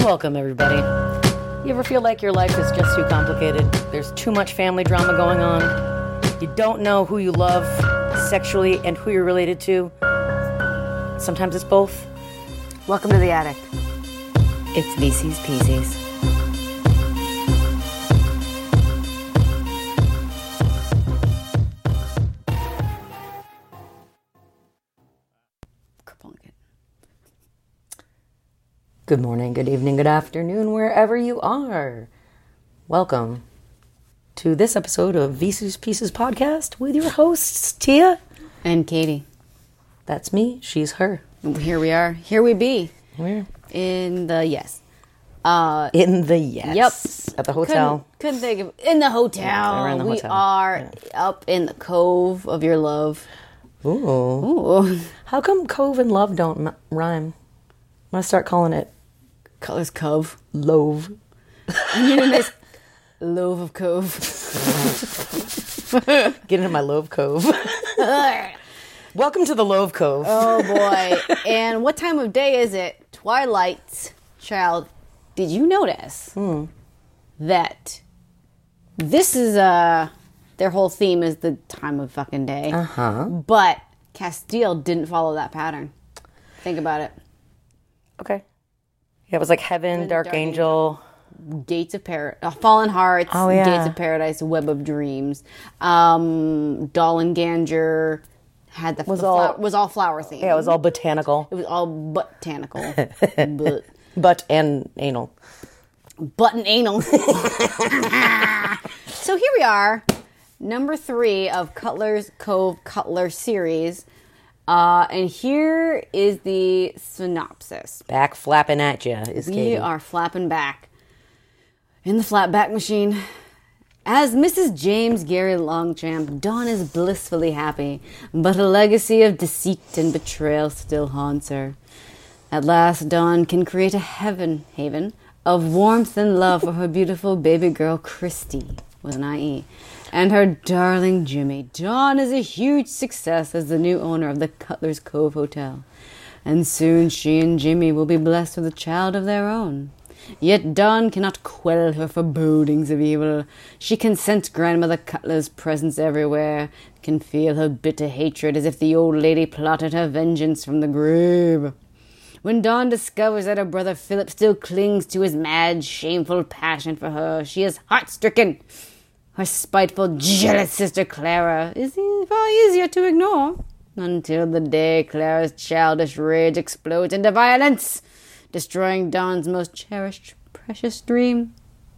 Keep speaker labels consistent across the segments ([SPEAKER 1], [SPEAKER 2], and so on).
[SPEAKER 1] Welcome, everybody. You ever feel like your life is just too complicated? There's too much family drama going on. You don't know who you love sexually and who you're related to. Sometimes it's both.
[SPEAKER 2] Welcome to the attic.
[SPEAKER 3] It's VC's Peasies.
[SPEAKER 2] Kerplunkin.
[SPEAKER 3] Good morning, good evening, good afternoon, wherever you are. Welcome to this episode of VC's Pieces podcast with your hosts, Tia.
[SPEAKER 2] And Katie.
[SPEAKER 3] That's me, she's her.
[SPEAKER 2] Here we are. Here we be.
[SPEAKER 3] We're
[SPEAKER 2] In the yes. Uh
[SPEAKER 3] in the yes.
[SPEAKER 2] Yep.
[SPEAKER 3] At the hotel.
[SPEAKER 2] Couldn't, couldn't think of in the hotel.
[SPEAKER 3] we're in the
[SPEAKER 2] we
[SPEAKER 3] hotel.
[SPEAKER 2] are up in the cove of your love.
[SPEAKER 3] Ooh.
[SPEAKER 2] Ooh.
[SPEAKER 3] How come Cove and Love don't m- rhyme? I'm going to start calling it
[SPEAKER 2] Colors cove.
[SPEAKER 3] Love.
[SPEAKER 2] You know this love of cove.
[SPEAKER 3] Get into my Love Cove. Welcome to the Love Cove.
[SPEAKER 2] Oh boy. and what time of day is it? Twilight. Child, did you notice
[SPEAKER 3] Hmm.
[SPEAKER 2] that this is uh their whole theme is the time of fucking day. Uh-huh. But Castile didn't follow that pattern. Think about it.
[SPEAKER 3] Okay. Yeah, it was like Heaven, Dark,
[SPEAKER 2] Dark
[SPEAKER 3] Angel.
[SPEAKER 2] Gates of Paradise, uh, Fallen Hearts,
[SPEAKER 3] Oh, yeah.
[SPEAKER 2] Gates of Paradise, Web of Dreams, um, Doll and Ganger had the was
[SPEAKER 3] all-
[SPEAKER 2] was all flower themed.
[SPEAKER 3] Yeah, it was all botanical.
[SPEAKER 2] it was all botanical, but,
[SPEAKER 3] Butt and anal.
[SPEAKER 2] butt and anal. so here we are, number three of Cutler's Cove Cutler series, uh, and here is the synopsis.
[SPEAKER 3] Back flapping at you is Katie.
[SPEAKER 2] We are flapping back in the flatback machine. As Mrs. James Gary Longchamp, Dawn is blissfully happy, but a legacy of deceit and betrayal still haunts her. At last, Dawn can create a heaven haven of warmth and love for her beautiful baby girl Christy, with an IE, and her darling Jimmy. Dawn is a huge success as the new owner of the Cutler's Cove Hotel, and soon she and Jimmy will be blessed with a child of their own. Yet Dawn cannot quell her forebodings of evil. She can sense Grandmother Cutler's presence everywhere, can feel her bitter hatred as if the old lady plotted her vengeance from the grave. When Dawn discovers that her brother Philip still clings to his mad, shameful passion for her, she is heart stricken. Her spiteful, jealous sister Clara is e- far easier to ignore. Until the day Clara's childish rage explodes into violence, destroying Dawn's most cherished, precious dream.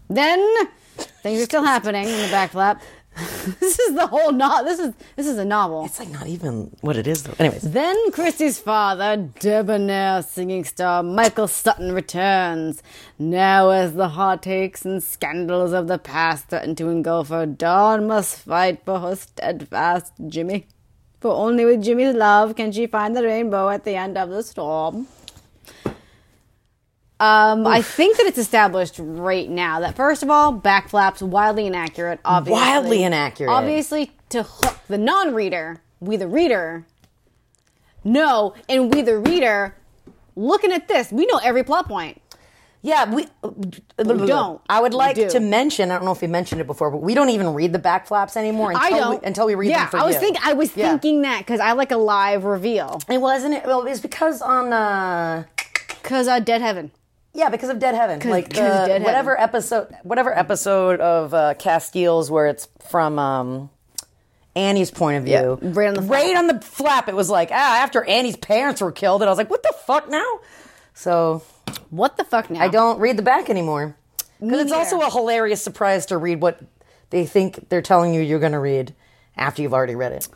[SPEAKER 2] Then things are still happening in the back flap. this is the whole no. This is this is a novel.
[SPEAKER 3] It's like not even what it is though. Anyways,
[SPEAKER 2] Then Christie's father, debonair singing star Michael Sutton, returns. Now, as the heartaches and scandals of the past threaten to engulf her, Dawn must fight for her steadfast Jimmy. For only with Jimmy's love can she find the rainbow at the end of the storm. Um, I think that it's established right now that first of all, back flaps wildly inaccurate. Obviously,
[SPEAKER 3] Wildly inaccurate.
[SPEAKER 2] Obviously, to hook the non-reader, we the reader know, and we the reader looking at this, we know every plot point.
[SPEAKER 3] yeah, we,
[SPEAKER 2] don't.
[SPEAKER 3] I would like
[SPEAKER 2] We do.
[SPEAKER 3] to mention. I don't know if we mentioned it before, but we don't even read the back flaps anymore until
[SPEAKER 2] I don't
[SPEAKER 3] we, until we read
[SPEAKER 2] yeah,
[SPEAKER 3] them for
[SPEAKER 2] I was
[SPEAKER 3] you.
[SPEAKER 2] thinking. I was
[SPEAKER 3] Yeah.
[SPEAKER 2] thinking that because I like a live reveal
[SPEAKER 3] It wasn't it. Well, it's because on. uh
[SPEAKER 2] because uh, Dead Heaven.
[SPEAKER 3] Yeah, because of Dead Heaven, like
[SPEAKER 2] 'cause of
[SPEAKER 3] the-
[SPEAKER 2] Dead
[SPEAKER 3] whatever episode, whatever episode of uh, Castile's where it's from um, Annie's point of view,
[SPEAKER 2] Yeah, right on the flap.
[SPEAKER 3] right on the flap. It was like ah, after Annie's parents were killed, and I was like, what the fuck now? So
[SPEAKER 2] What the fuck now?
[SPEAKER 3] I don't read the back anymore because it's
[SPEAKER 2] neither.
[SPEAKER 3] also a hilarious surprise to read what they think they're telling you you're going to read after you've already read it.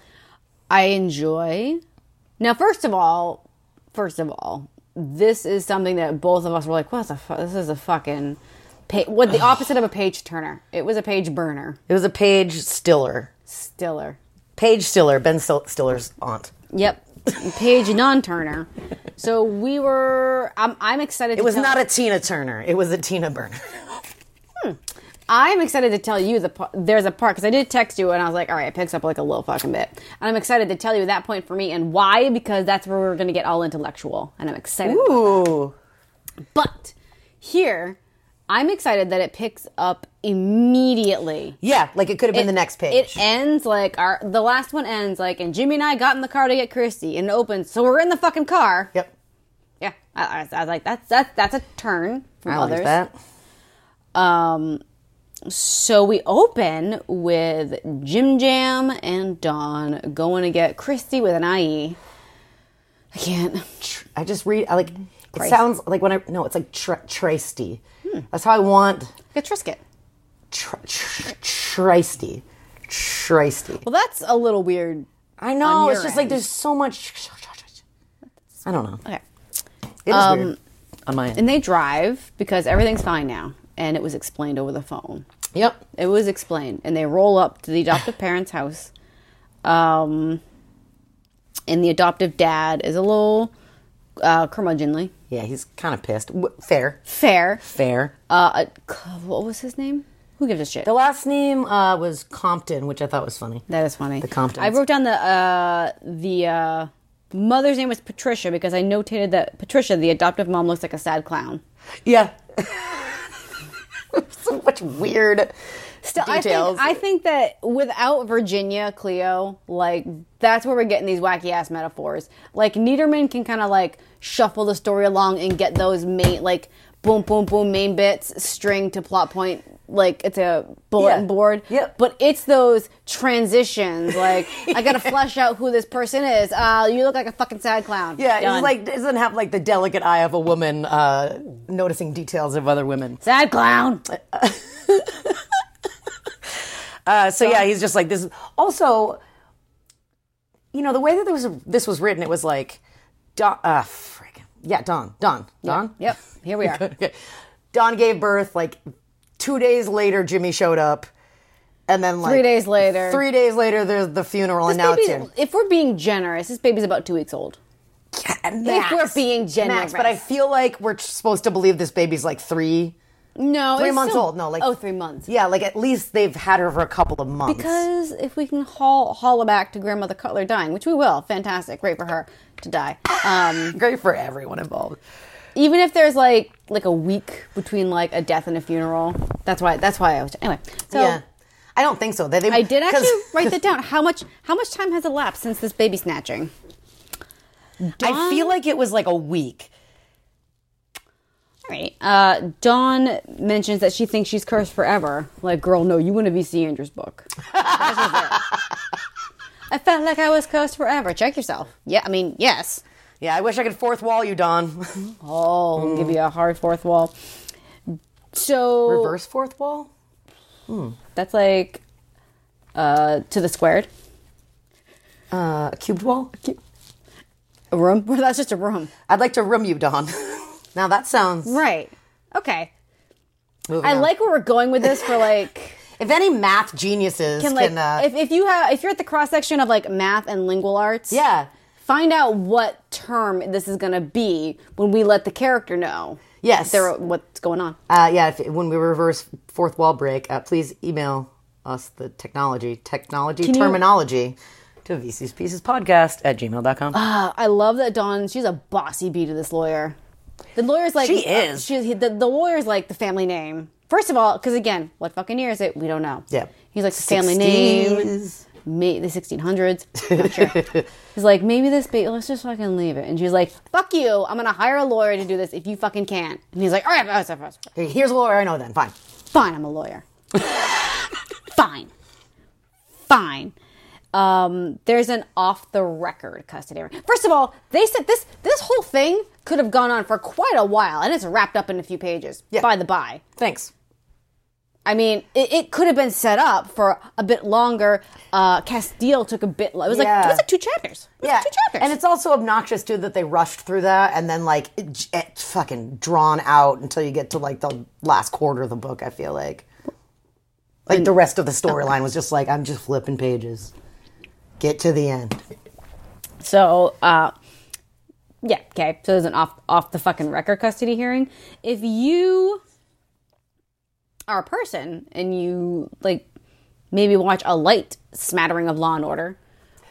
[SPEAKER 2] I enjoy. Now, first of all, first of all, this is something that both of us were like, "What the fuck? This is a fucking pa- what the opposite of a page turner. It was a page burner.
[SPEAKER 3] It was a Paige Stiller,
[SPEAKER 2] Stiller.
[SPEAKER 3] Paige Stiller, Ben Stil- Stiller's aunt.
[SPEAKER 2] Yep, page non-turner. So we were. I'm, I'm excited.
[SPEAKER 3] It was not a Tina Turner. It was a Tina Burner.
[SPEAKER 2] I'm excited to tell you the par- there's a part because I did text you and I was like, all right, it picks up like a little fucking bit, and I'm excited to tell you that point for me and why because that's where we're gonna get all intellectual, and I'm excited.
[SPEAKER 3] Ooh.
[SPEAKER 2] But Here, I'm excited that it picks up immediately.
[SPEAKER 3] Yeah, like it could have been the next page.
[SPEAKER 2] It ends like our the last one ends like, and Jimmy and I got in the car to get Christy, and it opens. So we're in the fucking car.
[SPEAKER 3] yep.
[SPEAKER 2] Yeah, I, I was- I was like, that's that's that's a turn from
[SPEAKER 3] I
[SPEAKER 2] others.
[SPEAKER 3] like that.
[SPEAKER 2] Um, so we open with Jim Jam and Dawn going to get Christy with an IE. I can't.
[SPEAKER 3] I just read, I like, it sounds like when I, no, it's like tr- tristy. That's how I want
[SPEAKER 2] Get Trisket.
[SPEAKER 3] tr- tr- tristy. Tristy.
[SPEAKER 2] Well, that's a little weird.
[SPEAKER 3] I know,
[SPEAKER 2] your
[SPEAKER 3] it's just like there's so much. I don't know.
[SPEAKER 2] Okay.
[SPEAKER 3] It is weird. On my end.
[SPEAKER 2] And they drive because everything's fine now, and it was explained over the phone.
[SPEAKER 3] Yep.
[SPEAKER 2] It was explained, and they roll up to the adoptive parents' house. Um, and the adoptive dad is a little uh, curmudgeonly.
[SPEAKER 3] Yeah, he's kind of pissed. W- Fair.
[SPEAKER 2] Fair.
[SPEAKER 3] Fair.
[SPEAKER 2] Uh, uh, what was his name? Who gives a shit?
[SPEAKER 3] The last name uh, was Compton, which I thought was funny.
[SPEAKER 2] That is funny. The
[SPEAKER 3] Comptons.
[SPEAKER 2] I wrote down the uh, the uh, mother's name was Patricia because I notated that Patricia, the adoptive mom, looks like a sad clown.
[SPEAKER 3] Yeah. so much weird
[SPEAKER 2] Still,
[SPEAKER 3] details.
[SPEAKER 2] I think I think that without Virginia Cleo, like that's where we're getting these wacky ass metaphors. Like Niederman can kind of like shuffle the story along and get those main like boom boom boom main bits string to plot point. Like it's a bulletin
[SPEAKER 3] Yeah.
[SPEAKER 2] board.
[SPEAKER 3] Yep.
[SPEAKER 2] But it's those transitions. Like I gotta flesh out who this person is. Uh, you look like a fucking sad clown.
[SPEAKER 3] yeah,
[SPEAKER 2] Done.
[SPEAKER 3] it's like it doesn't have like the delicate eye of a woman uh, noticing details of other women.
[SPEAKER 2] sad clown.
[SPEAKER 3] Uh, so yeah, he's just like this. Also, you know the way that this was, this was written, it was like, Don, uh, frick. yeah, Don, Don, Don.
[SPEAKER 2] Yep. Here we are.
[SPEAKER 3] okay. Don gave birth like two days later. Jimmy showed up, and then like
[SPEAKER 2] Three days later.
[SPEAKER 3] Three days later, there's the funeral, and now it's
[SPEAKER 2] Baby's-
[SPEAKER 3] here.
[SPEAKER 2] if we're being generous, this baby's about two weeks old.
[SPEAKER 3] Max.
[SPEAKER 2] we're being
[SPEAKER 3] Max,
[SPEAKER 2] generous.
[SPEAKER 3] but I feel like we're supposed to believe this baby's like three.
[SPEAKER 2] No,
[SPEAKER 3] Three
[SPEAKER 2] it's
[SPEAKER 3] months
[SPEAKER 2] still-
[SPEAKER 3] old. No, like
[SPEAKER 2] oh, three months.
[SPEAKER 3] Yeah, like at least they've had her for a couple of months.
[SPEAKER 2] Because if we can haul haul her back to grandmother Cutler dying, which we will, fantastic, great for her to die. Um,
[SPEAKER 3] great for everyone involved.
[SPEAKER 2] even if there's like like a week between like a death and a funeral, that's why that's why I was anyway. So
[SPEAKER 3] yeah, I don't think so. They, they
[SPEAKER 2] I did actually
[SPEAKER 3] 'cause
[SPEAKER 2] write that down. How much how much time has elapsed since this baby snatching?
[SPEAKER 3] I feel like it was like a week.
[SPEAKER 2] All right. Uh, Dawn mentions that she thinks she's cursed forever. Like, girl, no, you want to VC Andrew's book. That's just it. I felt like I was cursed forever. Check yourself. Yeah, I mean, yes.
[SPEAKER 3] Yeah, I wish I could fourth wall you, Don.
[SPEAKER 2] Oh, I'll give you a hard fourth wall. So
[SPEAKER 3] Reverse fourth wall.
[SPEAKER 2] that's like uh, to the squared.
[SPEAKER 3] Uh, a cubed wall.
[SPEAKER 2] A room? Well, that's just a room.
[SPEAKER 3] I'd like to room you, Don. now that sounds.
[SPEAKER 2] Right. Okay.
[SPEAKER 3] Moving
[SPEAKER 2] I
[SPEAKER 3] on.
[SPEAKER 2] like where we're going with this for like
[SPEAKER 3] If any math geniuses
[SPEAKER 2] can
[SPEAKER 3] can,
[SPEAKER 2] like
[SPEAKER 3] uh,
[SPEAKER 2] if, if you have if you're at the cross section of like math and lingual arts.
[SPEAKER 3] yeah,
[SPEAKER 2] Find out what term this is going to be when we let the character know
[SPEAKER 3] yes,
[SPEAKER 2] they're, what's going on.
[SPEAKER 3] Uh, yeah, if, when we reverse fourth wall break, uh, please email us the technology, technology
[SPEAKER 2] you-
[SPEAKER 3] terminology to VC's Pieces Podcast at gmail.com.
[SPEAKER 2] Uh, I love that Dawn. She's a bossy bee to this lawyer. The lawyer's like
[SPEAKER 3] She is.
[SPEAKER 2] Uh, she, the, the lawyer's like the family name. First of all, because again, what fucking year is it? We don't know.
[SPEAKER 3] Yeah.
[SPEAKER 2] He's like the family name, may, the 1600s. Not sure. He's like, maybe this baby. Let's just fucking leave it. And she's like, "Fuck you! I'm gonna hire a lawyer to do this if you fucking can't." And he's like, "All right, fine, fine, fine.
[SPEAKER 3] Hey, Here's a lawyer I know then. Fine.
[SPEAKER 2] Fine, I'm a lawyer. Fine. Fine. Um, there's an off the record custody. order. First of all, they said this this whole thing could have gone on for quite a while and it's wrapped up in a few pages.
[SPEAKER 3] Yeah.
[SPEAKER 2] By the by.
[SPEAKER 3] Thanks.
[SPEAKER 2] I mean, it, it could have been set up for a bit longer. Uh, Castile took a bit. Lo- it was like
[SPEAKER 3] Yeah.
[SPEAKER 2] it was like two chapters. It was like two chapters.
[SPEAKER 3] And it's also obnoxious, too, that they rushed through that and then, like, it, j- it's fucking drawn out until you get to, like, the last quarter of the book, I feel like. Like, the rest of the storyline was just like, I'm just flipping pages. Get to the end.
[SPEAKER 2] So, uh, yeah, okay. So there's an off off the fucking record custody hearing. If you are a person and you like maybe watch a light smattering of Law and Order,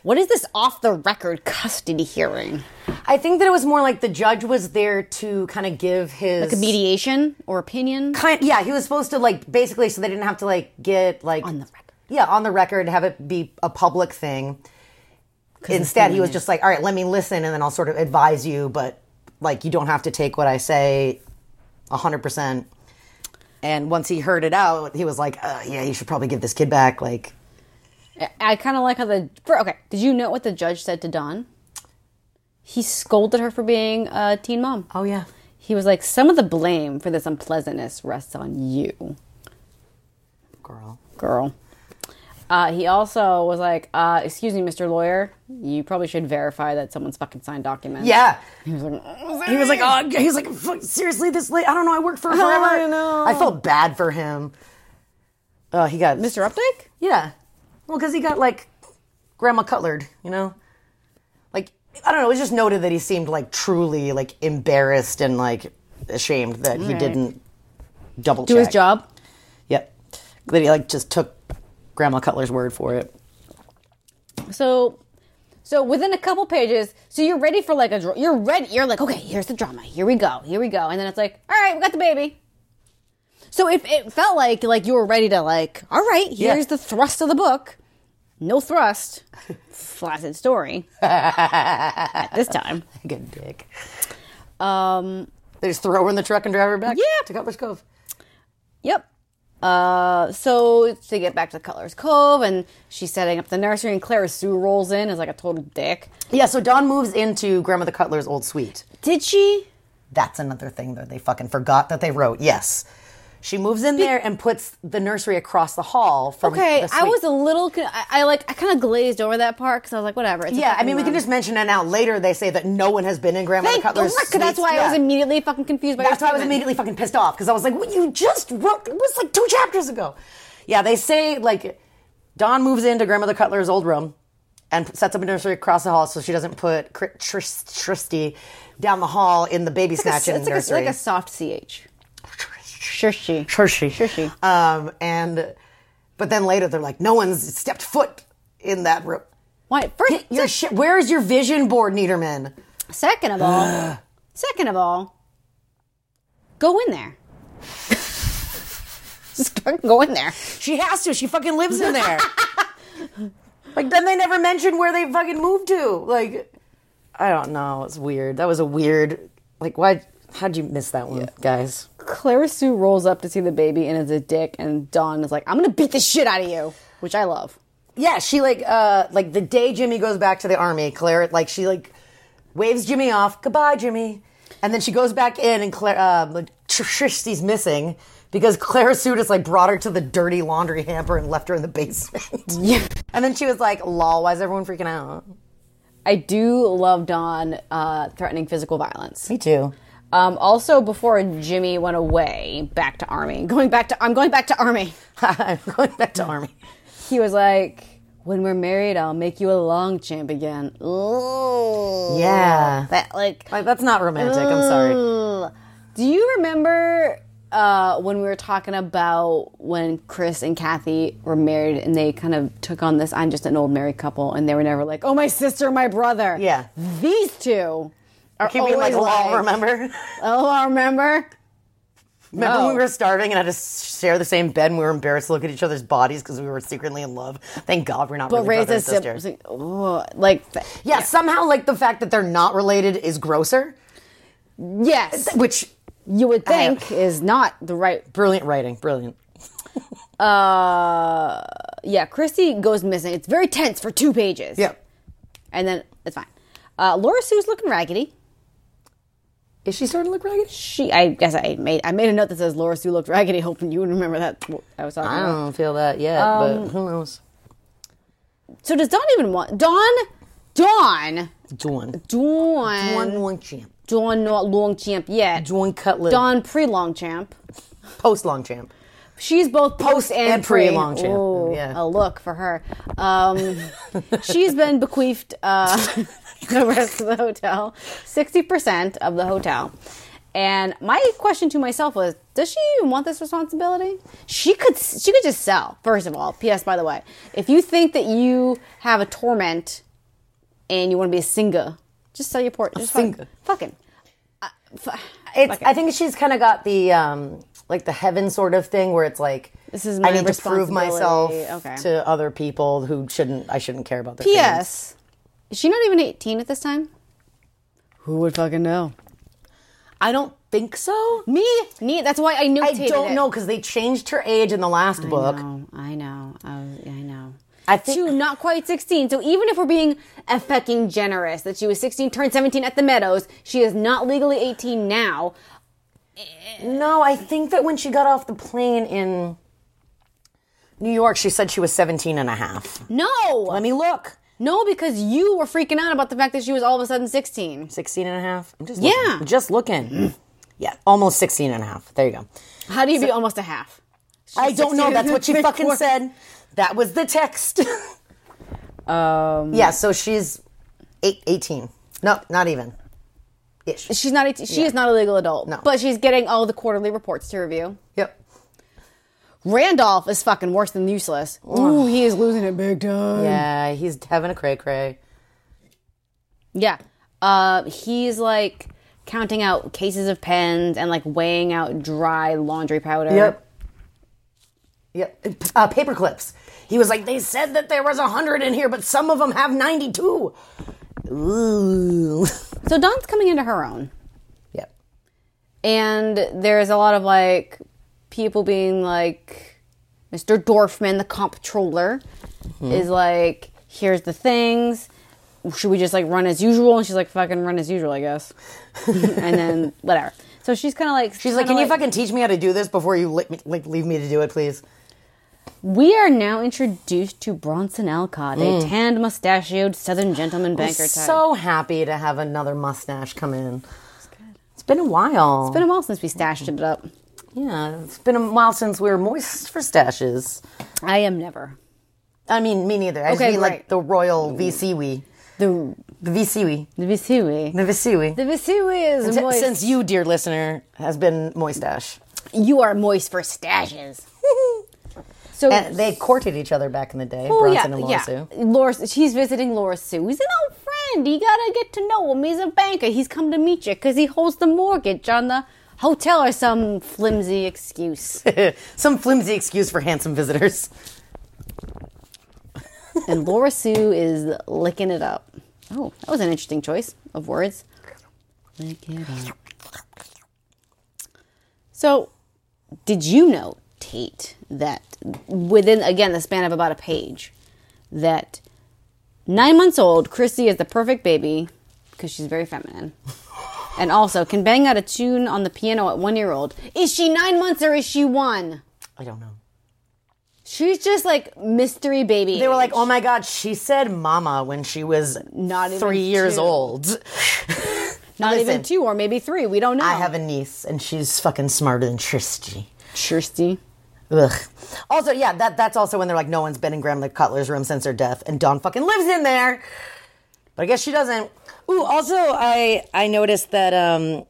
[SPEAKER 2] what is this off the record custody hearing?
[SPEAKER 1] I think that it was more like the judge was there to kind of give his
[SPEAKER 2] Like a mediation or opinion.
[SPEAKER 1] kind yeah he was supposed to like basically so they didn't have to like get like
[SPEAKER 2] On the record.
[SPEAKER 1] yeah on the record
[SPEAKER 3] have it be a public thing. Instead, he was just like, all right, let me listen and then I'll sort of advise you, but like you don't have to take what I say 100%. And once he heard it out, he was like, uh, yeah, you should probably give this kid back. Like,
[SPEAKER 2] I kind of like how the for, okay. Did you know what the judge said to Dawn? He scolded her for being a teen mom.
[SPEAKER 3] oh, yeah.
[SPEAKER 2] He was like, "Some of the blame for this unpleasantness rests on you,
[SPEAKER 3] Girl.
[SPEAKER 2] girl." Uh, he also was like, uh, "Excuse me, Mr. Lawyer, you probably should verify that someone's fucking signed documents."
[SPEAKER 3] Yeah.
[SPEAKER 2] He was like, "Ugh."
[SPEAKER 3] He was like, oh, he was like, "Fuck, seriously, this late? I don't know. I worked for him forever.
[SPEAKER 2] I know.
[SPEAKER 3] I felt bad for him. Oh, he got
[SPEAKER 2] "Mr. Updike."
[SPEAKER 3] Yeah. Well, because he got like Grandma Cutlered, you know? Like, I don't know. It was just noted that he seemed like truly like embarrassed and like ashamed that he
[SPEAKER 2] right.
[SPEAKER 3] didn't double
[SPEAKER 2] Do his job.
[SPEAKER 3] Yep. That he like just took Grandma Cutler's word for it.
[SPEAKER 2] So, so within a couple pages, so you're ready for like a dra- you're ready. You're like, okay, here's the drama. Here we go. Here we go. And then it's like, all right, we got the baby. So it it felt like like you were ready to like, all right, here's
[SPEAKER 3] Yeah.
[SPEAKER 2] the thrust of the book. No thrust, flaccid story. At this time,
[SPEAKER 3] Like a dick.
[SPEAKER 2] um,
[SPEAKER 3] They just throw her in the truck and drive her back
[SPEAKER 2] Yeah.
[SPEAKER 3] to Cutler's Cove.
[SPEAKER 2] Yep. Uh, so they get back to Cutler's Cove, and she's setting up the nursery, and Clara Sue rolls in as like a total dick.
[SPEAKER 3] Yeah, so Don moves into Grandmother Cutler's old suite.
[SPEAKER 2] Did she?
[SPEAKER 3] That's another thing that they fucking forgot that they wrote. Yes. She moves in there and puts the nursery across the hall from
[SPEAKER 2] Okay,
[SPEAKER 3] the
[SPEAKER 2] I
[SPEAKER 3] suite.
[SPEAKER 2] was a little. con- I, I like. I kind of glazed over that part because I was like, whatever. It's a
[SPEAKER 3] Yeah, I
[SPEAKER 2] fucking
[SPEAKER 3] mean, we can
[SPEAKER 2] room.
[SPEAKER 3] just mention it now. Later, they say that no one has been in Grandmother
[SPEAKER 2] Thank the
[SPEAKER 3] Cutler's.
[SPEAKER 2] Lord, 'cause that's
[SPEAKER 3] suites.
[SPEAKER 2] why I was
[SPEAKER 3] Yeah.
[SPEAKER 2] immediately fucking confused by your
[SPEAKER 3] That's why I was
[SPEAKER 2] statement.
[SPEAKER 3] immediately fucking pissed off because I was like, "What you just wrote? It was like two chapters ago." Yeah, they say like Don moves into Grandmother Cutler's old room and sets up a nursery across the hall so she doesn't put Cri- Tris- Tristy down the hall in the baby
[SPEAKER 2] It's like a-
[SPEAKER 3] snatching
[SPEAKER 2] it's like a-
[SPEAKER 3] nursery.
[SPEAKER 2] like a soft ch. Shushy.
[SPEAKER 3] Trishy.
[SPEAKER 2] Trishy.
[SPEAKER 3] Um, and but then later they're like, "No one's stepped foot in that room."
[SPEAKER 2] Why? First,
[SPEAKER 3] Get your shit. Where is your vision board, Niederman?
[SPEAKER 2] second of all, second of all, go in there. just fucking go in there.
[SPEAKER 3] She has to. She fucking lives in there. like then they never mentioned where they fucking moved to. Like I don't know. It's weird. That was a weird. Like why? How'd you miss that one, guys?
[SPEAKER 2] Clara Sue rolls up to see the baby and is a dick, and Dawn is like, "I'm gonna beat the shit out of you," which I love.
[SPEAKER 3] Yeah, she like uh like the day Jimmy goes back to the army, Claire like she like waves Jimmy off. Goodbye, Jimmy. And then she goes back in, and Claire uh, like, Tr- Trishti's missing because Clara Sue just like brought her to the dirty laundry hamper and left her in the basement.
[SPEAKER 2] Yeah.
[SPEAKER 3] And then she was like, "Lol, why is everyone freaking out?"
[SPEAKER 2] I do love Dawn uh, threatening physical violence.
[SPEAKER 3] Me too.
[SPEAKER 2] Um, also, before Jimmy went away back to army, going back to I'm going back to army.
[SPEAKER 3] I'm going back to army.
[SPEAKER 2] He was like, "When we're married, I'll make you a long champ again." Ooh,
[SPEAKER 3] Yeah.
[SPEAKER 2] that like.
[SPEAKER 3] Like, that's not romantic. I'm sorry.
[SPEAKER 2] Ugh. Do you remember uh, when we were talking about when Chris and Kathy were married and they kind of took on this I'm just an old married couple and they were never like, oh, my sister, my brother.
[SPEAKER 3] Yeah.
[SPEAKER 2] These two are
[SPEAKER 3] Keep being like,
[SPEAKER 2] Uh, always
[SPEAKER 3] lol,
[SPEAKER 2] like,
[SPEAKER 3] remember? remember
[SPEAKER 2] "Oh, I remember?
[SPEAKER 3] when we were starving and had to share the same bed and we were embarrassed to look at each other's bodies because we were secretly in love? Thank God we're not
[SPEAKER 2] But
[SPEAKER 3] really
[SPEAKER 2] raised
[SPEAKER 3] brother
[SPEAKER 2] as
[SPEAKER 3] and sister.
[SPEAKER 2] siblings. Like, ugh, like th-
[SPEAKER 3] Yeah, somehow, like, the fact that they're not related is grosser,
[SPEAKER 2] yes,
[SPEAKER 3] which,
[SPEAKER 2] you would think is not the right
[SPEAKER 3] brilliant writing, brilliant.
[SPEAKER 2] uh yeah christy goes missing it's very tense for two pages
[SPEAKER 3] Yep.
[SPEAKER 2] and then it's fine uh laura sue's looking raggedy
[SPEAKER 3] Is she starting to look raggedy?
[SPEAKER 2] she i guess i made i made a note that says laura sue looked raggedy hoping you would remember that i was talking
[SPEAKER 3] I
[SPEAKER 2] about
[SPEAKER 3] don't feel that yet, but who knows?
[SPEAKER 2] so does dawn even want dawn dawn
[SPEAKER 3] Dawn. Dawn
[SPEAKER 2] dawn
[SPEAKER 3] Longchamp.
[SPEAKER 2] dawn not long champ yet
[SPEAKER 3] Dawn Cutlet.
[SPEAKER 2] dawn pre long champ
[SPEAKER 3] Post Longchamp.
[SPEAKER 2] She's both post and,
[SPEAKER 3] and pre long champ.
[SPEAKER 2] Ooh,
[SPEAKER 3] Yeah.
[SPEAKER 2] A look for her. Um, she's been bequeathed uh, the rest of the hotel, sixty percent of the hotel. And my question to myself was, does she even want this responsibility? She could she could just sell. First of all, P.S. By the way, if you think that you have a torment and you want to be a singer, Just sell your port. Just
[SPEAKER 3] finger.
[SPEAKER 2] fuck. Fucking.
[SPEAKER 3] It's, I think she's kind of got the um, like the heaven sort of thing where it's like
[SPEAKER 2] This is
[SPEAKER 3] I
[SPEAKER 2] my
[SPEAKER 3] need to prove myself
[SPEAKER 2] responsibility. Okay.
[SPEAKER 3] to other people who shouldn't I shouldn't care about their feelings.
[SPEAKER 2] P.S. Is she not even 18 at this time? Who would fucking know?
[SPEAKER 3] I don't think so.
[SPEAKER 2] Me? Me? That's why I knew.
[SPEAKER 3] I don't know because they changed her age in the last book.
[SPEAKER 2] I know. I was. I know.
[SPEAKER 3] I think-
[SPEAKER 2] Two, not quite 16. So even if we're being a fucking generous, that she was 16, turned 17 at the Meadows, she is not legally 18 now.
[SPEAKER 3] No, I think that when she got off the plane in New York, she said she was 17 and a half.
[SPEAKER 2] No,
[SPEAKER 3] Let me look.
[SPEAKER 2] no, because you were freaking out about the fact that she was all of a sudden 16.
[SPEAKER 3] 16 and a half. I'm just
[SPEAKER 2] Yeah.
[SPEAKER 3] looking. I'm just looking. yeah, almost 16 and a half. There you go.
[SPEAKER 2] How do you be almost a half?
[SPEAKER 3] I don't know. That's what she
[SPEAKER 2] 16
[SPEAKER 3] fucking
[SPEAKER 2] before.
[SPEAKER 3] said. That was the text.
[SPEAKER 2] Oh.
[SPEAKER 3] um, yeah, so she's eight, 18. No, not even. Ish.
[SPEAKER 2] She's not. 18, she is not a legal adult.
[SPEAKER 3] No.
[SPEAKER 2] but she's getting all the quarterly reports to review.
[SPEAKER 3] Yep.
[SPEAKER 2] Randolph is fucking worse than useless. Ooh, he is losing it big time.
[SPEAKER 3] Yeah, he's having a cray cray.
[SPEAKER 2] Yeah. Uh, he's like counting out cases of pens and like weighing out dry laundry powder.
[SPEAKER 3] Yep. Yep. Uh, paper clips. He was like, they said that there was a hundred in here, but some of them have ninety-two. Ooh.
[SPEAKER 2] So Dawn's coming into her own.
[SPEAKER 3] Yep.
[SPEAKER 2] And there's a lot of like people being like, Mr. Dorfman, the comptroller,
[SPEAKER 3] Hmm.
[SPEAKER 2] is like, here's the things. Should we just like run as usual? And she's like, fucking run as usual, I guess. and then whatever. So she's kind of like,
[SPEAKER 3] She's like, can you fucking teach me how to do this before you li- like leave me to do it, please?
[SPEAKER 2] We are now introduced to Bronson Alcott, a tanned, mustachioed Southern gentleman banker type.
[SPEAKER 3] So happy to have another mustache come in. It's been a while.
[SPEAKER 2] it's been a while since we stashed it up.
[SPEAKER 3] yeah, it's been a while since we were moist for stashes.
[SPEAKER 2] I am never
[SPEAKER 3] I mean, me neither. I just
[SPEAKER 2] Okay,
[SPEAKER 3] mean
[SPEAKER 2] great.
[SPEAKER 3] like the royal VCWE.
[SPEAKER 2] the
[SPEAKER 3] The VCWE.
[SPEAKER 2] the Visui.
[SPEAKER 3] The VCWE.
[SPEAKER 2] The Visui is moist.
[SPEAKER 3] Since you, dear listener, has been moistache.
[SPEAKER 2] you are moist for stashes. so
[SPEAKER 3] And they courted each other back in the day,
[SPEAKER 2] oh,
[SPEAKER 3] Bronson
[SPEAKER 2] yeah,
[SPEAKER 3] and Laura
[SPEAKER 2] yeah.
[SPEAKER 3] Sue.
[SPEAKER 2] Laura, she's visiting Laura Sue. He's an old friend. You gotta get to know him. He's a banker. He's come to meet you because he holds the mortgage on the hotel or some flimsy excuse.
[SPEAKER 3] Some flimsy excuse for handsome visitors.
[SPEAKER 2] and Laura Sue is licking it up. Oh, that was an interesting choice of words. Lick it up. So, did you know, Tate, that within, again, the span of about a page, that nine months old, Christy is the perfect baby because she's very feminine. And also can bang out a tune on the piano at one year old. Is she nine months or is she one?
[SPEAKER 3] I don't know.
[SPEAKER 2] She's just like mystery baby.
[SPEAKER 3] They were like, oh my God, she said mama when she was
[SPEAKER 2] Not even
[SPEAKER 3] three years
[SPEAKER 2] two.
[SPEAKER 3] old.
[SPEAKER 2] Not even
[SPEAKER 3] Listen.
[SPEAKER 2] two or maybe three. We don't know.
[SPEAKER 3] I have a niece and she's fucking smarter than Tristy.
[SPEAKER 2] Shirsty.
[SPEAKER 3] Ugh. Also, yeah, that, that's also when they're like, no one's been in Grandma Cutler's room since her death, and Dawn fucking lives in there. But I guess she doesn't. Ooh, also, I I noticed that um,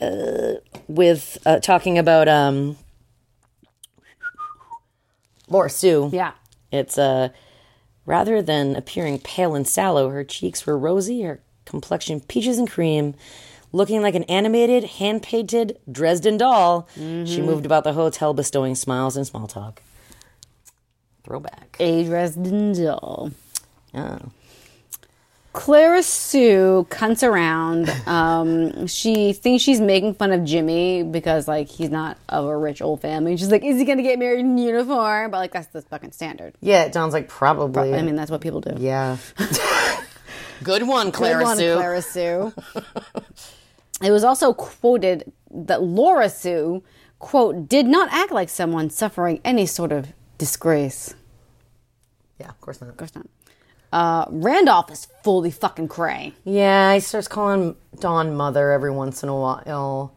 [SPEAKER 3] uh, with uh, talking about um, Laura Sue,
[SPEAKER 2] Yeah.
[SPEAKER 3] it's uh, rather than appearing pale and sallow, her cheeks were rosy, her complexion peaches and cream. Looking like an animated, hand painted Dresden doll, she moved about the hotel bestowing smiles and small talk. Throwback.
[SPEAKER 2] A Dresden doll.
[SPEAKER 3] Yeah.
[SPEAKER 2] Clara Sue cunts around. Um, she thinks she's making fun of Jimmy because, like, he's not of a rich old family. She's like, is he going to get married in uniform? But, like, that's the fucking standard.
[SPEAKER 3] Yeah, John's like, probably.
[SPEAKER 2] I mean, that's what people do.
[SPEAKER 3] yeah. Good one, Clara
[SPEAKER 2] Good one,
[SPEAKER 3] Sue.
[SPEAKER 2] Clara Sue. it was also quoted that Laura Sue, quote, did not act like someone suffering any sort of disgrace.
[SPEAKER 3] Yeah, of course not.
[SPEAKER 2] Of course not. Uh, Randolph is fully fucking cray.
[SPEAKER 3] Yeah, he starts calling Dawn mother every once in a while.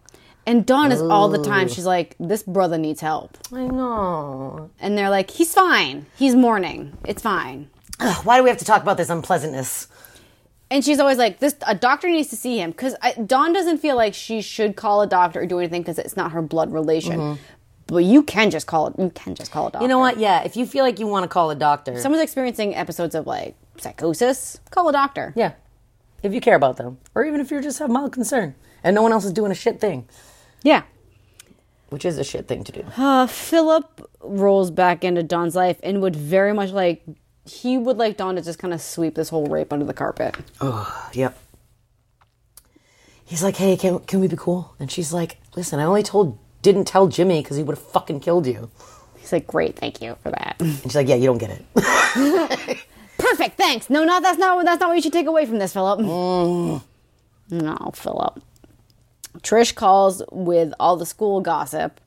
[SPEAKER 2] And Dawn is all the time, she's like, this brother needs help.
[SPEAKER 3] I know.
[SPEAKER 2] And they're like, he's fine. He's mourning. It's fine.
[SPEAKER 3] Ugh, why do we have to talk about this unpleasantness?
[SPEAKER 2] And she's always like, this, a doctor needs to see him. Because Dawn doesn't feel like she should call a doctor or do anything because it's not her blood relation. But you can just call it, you can just call a doctor.
[SPEAKER 3] Mm-hmm. You know what? Yeah, if you feel like you want to call a doctor.
[SPEAKER 2] Someone's experiencing episodes of like psychosis, call a doctor.
[SPEAKER 3] yeah.
[SPEAKER 1] if you care about them, or even if you just have mild concern and no one else is doing a shit thing,
[SPEAKER 2] Yeah.
[SPEAKER 1] which is a shit thing to do.
[SPEAKER 2] Uh, Philip rolls back into Don's life and would very much like he would like Don to just kind of sweep this whole rape under the carpet.
[SPEAKER 3] Yep. He's like, hey, can, can we be cool? And she's like, listen, I only told, didn't tell Jimmy because he would have fucking killed you.
[SPEAKER 2] He's like, "Great, thank you for that."
[SPEAKER 3] And she's like, yeah, you don't get it.
[SPEAKER 2] Perfect, thanks. No, not that's not that's not what you should take away from this, Philip. No, Philip. Trish calls with all the school gossip.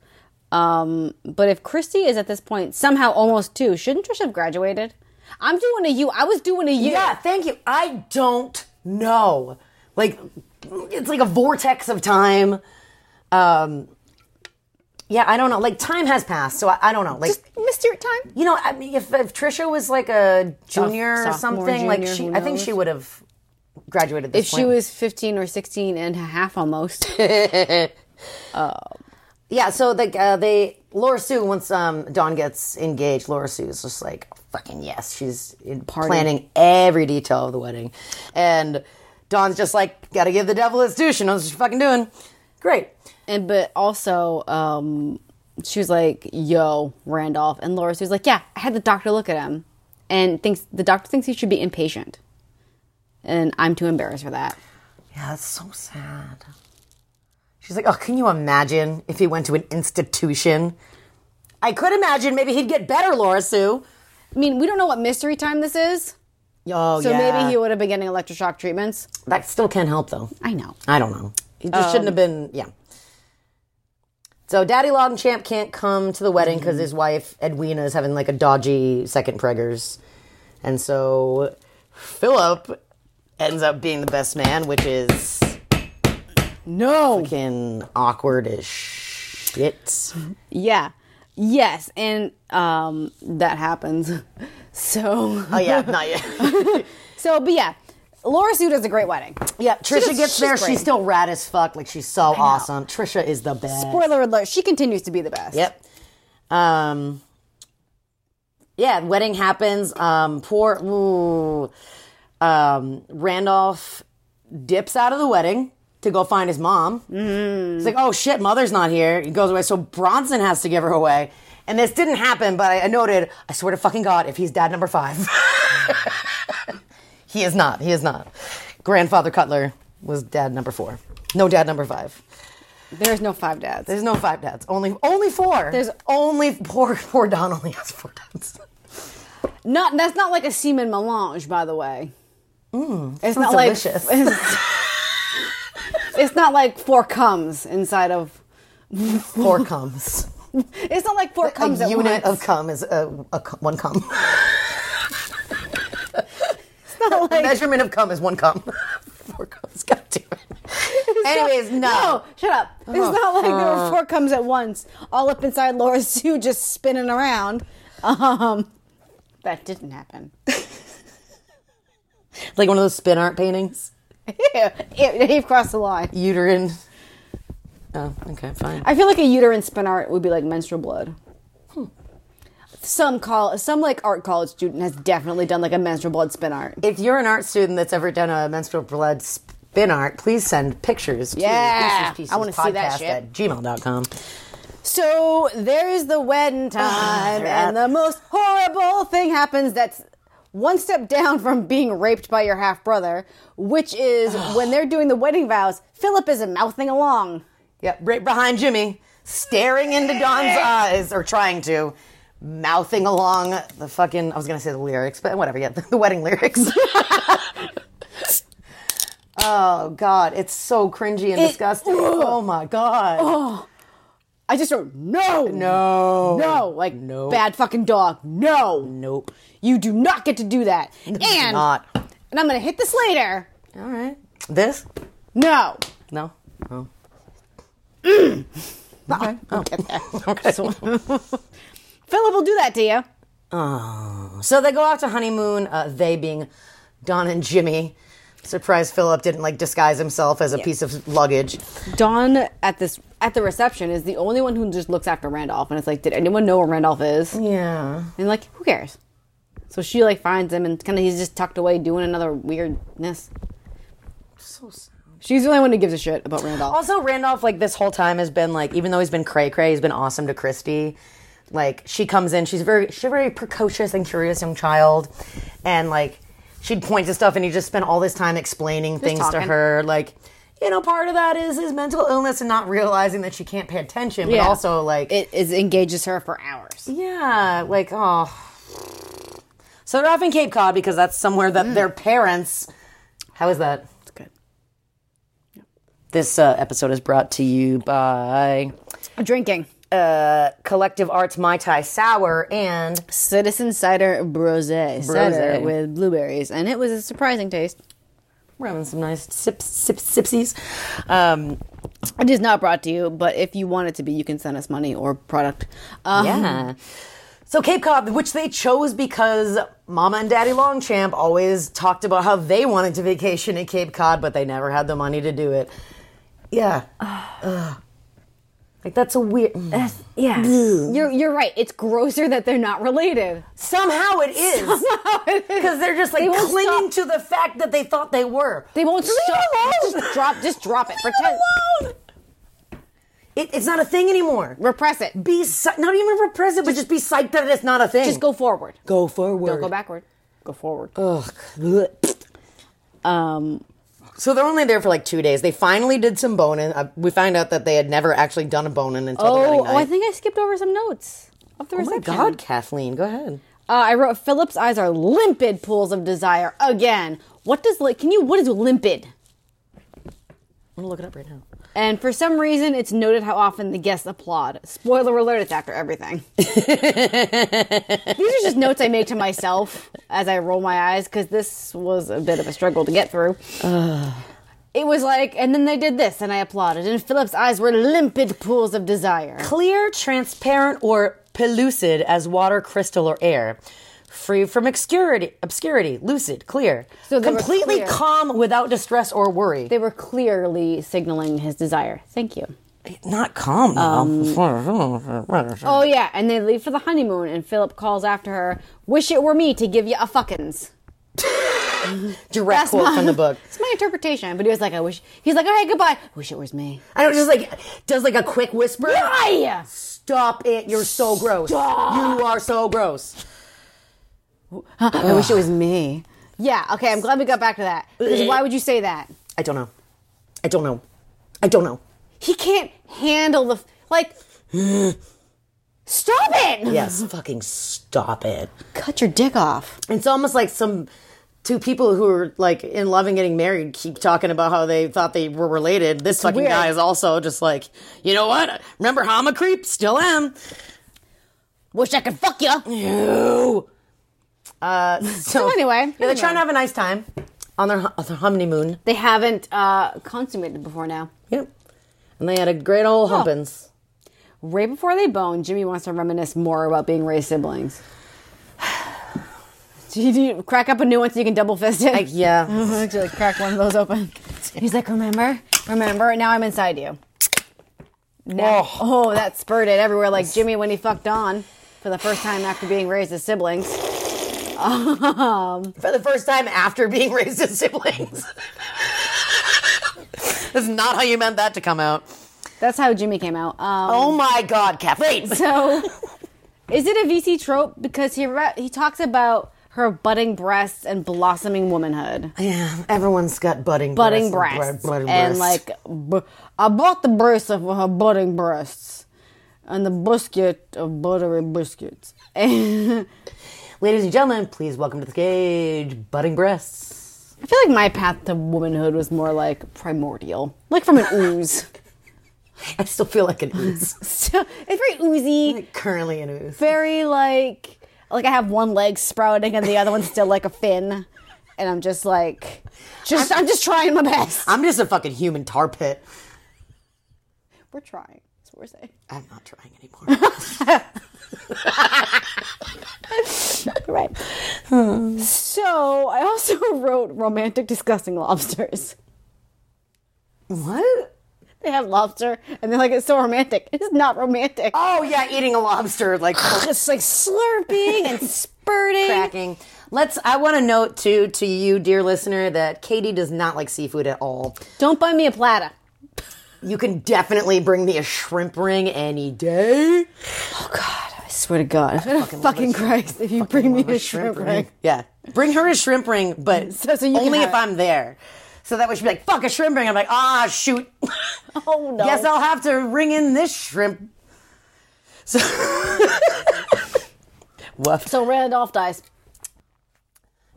[SPEAKER 2] Um, but if Christy is at this point somehow almost two, shouldn't Trish have graduated? I'm doing a U. I was doing a U.
[SPEAKER 3] yeah, thank you. I don't know. Like, it's like a vortex of time. Um, yeah, I don't know. Like, time has passed, so I, I don't know. Like,
[SPEAKER 2] Just missed your time.
[SPEAKER 3] you know, I mean, if, if Trisha was like a junior or
[SPEAKER 2] sophomore,
[SPEAKER 3] something, like
[SPEAKER 2] junior,
[SPEAKER 3] she,
[SPEAKER 2] who
[SPEAKER 3] I think
[SPEAKER 2] knows?
[SPEAKER 3] she would have graduated. At this
[SPEAKER 2] If
[SPEAKER 3] point.
[SPEAKER 2] she was 15 or 16 and a half almost.
[SPEAKER 3] Yeah, so like uh, they Laura Sue once um, Dawn gets engaged, Laura Sue's just like fucking yes, she's in planning every detail of the wedding, and Dawn's just like gotta give the devil his due. She knows what she's fucking doing. Great.
[SPEAKER 2] And but also, um, she was like, "Yo, Randolph," and Laura Sue's like, "Yeah, I had the doctor look at him, and thinks the doctor thinks he should be impatient, and I'm too embarrassed for that."
[SPEAKER 3] Yeah, that's so sad. She's like, oh, can you imagine if he went to an institution? I could imagine maybe he'd get better, Laura Sue.
[SPEAKER 2] I mean, we don't know what mystery time this is,
[SPEAKER 3] Oh,
[SPEAKER 2] so
[SPEAKER 3] yeah.
[SPEAKER 2] maybe he would have been getting electroshock treatments.
[SPEAKER 3] That still can't help though.
[SPEAKER 2] I know.
[SPEAKER 3] I don't know. He just shouldn't have been. Yeah. So Daddy Longchamp can't come to the wedding because his wife Edwina is having like a dodgy second preggers, and so Philip ends up being the best man, which is
[SPEAKER 2] No.
[SPEAKER 3] fucking awkward as shit.
[SPEAKER 2] Yeah. Yes, and um, that happens. So,
[SPEAKER 3] Oh yeah, not yet.
[SPEAKER 2] so, but yeah, Laura Sue does a great wedding.
[SPEAKER 3] Yeah, Trisha
[SPEAKER 2] does-
[SPEAKER 3] gets there.
[SPEAKER 2] she's great.
[SPEAKER 3] She's still rad as fuck. Like she's so awesome. Trisha is the best.
[SPEAKER 2] Spoiler alert: she continues to be the best.
[SPEAKER 3] Yep. Um. Yeah, wedding happens. Um. Poor. Ooh, um. Randolph dips out of the wedding to go find his mom. He's like, "Oh shit, mother's not here." He goes away, so Bronson has to give her away. And this didn't happen, but I, I noted. I swear to fucking god, if he's dad number five, he is not. He is not. Grandfather Cutler was dad number four. No dad number five.
[SPEAKER 2] There's no five dads.
[SPEAKER 3] There's no five dads. Only only four.
[SPEAKER 2] There's-
[SPEAKER 3] only poor poor Don only has four dads.
[SPEAKER 2] Not that's not like a semen melange, by the way. it's not
[SPEAKER 3] Mm, sounds
[SPEAKER 2] like
[SPEAKER 3] delicious.
[SPEAKER 2] It's, it's not like four comes inside of.
[SPEAKER 3] Four comes.
[SPEAKER 2] It's not like four comes
[SPEAKER 3] a
[SPEAKER 2] at
[SPEAKER 3] unit of
[SPEAKER 2] once.
[SPEAKER 3] cum is a, a cum- one cum.
[SPEAKER 2] It's not
[SPEAKER 3] The
[SPEAKER 2] like-
[SPEAKER 3] measurement of cum is one cum. four comes. God damn it. Anyways, no.
[SPEAKER 2] No, Oh, shut up. It's
[SPEAKER 3] Uh-huh.
[SPEAKER 2] not like there
[SPEAKER 3] Uh.
[SPEAKER 2] were four comes at once, all up inside Laura Sue, just spinning around. Um, that didn't happen.
[SPEAKER 3] Like one of those spin art paintings.
[SPEAKER 2] Ew, ew, You've crossed the line.
[SPEAKER 3] Uterine. Oh, okay, fine.
[SPEAKER 2] I feel like a uterine spin art would be like menstrual blood.
[SPEAKER 3] Hmm.
[SPEAKER 2] Some call some like art college student has definitely done like a menstrual blood spin art.
[SPEAKER 3] If you're an art student that's ever done a menstrual blood spin art, please send pictures
[SPEAKER 2] Yeah.
[SPEAKER 3] to pieces, pieces,
[SPEAKER 2] I wanna see that
[SPEAKER 3] podcast
[SPEAKER 2] shit.
[SPEAKER 3] at gmail.com.
[SPEAKER 2] So there is the
[SPEAKER 3] Ah,
[SPEAKER 2] wedding time, and the most horrible thing happens. That's one step down from being raped by your half brother, which is when they're doing the wedding vows. Philip is mouthing along.
[SPEAKER 3] Yeah, right behind Jimmy, staring into Don's eyes, or trying to, mouthing along the fucking, I was gonna say the lyrics, but whatever, yeah, the, wedding lyrics. oh, God, it's so cringy and
[SPEAKER 2] It-
[SPEAKER 3] disgusting. Oh, my God.
[SPEAKER 2] I just don't no
[SPEAKER 3] No.
[SPEAKER 2] no like
[SPEAKER 3] Nope.
[SPEAKER 2] bad fucking dog no
[SPEAKER 3] Nope.
[SPEAKER 2] You do not get to do that.
[SPEAKER 3] It's
[SPEAKER 2] And
[SPEAKER 3] Not.
[SPEAKER 2] and I'm gonna hit this later.
[SPEAKER 3] All right. This?
[SPEAKER 2] No.
[SPEAKER 3] No. Oh.
[SPEAKER 2] Philip will do that to you.
[SPEAKER 3] So they go off to honeymoon, uh, they being Don and Jimmy. Surprised Philip didn't like disguise himself as a piece of luggage.
[SPEAKER 2] Dawn at this at the reception is the only one who just looks after Randolph and it's like, did anyone know where Randolph is?
[SPEAKER 3] Mm. Yeah.
[SPEAKER 2] And like, who cares? So she like finds him and kinda he's just tucked away doing another weirdness.
[SPEAKER 3] So sad. Oh.
[SPEAKER 2] She's the only one who gives a shit about Randolph.
[SPEAKER 3] Also, Randolph, like this whole time has been like, even though he's been cray cray, he's been awesome to Christy. Like she comes in, she's very, she's a very precocious and curious young child, and like she'd point to stuff, and he just spent all this time explaining things to
[SPEAKER 2] talking.
[SPEAKER 3] her. Like, you know, part of that is his mental illness and not realizing that she can't pay attention, but
[SPEAKER 2] Yeah.
[SPEAKER 3] also like,
[SPEAKER 2] it is engages her for hours.
[SPEAKER 3] yeah, like oh. So they're off in Cape Cod because that's somewhere that
[SPEAKER 2] Mm.
[SPEAKER 3] their parents. How is that?
[SPEAKER 2] It's good.
[SPEAKER 3] This uh, episode is brought to you by
[SPEAKER 2] Drinking.
[SPEAKER 3] uh, Collective Arts Mai Tai Sour and
[SPEAKER 2] Citizen cider brosé, cider
[SPEAKER 3] Brosé.
[SPEAKER 2] with blueberries, and it was a surprising taste.
[SPEAKER 3] we're having some nice sips, sips, sipsies. Um,
[SPEAKER 2] It is not brought to you, but if you want it to be, you can send us money or product.
[SPEAKER 3] uh-huh.
[SPEAKER 2] Um,
[SPEAKER 3] yeah. So Cape Cod, which they chose because Mama and Daddy Longchamp always talked about how they wanted to vacation at Cape Cod, but they never had the money to do it. Yeah. Ugh. Like that's a weird.
[SPEAKER 2] yeah. You're you're right. It's grosser that they're not related.
[SPEAKER 3] Somehow it is because they're just like
[SPEAKER 2] They won't
[SPEAKER 3] clinging to the fact that they thought they were.
[SPEAKER 2] They won't
[SPEAKER 3] Leave
[SPEAKER 2] stop.
[SPEAKER 3] it alone.
[SPEAKER 2] Just drop. Just drop it.
[SPEAKER 3] Leave
[SPEAKER 2] Pretend.
[SPEAKER 3] it alone. It, it's not a thing anymore.
[SPEAKER 2] Repress it.
[SPEAKER 3] be psy- not even repress it, but just be psyched that it's not a thing.
[SPEAKER 2] Just go forward.
[SPEAKER 3] go forward.
[SPEAKER 2] Don't go backward. Go forward.
[SPEAKER 3] Ugh. Blech.
[SPEAKER 2] Um.
[SPEAKER 3] So they're only there for like two days. They finally did some boning. Uh, we found out that they had never actually done a boning until the very
[SPEAKER 2] Oh, oh,
[SPEAKER 3] night.
[SPEAKER 2] I think I skipped over some notes of the
[SPEAKER 3] oh my
[SPEAKER 2] reception.
[SPEAKER 3] God, Kathleen, go ahead.
[SPEAKER 2] Uh, I wrote Philip's eyes are limpid pools of desire again. What does like? Can you? What is limpid?
[SPEAKER 3] I'm gonna look it up right now.
[SPEAKER 2] And for some reason, it's noted how often the guests applaud. Spoiler alert, it's after everything. These are just notes I make to myself as I roll my eyes because this was a bit of a struggle to get through. it was like, and then they did this, and I applauded, and Philip's eyes were limpid pools of desire.
[SPEAKER 3] Clear, transparent, or pellucid as water, crystal, or air. Free from obscurity, obscurity, lucid, clear,
[SPEAKER 2] So they were
[SPEAKER 3] completely
[SPEAKER 2] clear.
[SPEAKER 3] calm without distress or worry.
[SPEAKER 2] They were clearly signaling his desire. Thank you.
[SPEAKER 3] Not calm. though.
[SPEAKER 2] Oh, yeah, and they leave for the honeymoon, and Philip calls after her, Wish it were me to give you a fuckins.
[SPEAKER 3] Direct quote from the book.
[SPEAKER 2] It's my interpretation, but he was like, I wish. He's like, all right, goodbye. Wish it was me.
[SPEAKER 3] I don't just like does like a quick whisper.
[SPEAKER 2] Why?
[SPEAKER 3] Stop it! You're so gross. You are so gross.
[SPEAKER 2] I wish it was me. Yeah, okay, I'm glad we got back to that. Because why would you say that?
[SPEAKER 3] I don't know. I don't know. I don't know.
[SPEAKER 2] He can't handle the. f- Like, stop it!
[SPEAKER 3] Yes, fucking stop it.
[SPEAKER 2] Cut your dick off.
[SPEAKER 3] It's almost like some two people who are like in love and getting married keep talking about how they thought they were related. This fucking
[SPEAKER 2] weird.
[SPEAKER 3] guy is also just like, you know what? Remember how I'm a creep? Still am.
[SPEAKER 2] Wish I could fuck you.
[SPEAKER 3] Ew. Uh, so,
[SPEAKER 2] anyway,
[SPEAKER 3] yeah, they're
[SPEAKER 2] anyway.
[SPEAKER 3] trying to have a nice time on their, on their honeymoon.
[SPEAKER 2] They haven't uh, consummated before now.
[SPEAKER 3] Yep. Oh. And they had a great old humpins.
[SPEAKER 2] Right before they bone, Jimmy wants to reminisce more about being raised siblings. Do you, do you crack up a new one so you can double fist it?
[SPEAKER 3] Like, yeah.
[SPEAKER 2] Actually, crack one of those open. He's like, remember, remember. Now I'm inside you. Now, oh. that spurted everywhere, like Jimmy when he fucked on for the first time after being raised as siblings. Um,
[SPEAKER 3] For the first time after being raised as siblings. That's not how you meant that to come out.
[SPEAKER 2] that's how Jimmy came out. Um,
[SPEAKER 3] Oh my God, Kathleen.
[SPEAKER 2] So, is it a VC trope? Because he re- he talks about her budding breasts and blossoming womanhood.
[SPEAKER 3] Yeah, everyone's got budding
[SPEAKER 2] budding
[SPEAKER 3] breasts.
[SPEAKER 2] breasts,
[SPEAKER 3] Bud- budding
[SPEAKER 2] and
[SPEAKER 3] breasts.
[SPEAKER 2] like b- I bought the breasts of her budding breasts and the biscuit of buttery biscuits. And
[SPEAKER 3] Ladies and gentlemen, please welcome to the cage, budding breasts.
[SPEAKER 2] I feel like my path to womanhood was more like primordial, like from an ooze.
[SPEAKER 3] I still feel like an ooze.
[SPEAKER 2] so it's very oozy,
[SPEAKER 3] Currently an ooze.
[SPEAKER 2] very like like I have one leg sprouting and the other one's still like a fin, and I'm just like just I'm just trying my best.
[SPEAKER 3] I'm just a fucking human tar pit.
[SPEAKER 2] We're trying. That's what we're saying.
[SPEAKER 3] I'm not trying anymore.
[SPEAKER 2] Right.
[SPEAKER 3] Hmm.
[SPEAKER 2] so I also wrote romantic disgusting lobsters.
[SPEAKER 3] what?
[SPEAKER 2] They have lobster, and they're like, it's so romantic. It's not romantic.
[SPEAKER 3] Oh yeah, eating a lobster like
[SPEAKER 2] It's like slurping and spurting.
[SPEAKER 3] cracking. Let's. I want to note too to you, dear listener, that Katie does not like seafood at all.
[SPEAKER 2] Don't buy me a platter.
[SPEAKER 3] You can definitely bring me a shrimp ring any day.
[SPEAKER 2] I swear to God, fucking, Christ, if you bring me a shrimp, ring.
[SPEAKER 3] Yeah, bring her a shrimp ring, but
[SPEAKER 2] So- so you can
[SPEAKER 3] only
[SPEAKER 2] have
[SPEAKER 3] if
[SPEAKER 2] it.
[SPEAKER 3] I'm there. So that way she'd be like, "Fuck a shrimp ring." I'm like, "Ah, shoot."
[SPEAKER 2] Oh no!
[SPEAKER 3] Guess I'll have to ring in this shrimp. So, woof.
[SPEAKER 2] so Randolph dies.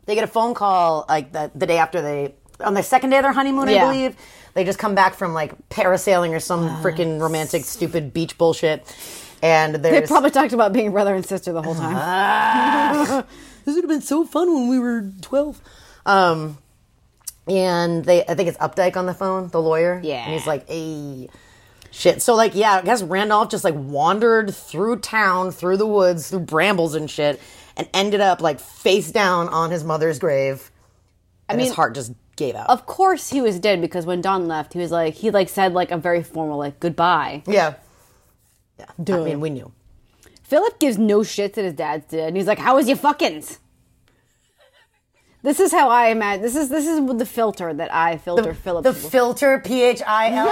[SPEAKER 3] They get a phone call like the, the day after they on the second day of their honeymoon,
[SPEAKER 2] Yeah.
[SPEAKER 3] I believe. They just come back from like parasailing or some freaking romantic, stupid beach bullshit, and
[SPEAKER 2] They
[SPEAKER 3] there's
[SPEAKER 2] probably talked about being brother and sister the whole time.
[SPEAKER 3] this would have been so fun when we were 12 um and they i think it's updike on the phone the lawyer
[SPEAKER 2] Yeah.
[SPEAKER 3] and he's like hey shit so like yeah i guess randolph just like wandered through town through the woods through brambles and shit and ended up like face down on his mother's grave and his
[SPEAKER 2] mean-
[SPEAKER 3] heart just gave out
[SPEAKER 2] of course, he was dead because when Don left, he was like, he like said like a very formal like goodbye.
[SPEAKER 3] yeah yeah i mean we knew
[SPEAKER 2] Philip gives no shit that his dad's dead, and he's like, "How was your fuckins?" This is how I imagine. This is this is the filter that I filter Philip.
[SPEAKER 3] the
[SPEAKER 2] through.
[SPEAKER 3] filter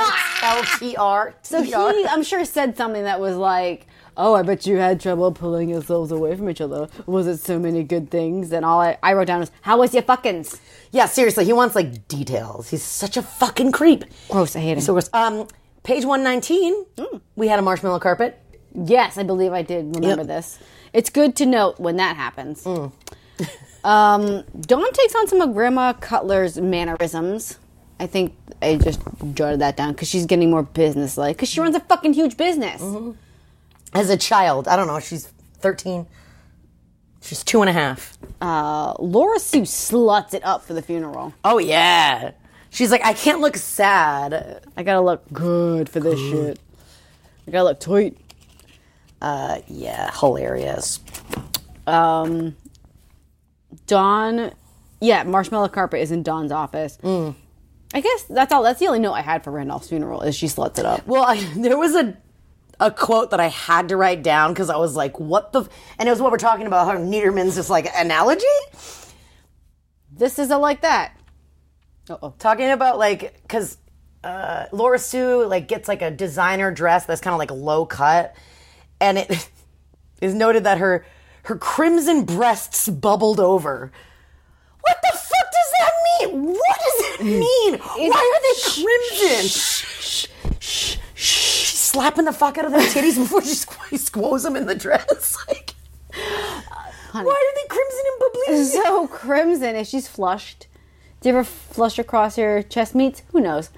[SPEAKER 3] p-h-i-l-l-t-r
[SPEAKER 2] So he, I'm sure, said something that was like, "Oh, I bet you had trouble pulling yourselves away from each other. Was it so many good things?" And all I, I wrote down was, "How was your fuckins?"
[SPEAKER 3] yeah seriously he wants like details he's such a fucking creep
[SPEAKER 2] Gross. I hate him.
[SPEAKER 3] So we're- um, page 119, we had a marshmallow carpet.
[SPEAKER 2] yes, I believe I did remember
[SPEAKER 3] Yep.
[SPEAKER 2] this. It's good to note when that happens. um, Dawn takes on some of Grandma Cutler's mannerisms. I think I just jotted that down because she's getting more business like because she runs a fucking huge business.
[SPEAKER 3] As a child, I don't know, she's 13. She's two and a half.
[SPEAKER 2] Uh, Laura Sue sluts it up for the funeral.
[SPEAKER 3] Oh, yeah. She's like, I can't look sad.
[SPEAKER 2] I gotta look good for this shit. I gotta look tight.
[SPEAKER 3] Uh, yeah, hilarious.
[SPEAKER 2] Um, Dawn, yeah, Marshmallow Carpet is in Dawn's office.
[SPEAKER 3] Mm.
[SPEAKER 2] I guess that's all. That's the only note I had for Randolph's funeral is she sluts it up.
[SPEAKER 3] Well, I, there was a a quote that I had to write down because I was like, what the? f-" And it was what we're talking about, how Niederman's just like analogy?
[SPEAKER 2] This isn't like that. Uh-oh.
[SPEAKER 3] talking about like because uh, Laura Sue like gets like a designer dress that's kind of like low cut, and it is noted that her her crimson breasts bubbled over. What the fuck does that mean? What does it mean? Why are they crimson? Shh, shh, shh. She's slapping the fuck out of their titties before she squ- squoze them in the dress. Like, why are they crimson and bubbly?
[SPEAKER 2] So crimson is she's flushed. Do you ever flush across your chest meats? Who knows?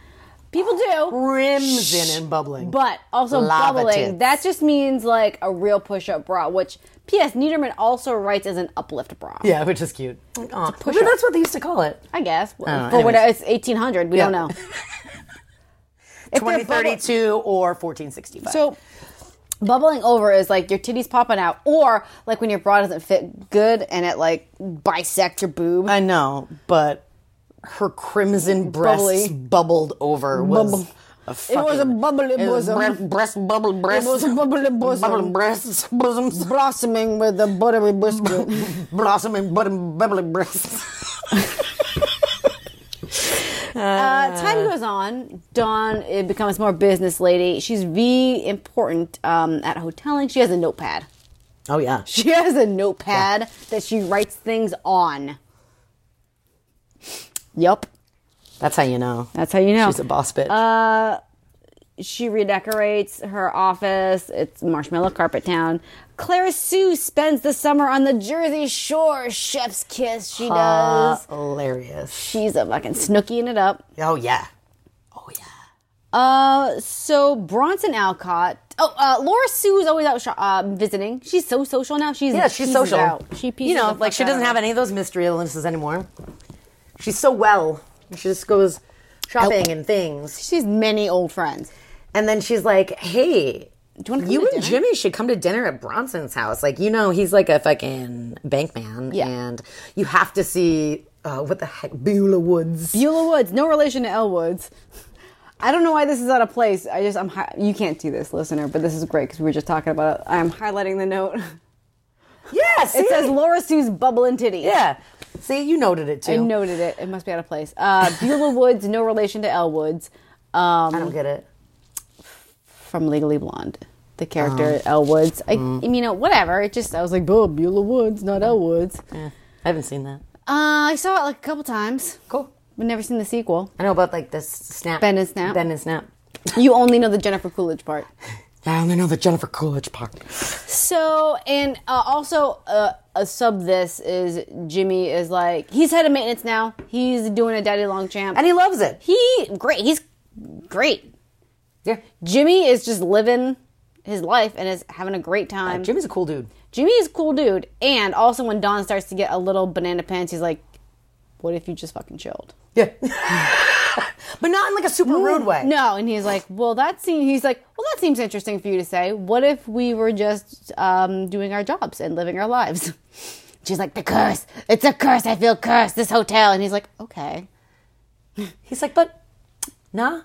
[SPEAKER 2] People do.
[SPEAKER 3] Crimson and bubbling.
[SPEAKER 2] But also
[SPEAKER 3] Lava
[SPEAKER 2] bubbling.
[SPEAKER 3] tits.
[SPEAKER 2] That just means like a real push-up bra, which P.S. Niederman also writes as an uplift bra.
[SPEAKER 3] Yeah, which is cute. Aw. Maybe that's what they used to call it.
[SPEAKER 2] I guess.
[SPEAKER 3] don't know.
[SPEAKER 2] For what
[SPEAKER 3] Anyways.
[SPEAKER 2] it's eighteen hundred, we
[SPEAKER 3] Yeah.
[SPEAKER 2] don't know. If they're bubble-
[SPEAKER 3] 2032 or 1465.
[SPEAKER 2] So bubbling over is like your titties popping out, or like when your bra doesn't fit good and it like bisects your boob.
[SPEAKER 3] I know, but her crimson breasts
[SPEAKER 2] Bubbly.
[SPEAKER 3] bubbled over was
[SPEAKER 2] Bubble.
[SPEAKER 3] a fucking,
[SPEAKER 2] was a bubbly bosom.
[SPEAKER 3] Breast, breast bubble breasts.
[SPEAKER 2] was a bubbly bosom.
[SPEAKER 3] Bubble breasts, bosoms,
[SPEAKER 2] Blossoming with a buttery biscuit.
[SPEAKER 3] blossoming button, bubbly breasts.
[SPEAKER 2] Uh, time goes on. Dawn it becomes more business lady. She's v important um, at hoteling. She has a notepad.
[SPEAKER 3] Oh yeah,
[SPEAKER 2] She has a notepad that she writes things on. Yup,
[SPEAKER 3] that's how you know. Uh,
[SPEAKER 2] that's how you know.
[SPEAKER 3] She's a boss bitch.
[SPEAKER 2] she redecorates her office. It's marshmallow carpet town. Clara Sue spends the summer on the Jersey Shore. Chef's kiss. She does.
[SPEAKER 3] Hilarious.
[SPEAKER 2] She's a fucking snooking it up.
[SPEAKER 3] Oh yeah. Oh yeah.
[SPEAKER 2] Uh, so Bronson Alcott. Oh, uh, Laura Sue is always out sh- uh, visiting. She's so social now. She's
[SPEAKER 3] Yeah, she's
[SPEAKER 2] pieces
[SPEAKER 3] social.
[SPEAKER 2] Out. She pieces
[SPEAKER 3] you know,
[SPEAKER 2] the fuck
[SPEAKER 3] like she
[SPEAKER 2] out
[SPEAKER 3] doesn't
[SPEAKER 2] of
[SPEAKER 3] have any of those mystery illnesses anymore. She's so well. She just goes shopping
[SPEAKER 2] Oh.
[SPEAKER 3] and things.
[SPEAKER 2] She's many old friends.
[SPEAKER 3] And then she's like, "Hey,
[SPEAKER 2] Do you want to come
[SPEAKER 3] you
[SPEAKER 2] to
[SPEAKER 3] and
[SPEAKER 2] dinner?
[SPEAKER 3] Jimmy should come to dinner at Bronson's house. Like, you know, he's like a fucking bank man,
[SPEAKER 2] Yeah.
[SPEAKER 3] and you have to see uh, what the heck, Beulah Woods.
[SPEAKER 2] Beulah Woods, no relation to Elle Woods. I don't know why this is out of place. I just I'm hi- you can't see this, listener, but this is great because we were just talking about. it. I'm highlighting the note.
[SPEAKER 3] Yes,
[SPEAKER 2] It says Laura Sue's bubbling titty.
[SPEAKER 3] yeah. See, you noted it too.
[SPEAKER 2] I noted it. It must be out of place. Uh, Beulah Woods, no relation to Elle Woods, um,
[SPEAKER 3] I don't get it.
[SPEAKER 2] from Legally Blonde. The character Elle Woods. I, You know, whatever. It just I was like, "Boo, Beulah Woods, not Elle Woods."
[SPEAKER 3] Yeah. I haven't seen that.
[SPEAKER 2] Uh, I saw it like a couple times,
[SPEAKER 3] Cool.
[SPEAKER 2] but never seen the sequel.
[SPEAKER 3] I know about like this snap.
[SPEAKER 2] Bend and snap.
[SPEAKER 3] Bend and snap.
[SPEAKER 2] You only know the Jennifer Coolidge part.
[SPEAKER 3] I only know the Jennifer Coolidge part.
[SPEAKER 2] So, and uh, also uh, a sub this is Jimmy is like, he's head of maintenance now. He's doing a daddy long champ.
[SPEAKER 3] And he loves it.
[SPEAKER 2] he, great. He's great.
[SPEAKER 3] Yeah.
[SPEAKER 2] Jimmy is just living his life and is having a great time.
[SPEAKER 3] Jimmy's a cool dude.
[SPEAKER 2] Jimmy is a cool dude. And also when Don starts to get a little banana pants, he's like, what if you just fucking chilled?
[SPEAKER 3] Yeah. but not in like a super rude way.
[SPEAKER 2] No, and he's like, well, that seems. He's like, well, that seems interesting for you to say. What if we were just um, doing our jobs and living our lives? She's like, the curse. It's a curse. I feel cursed. This hotel. And he's like, okay.
[SPEAKER 3] He's like, but nah.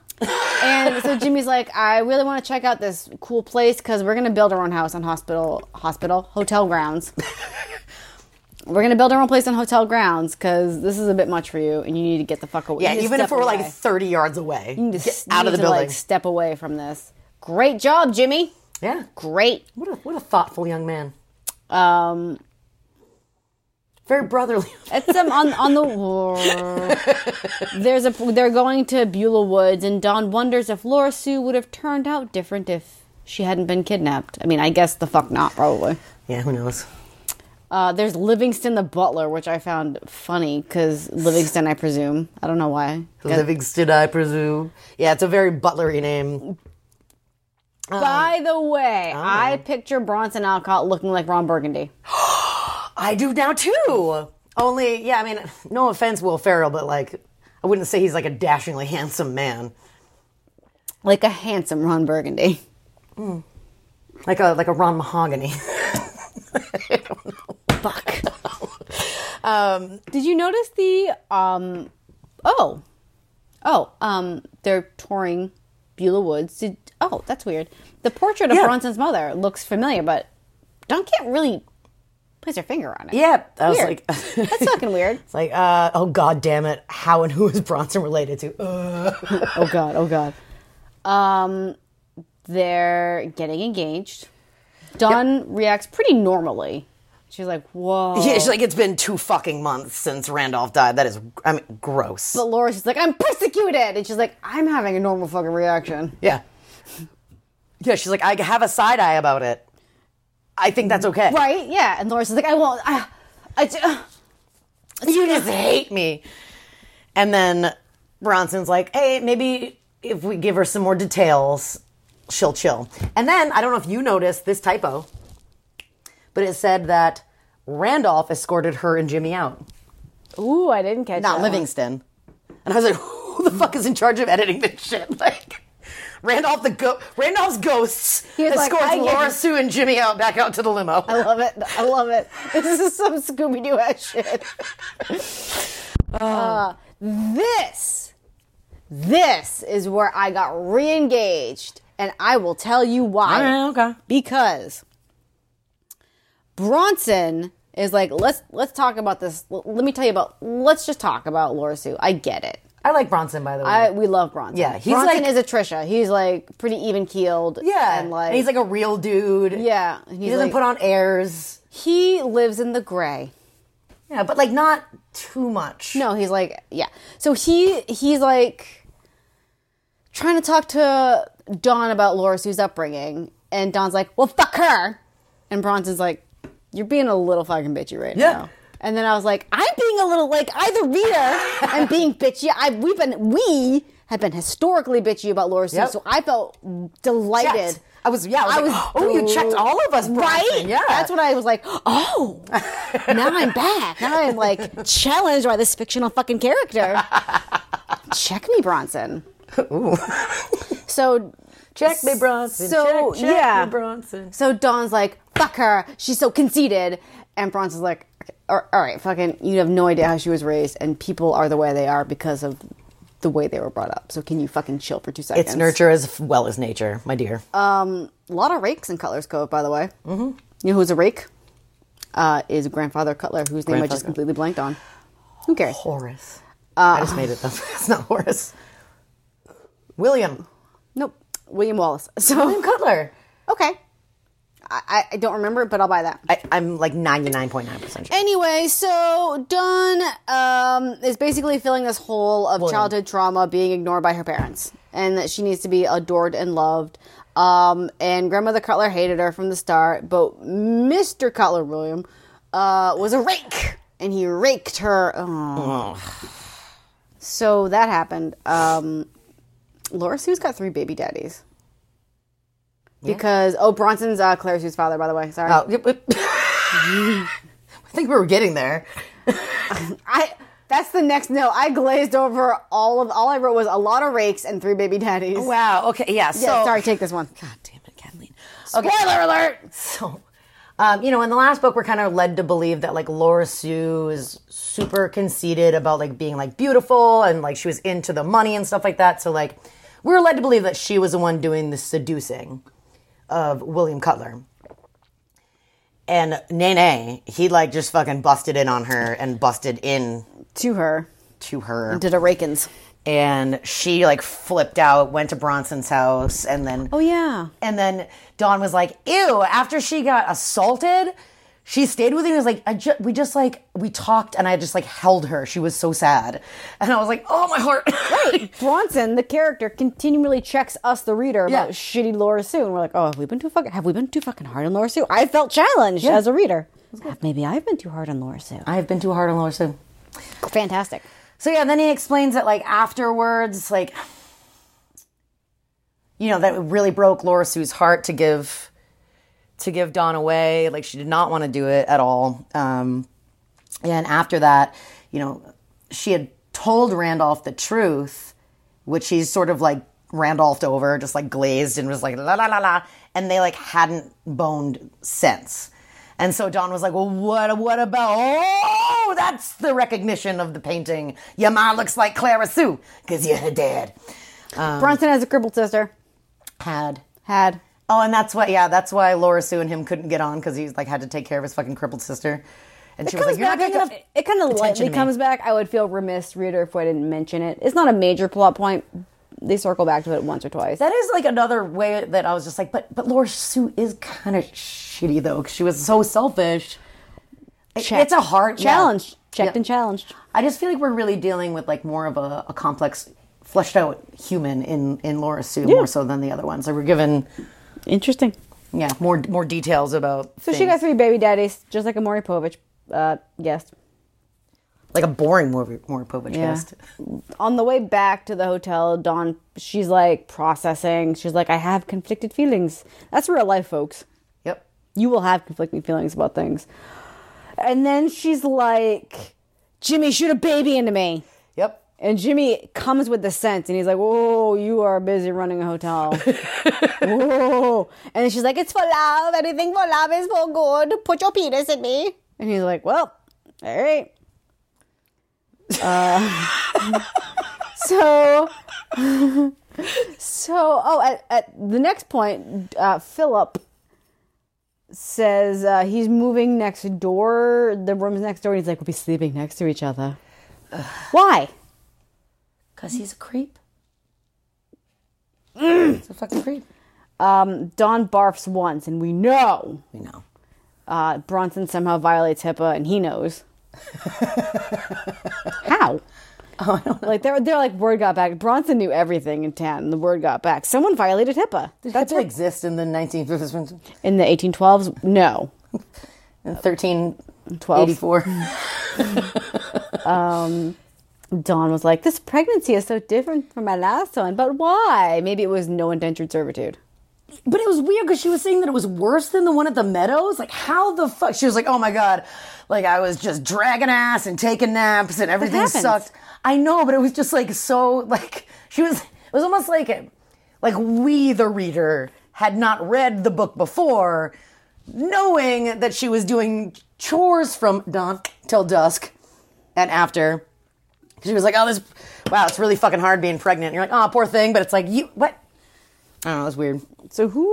[SPEAKER 2] And so Jimmy's like, I really want to check out this cool place because we're gonna build our own house on hospital, hospital, hotel grounds. we're gonna build our own place on hotel grounds because this is a bit much for you, and you need to get the fuck away.
[SPEAKER 3] Yeah,
[SPEAKER 2] you need to
[SPEAKER 3] even if
[SPEAKER 2] step
[SPEAKER 3] we're
[SPEAKER 2] away.
[SPEAKER 3] like 30 yards away,
[SPEAKER 2] You need to
[SPEAKER 3] get
[SPEAKER 2] s-
[SPEAKER 3] out
[SPEAKER 2] you
[SPEAKER 3] of the
[SPEAKER 2] need to,
[SPEAKER 3] building.
[SPEAKER 2] like, step away from this. Great job, Jimmy.
[SPEAKER 3] yeah.
[SPEAKER 2] Great.
[SPEAKER 3] What a what a thoughtful young man.
[SPEAKER 2] Um,
[SPEAKER 3] Very brotherly.
[SPEAKER 2] it's um, on on the there's a they're going to Beulah Woods, and Don wonders if Laura Sue would have turned out different if she hadn't been kidnapped. I mean, I guess the fuck not, probably.
[SPEAKER 3] Yeah, who knows?
[SPEAKER 2] Uh, there's Livingston the butler, which I found funny because Livingston, I presume, I don't know why.
[SPEAKER 3] Livingston, I presume. Yeah, it's a very butlery name.
[SPEAKER 2] By the way, I picture Bronson Alcott looking like Ron Burgundy.
[SPEAKER 3] I do now too. Only, yeah, I mean, no offense, Will Ferrell, but like, I wouldn't say he's like a dashingly handsome man,
[SPEAKER 2] Like a handsome Ron Burgundy.
[SPEAKER 3] like a like a Ron Mahogany.
[SPEAKER 2] Fuck. um, Did you notice the um oh. Oh, um they're touring Beulah Woods. Did, oh, that's weird. The portrait of
[SPEAKER 3] Yeah.
[SPEAKER 2] Bronson's mother looks familiar, but Don can't really place her finger on it.
[SPEAKER 3] yeah, I was
[SPEAKER 2] Weird.
[SPEAKER 3] like, it's
[SPEAKER 2] that's fucking weird.
[SPEAKER 3] like, uh, oh god damn it, how and who is Bronson related to? Uh.
[SPEAKER 2] Oh god, oh god. Um they're getting engaged. Don reacts pretty normally. She's like, "Whoa."
[SPEAKER 3] Yeah, it's like it's been two fucking months since Randolph died. That is, I mean, gross.
[SPEAKER 2] But Laura, she's like, I'm persecuted. And she's like, I'm having a normal fucking reaction.
[SPEAKER 3] Yeah. Yeah, she's like, I have a side eye about it. I think that's okay.
[SPEAKER 2] Right? Yeah. And Laura's just like, I won't. I, I, ju- uh,
[SPEAKER 3] You just hate me. And then Bronson's like, hey, maybe if we give her some more details, she'll chill. And then, I don't know if you noticed this typo, but it said that Randolph escorted her and Jimmy out,
[SPEAKER 2] Ooh, I didn't catch
[SPEAKER 3] not
[SPEAKER 2] that one.
[SPEAKER 3] Livingston. And I was like, who the fuck is in charge of editing this shit? Like, Randolph the go- Randolph's ghosts
[SPEAKER 2] He was like,
[SPEAKER 3] escorts
[SPEAKER 2] I get-
[SPEAKER 3] Laura Sue and Jimmy out back out to the limo.
[SPEAKER 2] I love it. I love it. This is some Scooby Doo ass shit. Uh, this, this is where I got re engaged. And I will tell you why.
[SPEAKER 3] All right, okay.
[SPEAKER 2] Because Bronson is like, let's let's talk about this. L- Let me tell you about. Let's just talk about Laura Sue. I get it.
[SPEAKER 3] I like Bronson, by the way.
[SPEAKER 2] I, we love Bronson.
[SPEAKER 3] Yeah, he's
[SPEAKER 2] Bronson
[SPEAKER 3] like-
[SPEAKER 2] is a Trisha. He's like pretty even keeled.
[SPEAKER 3] yeah,
[SPEAKER 2] and like
[SPEAKER 3] he's like a real dude.
[SPEAKER 2] yeah. and
[SPEAKER 3] he
[SPEAKER 2] he's
[SPEAKER 3] doesn't
[SPEAKER 2] like-
[SPEAKER 3] put on airs.
[SPEAKER 2] He lives in the gray.
[SPEAKER 3] Yeah, but like not too much.
[SPEAKER 2] No, he's like yeah. So he he's like trying to talk to Don about Laura Sue's upbringing, and Don's like, "Well, fuck her," and Bronson's like, "You're being a little fucking bitchy right
[SPEAKER 3] Yeah.
[SPEAKER 2] now." And then I was like, "I'm being a little like either reader and being bitchy. I we've been we." Had been historically bitchy about Laura Sue,
[SPEAKER 3] Yep.
[SPEAKER 2] so I felt delighted.
[SPEAKER 3] Checked. I was yeah. I was, like, oh, you checked all of us, Bronson.
[SPEAKER 2] right?
[SPEAKER 3] Yeah,
[SPEAKER 2] that's what I was like. Oh, now I'm back. Now I'm like challenged by this fictional fucking character. Check me, Bronson. So
[SPEAKER 3] Check me, Bronson.
[SPEAKER 2] So
[SPEAKER 3] Check- check
[SPEAKER 2] yeah,
[SPEAKER 3] me, Bronson.
[SPEAKER 2] So Dawn's like, "Fuck her. She's so conceited," and Bronson's like, okay, all, "All right, fucking. You have no idea how she was raised, and people are the way they are because of the way they were brought up. So can you fucking chill for two seconds?
[SPEAKER 3] It's nurture as well as nature, my dear.
[SPEAKER 2] Uh, Um, A lot of rakes in Cutler's Cove, by the way. Mm-hmm. You know who's a rake? Uh, is Grandfather Cutler, whose name I just
[SPEAKER 3] Grandfather.
[SPEAKER 2] completely blanked on. Who cares?
[SPEAKER 3] Horace.
[SPEAKER 2] uh,
[SPEAKER 3] I just made it up. it's not Horace. William.
[SPEAKER 2] Nope. William Wallace. So,
[SPEAKER 3] Cutler.
[SPEAKER 2] okay. I, I- I don't remember it, but I'll buy that.
[SPEAKER 3] I, I'm like 99.9% sure.
[SPEAKER 2] Anyway, so Dawn um, is basically filling this hole of childhood trauma, being ignored by her parents, and that she needs to be adored and loved. Um, and Grandmother Cutler hated her from the start, but Mr. Cutler William uh, was a rake, and he raked her. Oh. So that happened. Um, Laura Sue's got three baby daddies. Because oh, Bronson's uh, Claire Sue's father, by the way. Sorry,
[SPEAKER 3] Oh, yep, yep. I think we were getting there.
[SPEAKER 2] I that's the next note. I glazed over all of all I wrote was a lot of rakes and three baby daddies.
[SPEAKER 3] Oh,
[SPEAKER 1] Wow. Okay. Yeah. So
[SPEAKER 2] yeah, sorry, take this one.
[SPEAKER 3] God damn it, Kathleen.
[SPEAKER 1] Okay. Spoiler alert.
[SPEAKER 3] So, um, you know, in the last book, we're kind of led to believe that like Laura Sue is super conceited about like being like beautiful and like she was into the money and stuff like that. So like we were led to believe that she was the one doing the seducing of William Cutler. And Nene, he like just fucking busted in on her and busted in
[SPEAKER 2] To her.
[SPEAKER 3] to her.
[SPEAKER 2] Did a rakins.
[SPEAKER 3] And she like flipped out, went to Bronson's house, and then
[SPEAKER 2] Oh yeah.
[SPEAKER 3] and then Dawn was like, ew, after she got assaulted, she stayed with him. He was like, I ju- we just like, we talked and I just like held her. She was so sad. And I was like, oh, my heart. Right.
[SPEAKER 2] Bronson, the character, continually checks us, the reader, about
[SPEAKER 3] Yeah.
[SPEAKER 2] shitty Laura Sue, and we're like, "Oh, have we been too fucking? Have we been too fucking hard on Laura Sue?" I felt challenged as a reader. Maybe I've been too hard on Laura Sue.
[SPEAKER 3] I've been too hard on Laura Sue.
[SPEAKER 2] Fantastic.
[SPEAKER 3] So yeah, then he explains that like afterwards, like, you know, that it really broke Laura Sue's heart to give to give Dawn away. Like she did not want to do it at all. Um, and after that, you know, she had told Randolph the truth, which he's sort of like Randolphed over, just like glazed and was like la la la la, and they like hadn't boned since. And so Dawn was like, "Well, what? What about? Oh, that's the recognition of the painting. Your ma looks like Clara Sue because you're her dad."
[SPEAKER 2] Bronson has a crippled sister.
[SPEAKER 3] Had
[SPEAKER 2] Had.
[SPEAKER 3] Oh, and that's why, yeah, that's why Laura Sue and him couldn't get on because he's like had to take care of his fucking crippled sister. And she was like,
[SPEAKER 2] comes
[SPEAKER 3] "You're not
[SPEAKER 2] back
[SPEAKER 3] getting
[SPEAKER 2] enough-
[SPEAKER 3] enough."
[SPEAKER 2] It kind of
[SPEAKER 3] attention
[SPEAKER 2] lightly
[SPEAKER 3] to me."
[SPEAKER 2] comes back. I would feel remiss, reader, if I didn't mention it. It's not a major plot point. They circle back to it once or twice.
[SPEAKER 3] That is like another way that I was just like, but but Laura Sue is kind of shitty though. 'cause She was so selfish. It-
[SPEAKER 2] Check.
[SPEAKER 3] It's a hard yeah.
[SPEAKER 2] challenge. Checked
[SPEAKER 3] Yeah.
[SPEAKER 2] and challenged.
[SPEAKER 3] I just feel like we're really dealing with like more of a, a complex, fleshed out human in in Laura Sue more so than the other ones. Like we're given
[SPEAKER 2] Interesting.
[SPEAKER 3] yeah more more details about
[SPEAKER 2] So she got three baby daddies, just like a Maury Povich uh, guest.
[SPEAKER 3] like a boring Maury Maury Povich
[SPEAKER 2] Yeah.
[SPEAKER 3] cast.
[SPEAKER 2] On the way back to the hotel, Dawn, she's like processing. She's like, I have conflicted feelings. That's real life, folks.
[SPEAKER 3] Yep.
[SPEAKER 2] You will have conflicting feelings about things. And then she's like, Jimmy, shoot a baby into me.
[SPEAKER 3] Yep.
[SPEAKER 2] And Jimmy comes with the sense, and he's like, "Whoa, you are busy running a hotel." Whoa! And she's like, "It's for love. Anything for love is for good. Put your penis in me." And he's like, "Well, all right." Uh, so, so oh, at, at the next point, uh, Philip says uh, he's moving next door. The room's next door, and he's like, "We'll be sleeping next to each other." Why?
[SPEAKER 3] Cause he's a creep. He's a fucking creep.
[SPEAKER 2] Um, Don barfs once, and we know
[SPEAKER 3] We know.
[SPEAKER 2] uh, Bronson somehow violates HIPAA, and he knows. How? Like they're they're like word got back. Bronson knew everything in town, and the word got back. Someone violated HIPAA.
[SPEAKER 3] That did exist in the 1950s,
[SPEAKER 2] In the 1812s, no,
[SPEAKER 3] 1384.
[SPEAKER 2] Don was like, "This pregnancy is so different from my last one, but why? Maybe it was no indentured servitude."
[SPEAKER 3] But it was weird because she was saying that it was worse than the one at the Meadows. Like, how the fuck? She was like, oh my God. Like, I was just dragging ass and taking naps and everything
[SPEAKER 2] happens.
[SPEAKER 3] sucked. I know, but it was just like so, like, she was, it was almost like, like we, the reader, had not read the book before, knowing that she was doing chores from dawn till dusk and after She was like, "Oh, this, wow, it's really fucking hard being pregnant." And you're like, "Oh, poor thing," but it's like you what? I don't know. It's weird.
[SPEAKER 2] So who?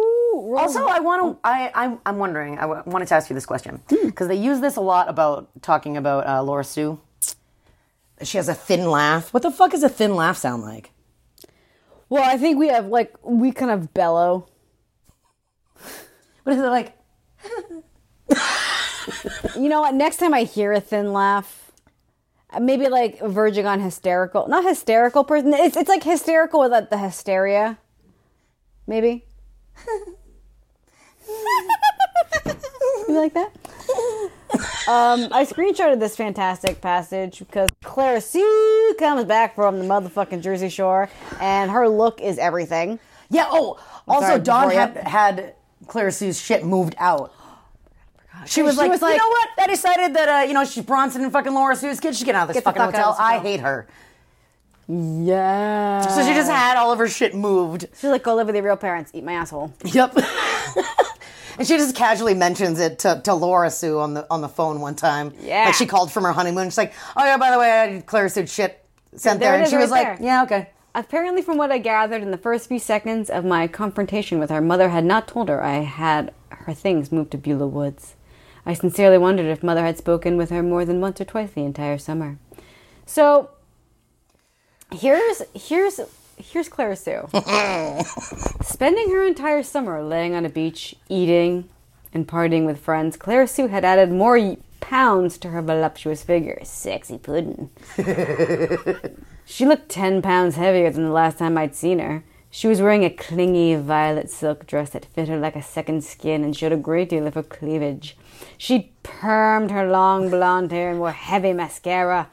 [SPEAKER 3] Also, I want to. I I'm, I'm wondering. I w- wanted to ask you this question
[SPEAKER 2] Hmm.
[SPEAKER 3] because they use this a lot about talking about uh, Laura Sue. She has a thin laugh. What the fuck does a thin laugh sound like?
[SPEAKER 2] Well, I think we have like we kind of bellow.
[SPEAKER 3] What is it like?
[SPEAKER 2] You know what? Next time I hear a thin laugh, maybe like verging on hysterical. Not hysterical person. It's it's like hysterical without the hysteria. Maybe. you like that?
[SPEAKER 3] Uh,
[SPEAKER 2] Um, I screenshotted this fantastic passage because Clara Sue comes back from the motherfucking Jersey Shore, and her look is everything.
[SPEAKER 3] Yeah. Oh, also,
[SPEAKER 2] sorry,
[SPEAKER 3] Dawn
[SPEAKER 2] before you-
[SPEAKER 3] had had Claire Sue's shit moved out. She was,
[SPEAKER 2] Oh She
[SPEAKER 3] like,
[SPEAKER 2] was like-
[SPEAKER 3] you know what? I decided that uh, you know she's Bronson and fucking Laura Sue's kid. She get out of this
[SPEAKER 2] Get the
[SPEAKER 3] fucking
[SPEAKER 2] fuck
[SPEAKER 3] hotel.
[SPEAKER 2] out of this hotel.
[SPEAKER 3] I hate her.
[SPEAKER 2] Yeah.
[SPEAKER 3] So she just had all of her shit moved.
[SPEAKER 2] She's like, go live with your real parents. Eat my asshole.
[SPEAKER 3] Yep. and she just casually mentions it to, to Laura Sue on the on the phone one time.
[SPEAKER 2] Yeah.
[SPEAKER 3] Like she called from her honeymoon. She's like, oh yeah, by the way, I Claire Sue shit sent
[SPEAKER 2] There
[SPEAKER 3] there,
[SPEAKER 2] it
[SPEAKER 3] and
[SPEAKER 2] is
[SPEAKER 3] she
[SPEAKER 2] right
[SPEAKER 3] was like,
[SPEAKER 2] there.
[SPEAKER 3] yeah, okay.
[SPEAKER 2] Apparently, from what I gathered in the first few seconds of my confrontation with her, Mother had not told her I had her things moved to Beulah Woods. I sincerely wondered if Mother had spoken with her more than once or twice the entire summer. So, here's here's here's Clara Sue. Spending her entire summer laying on a beach, eating, and partying with friends, Clara Sue had added more y- pounds to her voluptuous figure. Sexy puddin'. She looked 10 pounds heavier than the last time I'd seen her. She was wearing a clingy violet silk dress that fit her like a second skin and showed a great deal of her cleavage. She'd permed her long blonde hair and wore heavy mascara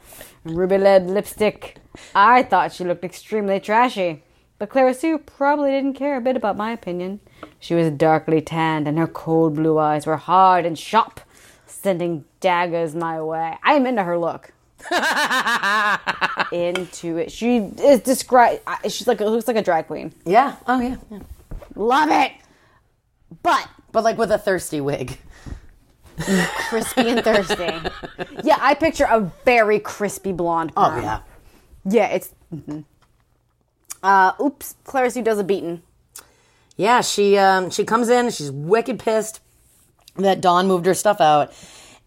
[SPEAKER 2] and ruby red lipstick. I thought she looked extremely trashy, but Clara Sue probably didn't care a bit about my opinion. She was darkly tanned and her cold blue eyes were hard and sharp, sending daggers my way. I'm into her look into it. She is described. She's like looks like a drag queen.
[SPEAKER 3] Yeah. Oh yeah. yeah.
[SPEAKER 2] Love it, but
[SPEAKER 3] But like with a thirsty wig.
[SPEAKER 2] crispy and thirsty. yeah, I picture a very crispy blonde.
[SPEAKER 3] Oh
[SPEAKER 2] perm.
[SPEAKER 3] yeah.
[SPEAKER 2] yeah. It's. mhm. Uh, oops, Clarice, who does a beaten.
[SPEAKER 3] Yeah, she um, she comes in. She's wicked pissed that Dawn moved her stuff out,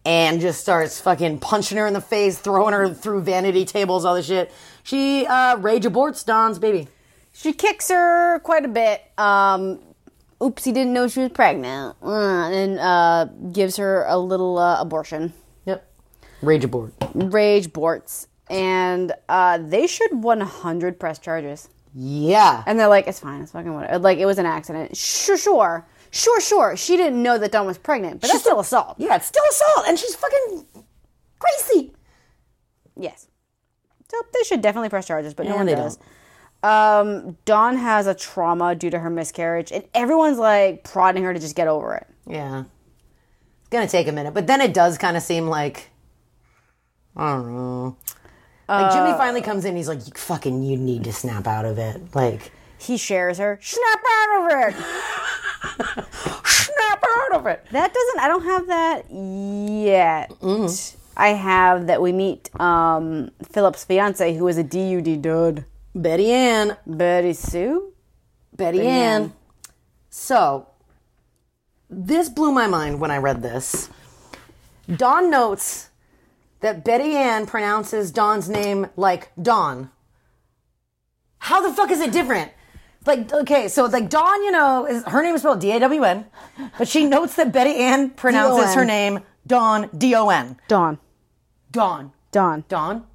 [SPEAKER 3] and just starts fucking punching her in the face, throwing her through vanity tables, all this shit. She uh, rage aborts Dawn's baby.
[SPEAKER 2] She kicks her quite a bit. Um, oops, he didn't know she was pregnant, Uh, and uh, gives her a little uh, abortion.
[SPEAKER 3] Yep, rage abort.
[SPEAKER 2] Rage borts, and uh, they should 100 press charges.
[SPEAKER 3] Yeah,
[SPEAKER 2] And they're like, it's fine, it's fucking whatever. Like, it was an accident. Sure, sure. Sure, sure. She didn't know that Dawn was pregnant, but that's still assault.
[SPEAKER 3] yeah, it's still assault, and she's fucking crazy.
[SPEAKER 2] Yes. So they should definitely press charges, but no
[SPEAKER 3] Yeah,
[SPEAKER 2] one
[SPEAKER 3] they
[SPEAKER 2] does. Um, Dawn has a trauma due to her miscarriage, and everyone's like prodding her to just get over it.
[SPEAKER 3] Yeah, it's gonna take a minute, but then it does kind of seem like I don't know. Like Jimmy finally comes in, he's like, "You fucking, you need to snap out of it." Like.
[SPEAKER 2] He shares her. Snap out of it.
[SPEAKER 3] snap out of it.
[SPEAKER 2] That doesn't. I don't have that yet. I have that we meet um, Philip's fiance, who is a DUD dude,
[SPEAKER 3] Betty Ann.
[SPEAKER 2] Betty Sue.
[SPEAKER 3] Betty, Ann. So, this blew my mind when I read this. Dawn notes that Betty Ann pronounces Dawn's name like Dawn. How the fuck is it different? Like, okay, so like Dawn, you know, is her name is spelled D A W N, but she notes that Betty Ann pronounces
[SPEAKER 2] D O N.
[SPEAKER 3] her name Dawn, D O N.
[SPEAKER 2] Dawn.
[SPEAKER 3] Dawn.
[SPEAKER 2] Dawn.
[SPEAKER 3] Dawn.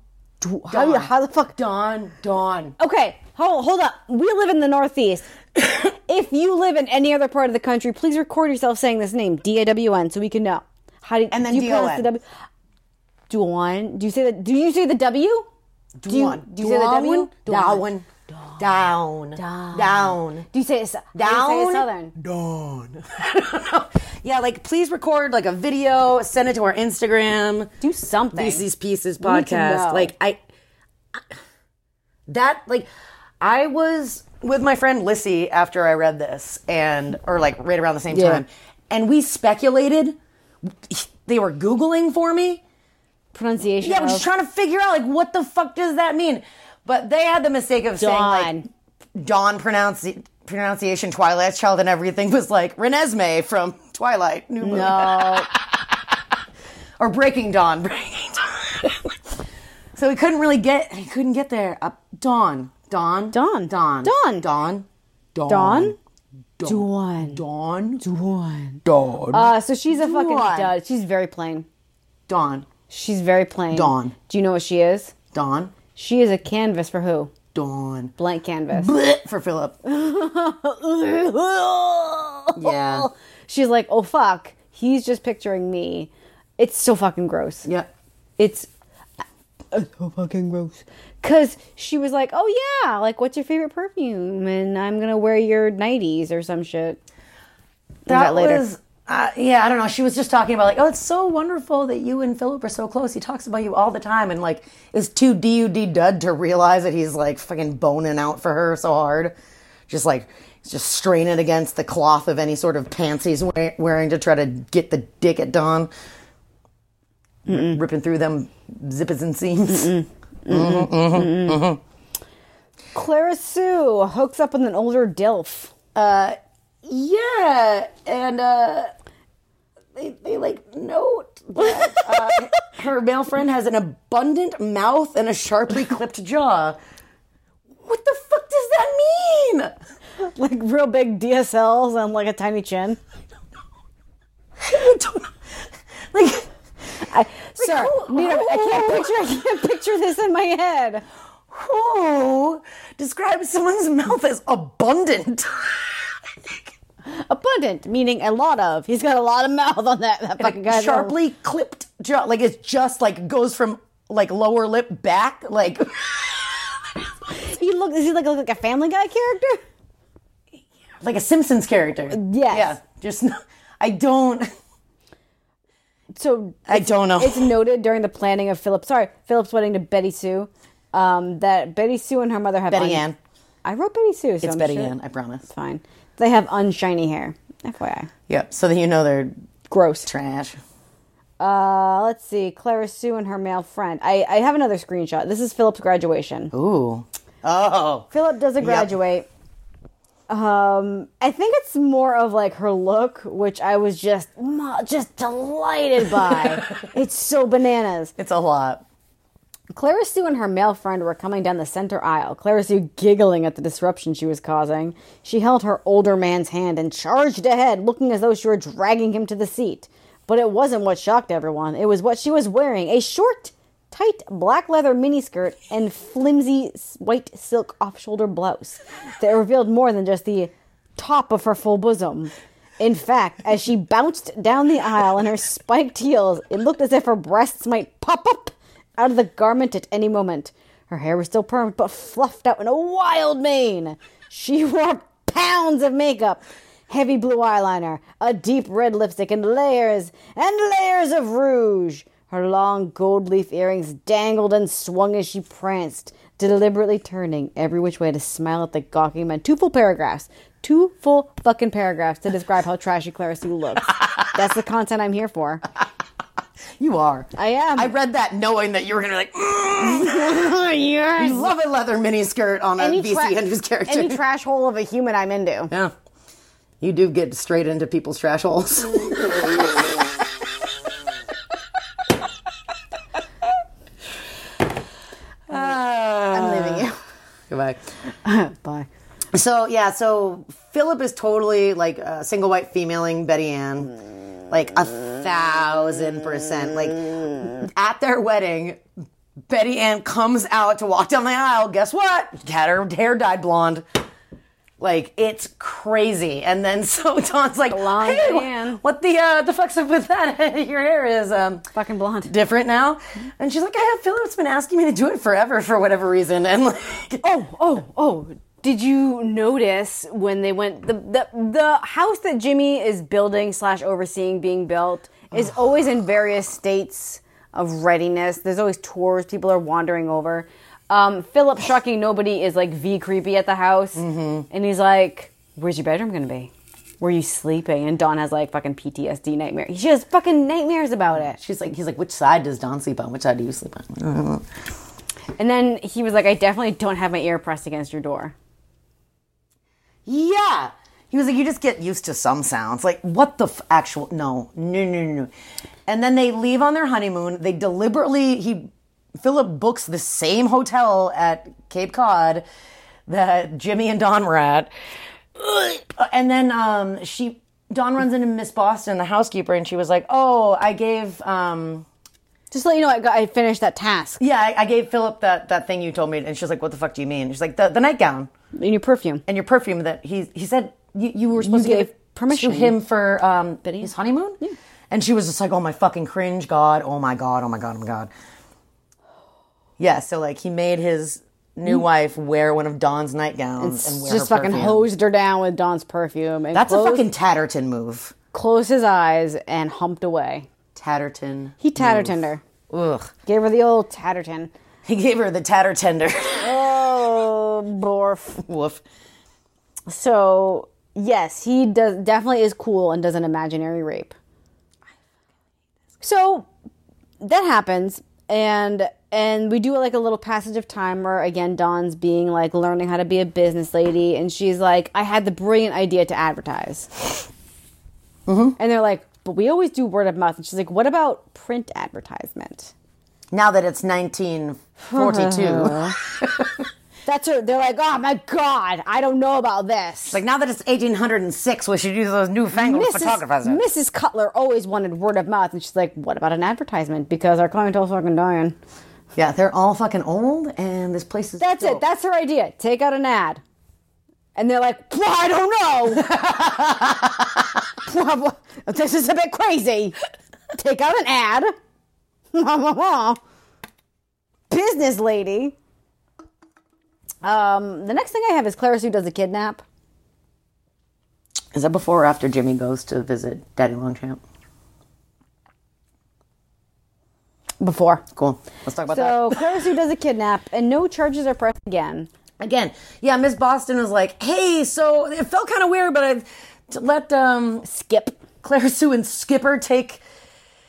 [SPEAKER 2] How, you- how the fuck?
[SPEAKER 3] Dawn. Dawn.
[SPEAKER 2] Okay, hold hold up. We live in the Northeast. if you live in any other part of the country, please record yourself saying this name D A W N so we can know. How do
[SPEAKER 3] And then
[SPEAKER 2] do you
[SPEAKER 3] D-O-N.
[SPEAKER 2] pronounce the W? Dawn. Do you say the Do you say the W? Do you,
[SPEAKER 3] Down.
[SPEAKER 2] do you say the W?
[SPEAKER 3] Down. Down. Down. Down.
[SPEAKER 2] Do you say it, sou- do you say
[SPEAKER 3] Down.
[SPEAKER 2] it Southern?
[SPEAKER 3] Dawn. yeah, like please record like a video, send it to our Instagram.
[SPEAKER 2] Do something.
[SPEAKER 3] These These Pieces
[SPEAKER 2] need to
[SPEAKER 3] podcast.
[SPEAKER 2] know.
[SPEAKER 3] Like I, I- that like I was with my friend Lissy after I read this and or like right around the same
[SPEAKER 2] Yeah.
[SPEAKER 3] time, and we speculated. They were googling for me
[SPEAKER 2] pronunciation.
[SPEAKER 1] Yeah, I'm
[SPEAKER 2] of-
[SPEAKER 1] just trying to figure out like what the fuck does that mean. But they had the mistake of saying
[SPEAKER 2] Dawn.
[SPEAKER 1] like
[SPEAKER 3] Dawn pronounci- pronunciation Twilight's Child and everything was like Renesmee from Twilight, New Moon.
[SPEAKER 2] no.
[SPEAKER 3] or Breaking Dawn, Breaking Dawn. so he couldn't really get he couldn't get there. Up Dawn, Dawn,
[SPEAKER 2] Dawn.
[SPEAKER 3] Dawn,
[SPEAKER 2] Dawn.
[SPEAKER 3] Dawn, Dawn,
[SPEAKER 2] Dawn?
[SPEAKER 3] Dawn,
[SPEAKER 2] Dawn.
[SPEAKER 3] Dawn,
[SPEAKER 2] Dawn.
[SPEAKER 3] Dawn,
[SPEAKER 2] Uh, so she's a fucking
[SPEAKER 3] Dawn.
[SPEAKER 2] dud. She's very plain.
[SPEAKER 3] Dawn,
[SPEAKER 2] She's very plain.
[SPEAKER 3] Dawn.
[SPEAKER 2] Do you know what she is?
[SPEAKER 3] Dawn,
[SPEAKER 2] She is a canvas for who?
[SPEAKER 3] Dawn.
[SPEAKER 2] Blank canvas.
[SPEAKER 3] Blech for Philip.
[SPEAKER 2] yeah. She's like, oh fuck, he's just picturing me. It's so fucking gross.
[SPEAKER 3] Yep.
[SPEAKER 2] It's it's so fucking gross. Cause she was like, oh yeah, like what's your favorite perfume? And I'm gonna wear your nighties or some shit.
[SPEAKER 3] That
[SPEAKER 2] that later.
[SPEAKER 3] was. Uh, yeah, I don't know. She was just talking about like, oh, it's so wonderful that you and Philip are so close. He talks about you all the time, and like, is too dud dud to realize that he's like fucking boning out for her so hard, just like just straining against the cloth of any sort of pants he's we- wearing to try to get the dick at Dawn, R- ripping through them zippers and seams.
[SPEAKER 2] Clara Sue hooks up with an older DILF. Uh,
[SPEAKER 3] Yeah, and uh, they they like note that uh, her male friend has an abundant mouth and a sharply clipped jaw. What the fuck does that mean?
[SPEAKER 2] Like real big DSLs and like a tiny chin.
[SPEAKER 3] I don't know. Like,
[SPEAKER 2] I, sir,
[SPEAKER 3] who-
[SPEAKER 2] Nina, I can't picture. I can't picture this in my head.
[SPEAKER 3] who describes someone's mouth as abundant?
[SPEAKER 2] Abundant, meaning a lot of. He's got a lot of mouth on that, that fucking guy.
[SPEAKER 3] Sharply clipped jaw, like it's just like goes from like lower lip back, like.
[SPEAKER 2] He look. Is he like look like a Family Guy character?
[SPEAKER 3] like a Simpsons character.
[SPEAKER 2] yes.
[SPEAKER 3] Yeah. Just n- I don't.
[SPEAKER 2] So
[SPEAKER 3] I don't know.
[SPEAKER 2] it's noted during the planning of Philip. Sorry, Philip's wedding to Betty Sue. Um, that Betty Sue and her mother have
[SPEAKER 3] Betty
[SPEAKER 2] un-
[SPEAKER 3] Ann.
[SPEAKER 2] I wrote Betty Sue. So
[SPEAKER 3] It's
[SPEAKER 2] I'm
[SPEAKER 3] Betty
[SPEAKER 2] sure-
[SPEAKER 3] Ann. I promise.
[SPEAKER 2] Fine. They have unshiny hair. FYI.
[SPEAKER 3] Yep. So that you know they're
[SPEAKER 2] Gross.
[SPEAKER 3] trash.
[SPEAKER 2] Uh, let's see. Clara Sue and her male friend. I, I have another screenshot. This is Philip's graduation.
[SPEAKER 3] Ooh. Oh.
[SPEAKER 2] Philip doesn't graduate. Um, I think it's more of like her look, which I was just mo- just delighted by. it's so bananas.
[SPEAKER 3] It's a lot.
[SPEAKER 2] Clara Sue and her male friend were coming down the center aisle. Clara Sue giggling at the disruption she was causing. She held her older man's hand and charged ahead, looking as though she were dragging him to the seat. But it wasn't what shocked everyone. It was what she was wearing a short, tight black leather miniskirt and flimsy s- white silk off shoulder blouse that revealed more than just the top of her full bosom. In fact, as she bounced down the aisle in her spiked heels, it looked as if her breasts might pop up out of the garment at any moment. Her hair was still permed, but fluffed out in a wild mane. She wore pounds of makeup, heavy blue eyeliner, a deep red lipstick, and layers and layers of rouge. Her long gold leaf earrings dangled and swung as she pranced, deliberately turning every which way to smile at the gawking men. Two full paragraphs. Two full fucking paragraphs to describe how trashy Clara Sue looks. That's the content I'm here for.
[SPEAKER 3] You are.
[SPEAKER 2] I am.
[SPEAKER 3] I read that knowing that you were gonna be like, mm,
[SPEAKER 2] Yours.
[SPEAKER 3] love a leather miniskirt on a VC
[SPEAKER 2] tra-
[SPEAKER 3] uh, Andrews character.
[SPEAKER 2] any trash hole of a human I'm into.
[SPEAKER 3] yeah. You do get straight into people's trash holes. Uh,
[SPEAKER 2] I'm leaving you.
[SPEAKER 3] Ah. Goodbye.
[SPEAKER 2] Bye.
[SPEAKER 3] So yeah, so Philip is totally like a single white femaling Betty Ann, like a thousand percent. Like at their wedding, Betty Ann comes out to walk down the aisle. Guess what? Had her hair dyed blonde. Like it's crazy. And then so Dawn's like,
[SPEAKER 2] Blonde
[SPEAKER 3] "Hey,
[SPEAKER 2] Betty Ann."
[SPEAKER 3] what the uh, the fuck's up with that? Your hair is um
[SPEAKER 2] Fucking blonde.
[SPEAKER 3] different now." And she's like, "I have Philip's been asking me to do it forever for whatever reason." And like,
[SPEAKER 2] Oh, oh, oh. Did you notice when they went the the, the house that Jimmy is building slash overseeing being built is always in various states of readiness. There's always tours, people are wandering over. Um, Philip
[SPEAKER 3] Mm-hmm.
[SPEAKER 2] shocking nobody is like V creepy at the house and he's like, Where's your bedroom gonna be? Were you sleeping? And Dawn has like fucking PTSD nightmare. She has fucking nightmares about it.
[SPEAKER 3] She's like, he's like, which side does Don sleep on? Which side do you sleep on?
[SPEAKER 2] And then he was like, I definitely don't have my ear pressed against your door.
[SPEAKER 3] yeah. He was like, you just get used to some sounds. Like, what the f- actual? No, no, no, no. And then they leave on their honeymoon. They deliberately, he, Philip books the same hotel at Cape Cod that Jimmy and Don were at. Ugh. And then um, she, Don runs into Miss Boston, the housekeeper, and she was like, oh, I gave, um,
[SPEAKER 2] Just to let you know, I, got, I finished that task.
[SPEAKER 3] yeah, I, I gave Philip that, that thing you told me. And she's like, what the fuck do you mean? She's like, the, the nightgown
[SPEAKER 2] In your perfume.
[SPEAKER 3] and your perfume that he he said you, you were supposed
[SPEAKER 2] You
[SPEAKER 3] to
[SPEAKER 2] gave
[SPEAKER 3] give it
[SPEAKER 2] permission.
[SPEAKER 3] to him for um his honeymoon. And she was just like, "Oh my fucking cringe, God! Oh my God! Oh my God! Oh my God!" Yeah, so like he made his new wife wear one of Don's nightgowns and wear
[SPEAKER 2] Mm. Just
[SPEAKER 3] her
[SPEAKER 2] fucking
[SPEAKER 3] perfume.
[SPEAKER 2] hosed her down with Don's perfume. And
[SPEAKER 3] That's
[SPEAKER 2] closed,
[SPEAKER 3] a fucking Tatterton move.
[SPEAKER 2] Closed his eyes and humped away.
[SPEAKER 3] Tatterton.
[SPEAKER 2] He tattertoned her.
[SPEAKER 3] Ugh.
[SPEAKER 2] Gave her the old tatterton.
[SPEAKER 3] He gave her the Tattertender.
[SPEAKER 2] Oh, borf.
[SPEAKER 3] Woof.
[SPEAKER 2] So, yes, he does definitely is cool and does an imaginary rape. So that happens and and we do like a little passage of time where again Dawn's being like learning how to be a business lady and she's like I had the brilliant idea to advertise. And they're like but we always do word of mouth and she's like what about print advertisement?
[SPEAKER 3] Now that it's 1942,
[SPEAKER 2] Uh-huh. That's her they're like oh my god I don't know about this.
[SPEAKER 3] like now that it's 1806, we should use those newfangled photographers.
[SPEAKER 2] Mrs. Cutler always wanted word of mouth, and she's like, "What about an advertisement? Because our clientele's fucking dying."
[SPEAKER 3] Yeah, they're all fucking old, and this place is.
[SPEAKER 2] That's it.
[SPEAKER 3] dope.
[SPEAKER 2] That's her idea. Take out an ad, and they're like, well, "I don't know. this is a bit crazy. Take out an ad." Business lady. Um, the next thing I have is Claire Sue does a kidnap.
[SPEAKER 3] Is that before or after Jimmy goes to visit Daddy Longchamp?
[SPEAKER 2] Before.
[SPEAKER 3] Cool. Let's talk about
[SPEAKER 2] So Claire Sue does a kidnap, and no charges are pressed again.
[SPEAKER 3] that again. Yeah, Miss Boston was like, "Hey, so it felt kind of weird, but I to let um,
[SPEAKER 2] Skip.
[SPEAKER 3] Claire Sue and Skipper take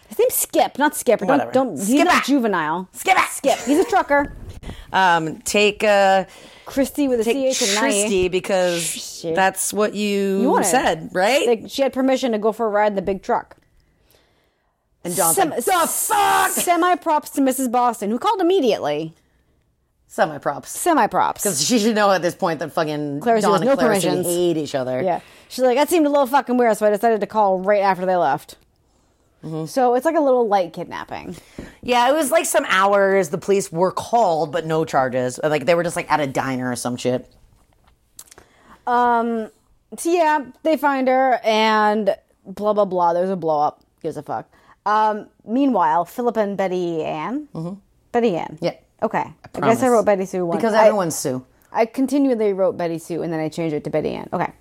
[SPEAKER 2] His name's Skip, not Skipper. Don't,
[SPEAKER 3] Whatever.
[SPEAKER 2] don't he's
[SPEAKER 3] Skipper.
[SPEAKER 2] not juvenile.
[SPEAKER 3] Skipper.
[SPEAKER 2] Skip. He's a trucker.
[SPEAKER 3] um, take uh,
[SPEAKER 2] Christy with a
[SPEAKER 3] take
[SPEAKER 2] CH and an I.
[SPEAKER 3] Tristy because
[SPEAKER 2] Shit.
[SPEAKER 3] that's what you,
[SPEAKER 2] You wanted.
[SPEAKER 3] said, right?
[SPEAKER 2] Like, she had permission to go for a ride in the big truck.
[SPEAKER 3] and John's
[SPEAKER 2] Sem-
[SPEAKER 3] like, "The fuck!"
[SPEAKER 2] Semi props to Mrs. Boston, who called immediately.
[SPEAKER 3] Semi props.
[SPEAKER 2] Semi props.
[SPEAKER 3] She should know at this point that fucking
[SPEAKER 2] Claire Sue
[SPEAKER 3] Dawn
[SPEAKER 2] has
[SPEAKER 3] and
[SPEAKER 2] no
[SPEAKER 3] Claire Sue
[SPEAKER 2] permissions.
[SPEAKER 3] hate each other.
[SPEAKER 2] Yeah. She's like, that seemed a little fucking weird, so I decided to call right after they left.
[SPEAKER 3] Mm-hmm.
[SPEAKER 2] So it's like a little light kidnapping.
[SPEAKER 3] Yeah, it was like some hours. The police were called, but no charges. Like they were just like at a diner or some shit.
[SPEAKER 2] Um, so yeah, they find her and blah blah blah. There's a blow up. Gives a fuck. Um, meanwhile, Philip and Betty Ann. Mm-hmm. Betty Ann.
[SPEAKER 3] Yeah.
[SPEAKER 2] Okay. I,
[SPEAKER 3] promise.
[SPEAKER 2] guess I wrote Betty Sue once
[SPEAKER 3] Because
[SPEAKER 2] I-
[SPEAKER 3] everyone's Sue.
[SPEAKER 2] I continually wrote Betty Sue and then I changed it to Betty Ann. Okay.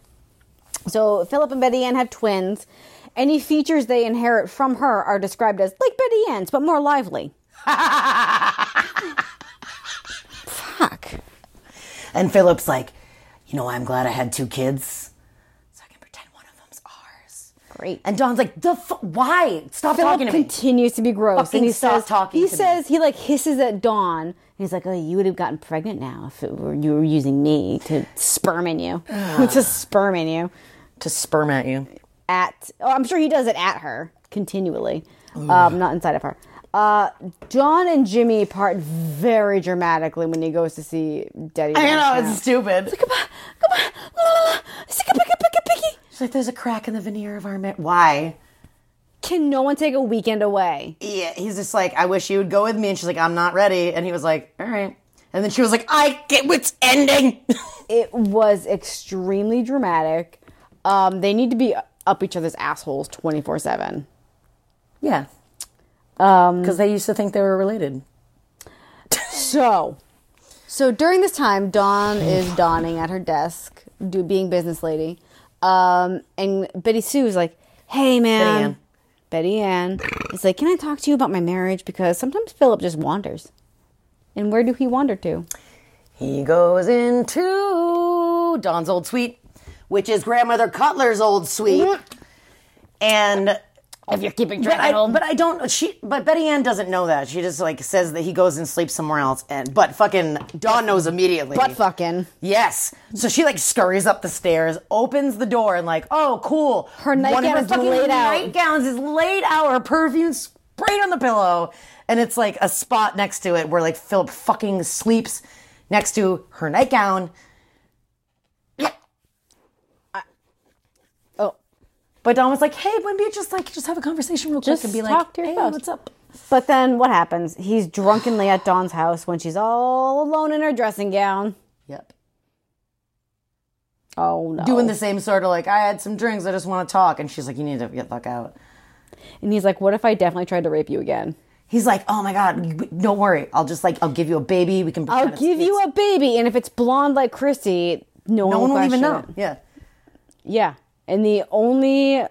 [SPEAKER 2] So Philip and Betty Ann have twins. Any features they inherit from her are described as like Betty Ann's, but more lively. Fuck.
[SPEAKER 3] And Philip's like, you know, I'm glad I had two kids, so I can pretend one of them's ours.
[SPEAKER 2] Great.
[SPEAKER 3] And Don's like, the f- why? Stop
[SPEAKER 2] Philip
[SPEAKER 3] talking to me.
[SPEAKER 2] continues to be gross,
[SPEAKER 3] Fucking
[SPEAKER 2] and he
[SPEAKER 3] stop
[SPEAKER 2] says
[SPEAKER 3] talking
[SPEAKER 2] he
[SPEAKER 3] to me.
[SPEAKER 2] says he like hisses at Dawn, and he's like, "Oh, you would have gotten pregnant now if it were you were using me to sperm in you, to sperm in you."
[SPEAKER 3] to sperm at you.
[SPEAKER 2] At oh, I'm sure he does it at her continually, um, not inside of her. Uh, John and Jimmy part very dramatically when he goes to see Daddy.
[SPEAKER 3] I know it's stupid.
[SPEAKER 2] come on, come on, la, la, la, stick a picky, picky, picky.
[SPEAKER 3] She's like, there's a crack in the veneer of our marriage. Why?
[SPEAKER 2] Can no one take a weekend away?
[SPEAKER 3] Yeah, he's just like, I wish you would go with me. And she's like, I'm not ready. And he was like, all right. And then she was like, I get what's ending.
[SPEAKER 2] it was extremely dramatic. Um, they need to be up each other's assholes 24 7.
[SPEAKER 3] yeah,
[SPEAKER 2] Um,
[SPEAKER 3] because they used to think they were related.
[SPEAKER 2] so, so during this time, Dawn is donning at her desk, do, being business lady. Um, and Betty Sue is like, hey, man. Betty Ann. is like, can I talk to you about my marriage? Because sometimes Philip just wanders. And where do he wander to?
[SPEAKER 3] He goes into Don's old suite which is Grandmother Cutler's old suite. And
[SPEAKER 2] If you're keeping
[SPEAKER 3] but
[SPEAKER 2] track
[SPEAKER 3] I,
[SPEAKER 2] at home.
[SPEAKER 3] but I don't. She, but Betty Ann doesn't know that. She just like says that he goes and sleeps somewhere else. And but fucking Dawn knows immediately.
[SPEAKER 2] But fucking.
[SPEAKER 3] yes. So she like scurries up the stairs, opens the door, and like, oh, cool.
[SPEAKER 2] Her nightgown
[SPEAKER 3] One of
[SPEAKER 2] is laid out.
[SPEAKER 3] Nightgowns is laid out. Her perfume sprayed on the pillow, and it's like a spot next to it where like Philip fucking sleeps next to her nightgown.
[SPEAKER 2] Oh.
[SPEAKER 3] But Dawn was like, hey, wouldn't it just like just have a conversation real quick
[SPEAKER 2] Just
[SPEAKER 3] and be
[SPEAKER 2] talk
[SPEAKER 3] like,
[SPEAKER 2] to your
[SPEAKER 3] hey,
[SPEAKER 2] spouse."
[SPEAKER 3] what's up?
[SPEAKER 2] But then what happens? He's drunkenly at Dawn's house when she's all alone in her dressing gown.
[SPEAKER 3] Yep.
[SPEAKER 2] Oh no.
[SPEAKER 3] doing the same sort of like I had some drinks, I just want to talk, and she's like, you need to get the fuck out.
[SPEAKER 2] And he's like, what if I definitely tried to rape you again?
[SPEAKER 3] He's like, oh my god, you- don't worry, I'll just like I'll give you a baby. We can.
[SPEAKER 2] I'll give you a baby, and if it's blonde like Chrissy, no,
[SPEAKER 3] No one will even know.
[SPEAKER 2] question it.
[SPEAKER 3] Yeah.
[SPEAKER 2] Yeah, and the only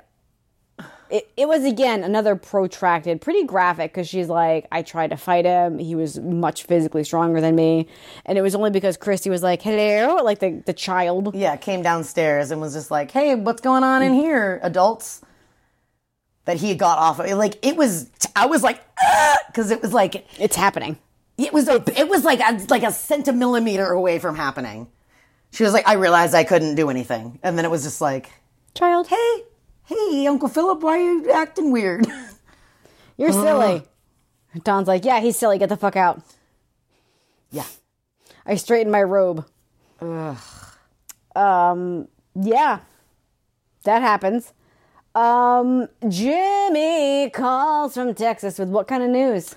[SPEAKER 2] it, it was again another protracted, pretty graphic because she's like, I tried to fight him. He was much physically stronger than me, and it was only because Christy was like, "Hello," like the the child.
[SPEAKER 3] Yeah. Came downstairs and was just like, hey, what's going on in here, adults? That he got off of. Like it was, I was like, because it was like
[SPEAKER 2] It's happening.
[SPEAKER 3] it was a, it was like a, like a centimillimeter away from happening. She was like, I realized I couldn't do anything, and then it was just like,
[SPEAKER 2] Child, hey,
[SPEAKER 3] hey, hey, Uncle Philip, why are you acting weird?
[SPEAKER 2] you're silly. Don's like, yeah, he's silly. Get the fuck out.
[SPEAKER 3] yeah.
[SPEAKER 2] I straightened my robe. Um, yeah, that happens. Um, Jimmy calls from Texas with what kind of news?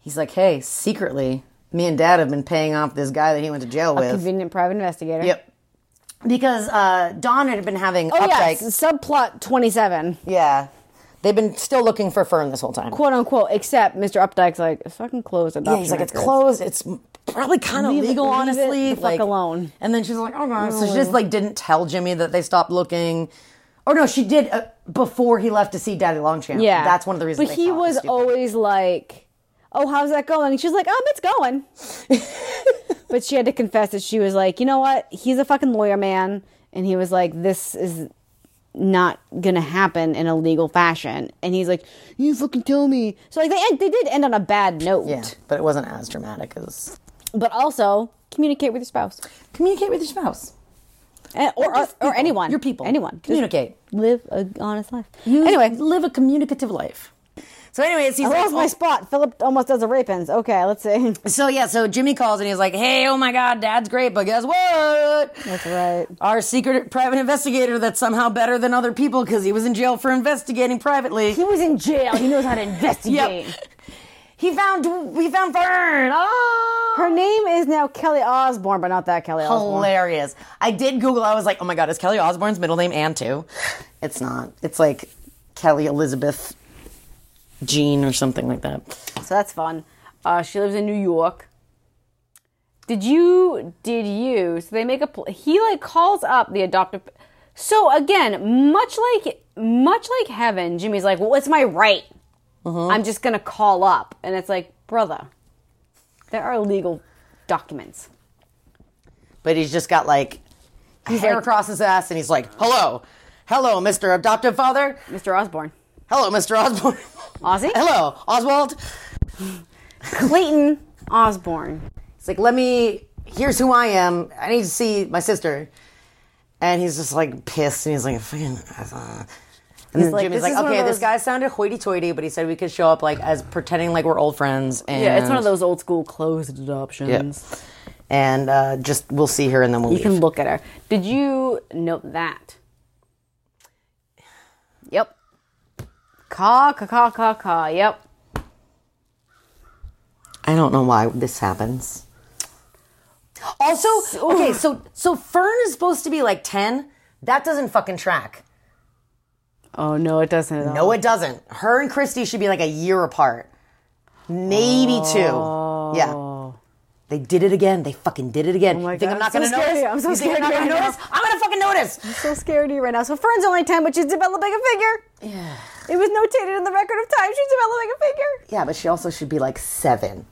[SPEAKER 3] He's like, hey, secretly, me and dad have been paying off this guy that he went to jail with.
[SPEAKER 2] Convenient private investigator.
[SPEAKER 3] Yep. Because uh, Don had been having
[SPEAKER 2] Oh yeah,
[SPEAKER 3] updike.
[SPEAKER 2] subplot twenty-seven,
[SPEAKER 3] Yeah. They've been still looking for Fern this whole time.
[SPEAKER 2] quote unquote. Except Mr. Updike's like, it's fucking closed.
[SPEAKER 3] Yeah, he's like, it's closed. It's probably kind of
[SPEAKER 2] Leave it-
[SPEAKER 3] legal,
[SPEAKER 2] leave it
[SPEAKER 3] honestly.
[SPEAKER 2] the fuck alone.
[SPEAKER 3] And then she's like, oh, no. So she just like didn't tell Jimmy that they stopped looking. Or no, she did uh, before he left to see Daddy Longchamp.
[SPEAKER 2] Yeah,
[SPEAKER 3] That's one of the reasons.
[SPEAKER 2] But
[SPEAKER 3] they
[SPEAKER 2] he
[SPEAKER 3] thought it
[SPEAKER 2] was
[SPEAKER 3] stupid.
[SPEAKER 2] always like, "Oh, how's that going?" She's like, "Um, it's going." but she had to confess that she was like, "You know what? He's a fucking lawyer man," and he was like, "This is." Not gonna happen in a legal fashion, and he's like, "You fucking tell me." So like they end, they did end on a bad note,
[SPEAKER 3] Yeah, but it wasn't as dramatic as
[SPEAKER 2] but also communicate with your spouse
[SPEAKER 3] communicate with your spouse.
[SPEAKER 2] Eh, or or,
[SPEAKER 3] Just
[SPEAKER 2] or
[SPEAKER 3] people.
[SPEAKER 2] anyone,
[SPEAKER 3] Your people.
[SPEAKER 2] anyone, Just
[SPEAKER 3] Communicate.
[SPEAKER 2] live a honest life.
[SPEAKER 3] anyway,
[SPEAKER 2] anyway,
[SPEAKER 3] live a communicative life. So, anyways, he's
[SPEAKER 2] I
[SPEAKER 3] like,
[SPEAKER 2] lost my
[SPEAKER 3] oh-
[SPEAKER 2] spot. Philip almost does a rapins. Okay, let's see.
[SPEAKER 3] so yeah. So Jimmy calls and he's like, "Hey, oh my God, Dad's great, but guess what?
[SPEAKER 2] That's right.
[SPEAKER 3] Our secret private investigator that's somehow better than other people because he was in jail for investigating privately.
[SPEAKER 2] He was in jail. He knows how to investigate.
[SPEAKER 3] He found we found Fern. Oh,
[SPEAKER 2] Her name is now Kelly Osborne, but not that Kelly Osborne.
[SPEAKER 3] hilarious. I did Google. I was like, oh my God, is Kelly Osborne's middle name Ann too? It's not. It's like Kelly Elizabeth Jean or something like that.
[SPEAKER 2] So that's fun. Uh, she lives in New York. Did you? Did you? So they make a. Pl- he like calls up the adoptive. So again, much like much like heaven, Jimmy's like, well, it's my right. I'm just gonna call up, and it's like, brother, there are legal documents.
[SPEAKER 3] but he's just got like hair
[SPEAKER 2] like-
[SPEAKER 3] across his ass, and he's like, "Hello, hello, Mister Adoptive Father.
[SPEAKER 2] Mr. Osborne,
[SPEAKER 3] Hello, Mister Osborne.
[SPEAKER 2] Ozzy,
[SPEAKER 3] hello, Oswald."
[SPEAKER 2] Clayton Osborne.
[SPEAKER 3] It's like, "Let me. Here's who I am. I need to see my sister." And he's just like pissed, and he's like, "Fucking." uh." And then
[SPEAKER 2] like,
[SPEAKER 3] Jimmy's
[SPEAKER 2] this
[SPEAKER 3] like,
[SPEAKER 2] is one of
[SPEAKER 3] "Okay, this
[SPEAKER 2] those-
[SPEAKER 3] guy sounded hoity-toity, but he said we could show up like as pretending like we're old friends." And
[SPEAKER 2] Yeah, it's one of those old school closed
[SPEAKER 3] Yep.
[SPEAKER 2] adoptions.
[SPEAKER 3] And uh, just we'll see her, and then we'll
[SPEAKER 2] You
[SPEAKER 3] leave.
[SPEAKER 2] can look at her. Did you note that? Yep. Caw, caw, caw, caw, caw. Yep.
[SPEAKER 3] I don't know why this happens. Also, okay, so so Fern is supposed to be like 10. That doesn't fucking track.
[SPEAKER 2] Oh, no, it doesn't at all.
[SPEAKER 3] No, it doesn't. Her and Christy should be like a year apart. Maybe two. Yeah. They did it again. They fucking did it again.
[SPEAKER 2] my
[SPEAKER 3] you think
[SPEAKER 2] God,
[SPEAKER 3] I'm not
[SPEAKER 2] I'm
[SPEAKER 3] gonna
[SPEAKER 2] so
[SPEAKER 3] notice?
[SPEAKER 2] scared. I'm so
[SPEAKER 3] you think I'm not
[SPEAKER 2] scared
[SPEAKER 3] gonna
[SPEAKER 2] right now.
[SPEAKER 3] notice? I'm gonna fucking notice.
[SPEAKER 2] so scared of you right now. So Fern's only 10, but she's developing a figure.
[SPEAKER 3] Yeah.
[SPEAKER 2] It was notated in the record of time. She's developing a figure.
[SPEAKER 3] Yeah, but she also should be like seven.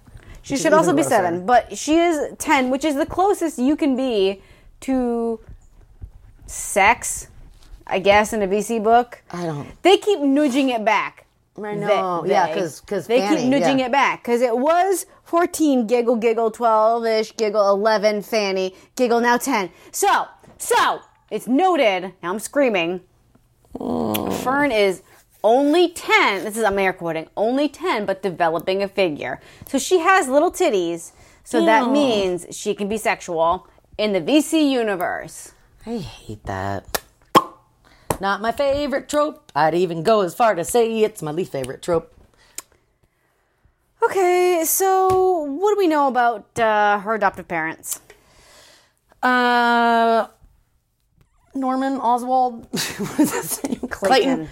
[SPEAKER 2] She
[SPEAKER 3] She's
[SPEAKER 2] should also
[SPEAKER 3] even
[SPEAKER 2] be
[SPEAKER 3] grosser.
[SPEAKER 2] 7, but she is 10, which is the closest you can be to sex, I guess, in a BC book.
[SPEAKER 3] I don't.
[SPEAKER 2] They keep nudging it back.
[SPEAKER 3] I
[SPEAKER 2] They-
[SPEAKER 3] know. yeah,
[SPEAKER 2] they-
[SPEAKER 3] because because
[SPEAKER 2] they keep nudging it back because it was 14 giggle giggle 12 ish giggle 11 fanny giggle now 10 so so it's noted now i'm screaming fern is only 10 this is i'm air quoting only 10 but developing a figure so she has little titties so that means she can be sexual in the vc universe
[SPEAKER 3] I hate that. Not my favorite trope. I'd even go as far to say it's my least favorite trope.
[SPEAKER 2] okay so what do we know about uh, her adoptive parents
[SPEAKER 3] Uh, Norman Oswald. What is his name?
[SPEAKER 2] Clayton.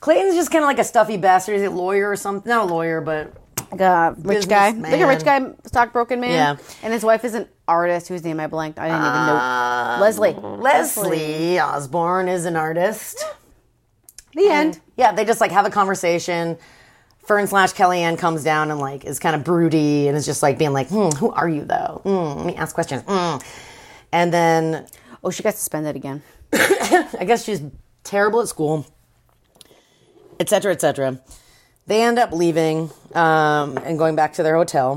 [SPEAKER 3] Clayton's just kind of like a stuffy bastard. He's a lawyer or something. Not a lawyer, but
[SPEAKER 2] like a rich guy, like a rich guy, stockbroken man.
[SPEAKER 3] Yeah.
[SPEAKER 2] and his wife is an artist whose name I blanked. I didn't even know. Leslie.
[SPEAKER 3] Leslie um, Osborne is an artist.
[SPEAKER 2] The end.
[SPEAKER 3] Yeah, they just like have a conversation. Fern slash Kellyanne comes down and like is kind of broody and is just like being like, hmm, who are you though? Mm, let me ask questions. Mm. And then
[SPEAKER 2] Oh, she got suspended again.
[SPEAKER 3] I guess she's terrible at school, et cetera, et cetera. They end up leaving um, and going back to their hotel.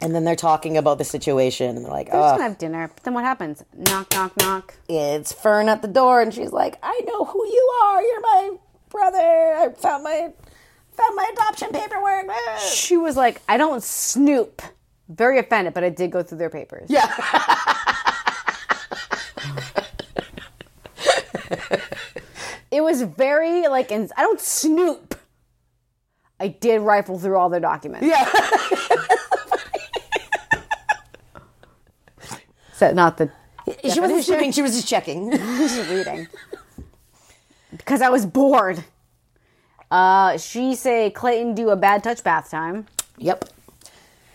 [SPEAKER 3] And then they're talking about the situation and they're like,
[SPEAKER 2] We're just
[SPEAKER 3] oh,
[SPEAKER 2] gonna have dinner. But then what happens? Knock, knock, knock.
[SPEAKER 3] it's Fern at the door. And she's like, I know who you are. You're my brother. I found my. Found my adoption paperwork.
[SPEAKER 2] She was like, "I don't snoop." Very offended, but I did go through their papers.
[SPEAKER 3] Yeah.
[SPEAKER 2] It was very like, and I don't snoop. I did rifle through all their documents.
[SPEAKER 3] Yeah.
[SPEAKER 2] So not the
[SPEAKER 3] she wasn't shipping. She was just checking.
[SPEAKER 2] reading because I was bored. Uh, she say Clayton do a bad touch bath time.
[SPEAKER 3] Yep.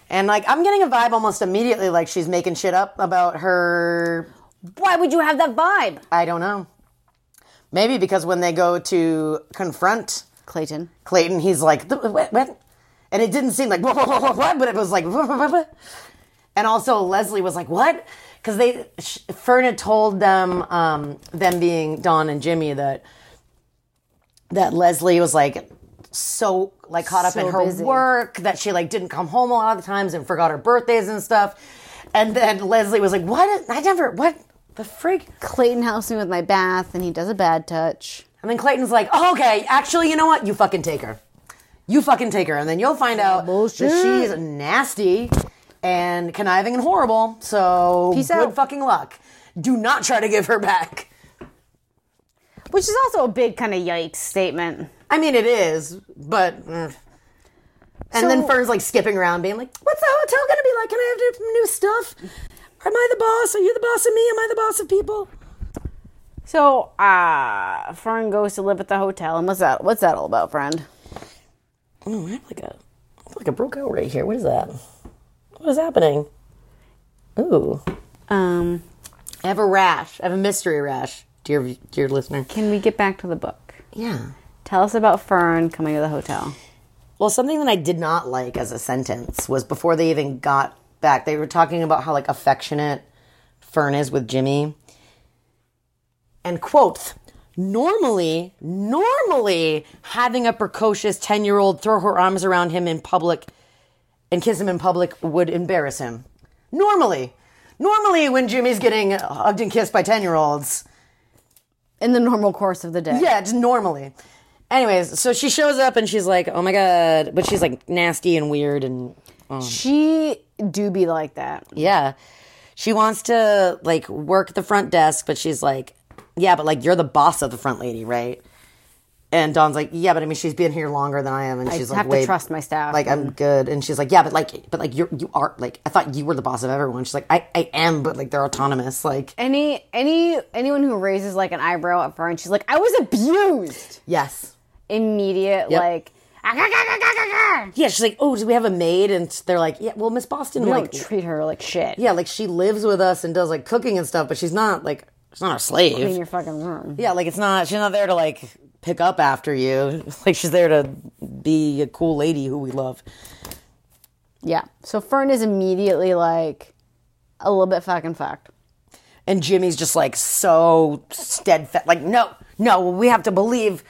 [SPEAKER 3] And like I'm getting a vibe almost immediately like she's making shit up about her
[SPEAKER 2] Why would you have that vibe,
[SPEAKER 3] I don't know. Maybe because when they go to confront
[SPEAKER 2] Clayton?
[SPEAKER 3] Clayton, he's like "Th- what, what? And it didn't seem like what, what, what, what, what, but it was like what, what, what, what? And also Leslie was like what? Cuz they sh- Fern had told them um them being Don and Jimmy that that Leslie was like so like caught up
[SPEAKER 2] So
[SPEAKER 3] in her
[SPEAKER 2] busy.
[SPEAKER 3] work that she like didn't come home a lot of the times and forgot her birthdays and stuff. And then Leslie was like, "What? I never what the frig."
[SPEAKER 2] Clayton helps me with my bath, and he does a bad touch.
[SPEAKER 3] And then Clayton's like, "Oh, okay, actually, you know what? You fucking take her. You fucking take her, and then you'll find out
[SPEAKER 2] Bullshit.
[SPEAKER 3] that she's nasty and conniving and horrible. So
[SPEAKER 2] Peace
[SPEAKER 3] good
[SPEAKER 2] out.
[SPEAKER 3] fucking luck. Do not try to give her back.
[SPEAKER 2] Which is also a big kind of yikes statement.
[SPEAKER 3] I mean, it is, but." mm. And then
[SPEAKER 2] So-
[SPEAKER 3] Fern's like skipping around, being like, "What's the hotel gonna be like? Can I have different new stuff? Am I the boss? Are you the boss of me? Am I the boss of people?"
[SPEAKER 2] So, uh, Fern goes to live at the hotel, and what's that? What's that all about, friend?
[SPEAKER 3] Oh, I have like a, I have like a broke out right here. What is that? What is happening? Ooh.
[SPEAKER 2] Um,
[SPEAKER 3] I have a rash. I have a mystery rash, dear dear listener.
[SPEAKER 2] can we get back to the book?
[SPEAKER 3] Yeah.
[SPEAKER 2] Tell us about Fern coming to the hotel.
[SPEAKER 3] Well, something that I did not like as a sentence was before they even got back, they were talking about how like affectionate Fern is with Jimmy. And quote, normally, normally having a precocious 10 year old throw her arms around him in public and kiss him in public would embarrass him. Normally. Normally when Jimmy's getting hugged and kissed by 10 year olds,
[SPEAKER 2] In the normal course of the day.
[SPEAKER 3] Yeah, just normally. Anyways, so she shows up and she's like, "Oh my god," but she's like nasty and weird and
[SPEAKER 2] She do be like that.
[SPEAKER 3] yeah. She wants to like work at the front desk, but she's like, "Yeah, but like you're the boss of the front lady, right?" And Dawn's like, "Yeah, but I mean, she's been here longer than I am, and she's like,
[SPEAKER 2] have to
[SPEAKER 3] "Wait,
[SPEAKER 2] trust my staff
[SPEAKER 3] Like I'm good." And she's like, "Yeah, but like, but like you you are like I thought you were the boss of everyone." She's like, "I I am, but like they're autonomous, like
[SPEAKER 2] Any any anyone who raises like an eyebrow at Fern, she's like, I was abused.
[SPEAKER 3] yes."
[SPEAKER 2] Immediate
[SPEAKER 3] Yep.
[SPEAKER 2] like. "Ah, gah, gah, gah, gah, gah, gah."
[SPEAKER 3] Yeah, she's like, "Oh, do we have a maid?" And they're like, "Yeah, well, Miss Boston,
[SPEAKER 2] We
[SPEAKER 3] like
[SPEAKER 2] don't treat her like shit.
[SPEAKER 3] yeah, like she lives with us and does like cooking and stuff, but she's not like she's not a
[SPEAKER 2] In
[SPEAKER 3] slave.
[SPEAKER 2] your fucking room.
[SPEAKER 3] Yeah, like it's not she's not there to like pick up after you. Like she's there to be a cool lady who we love.
[SPEAKER 2] Yeah. So Fern is immediately like a little bit fucking fucked.
[SPEAKER 3] And Jimmy's just like so steadfast, like, no, no, we have to believe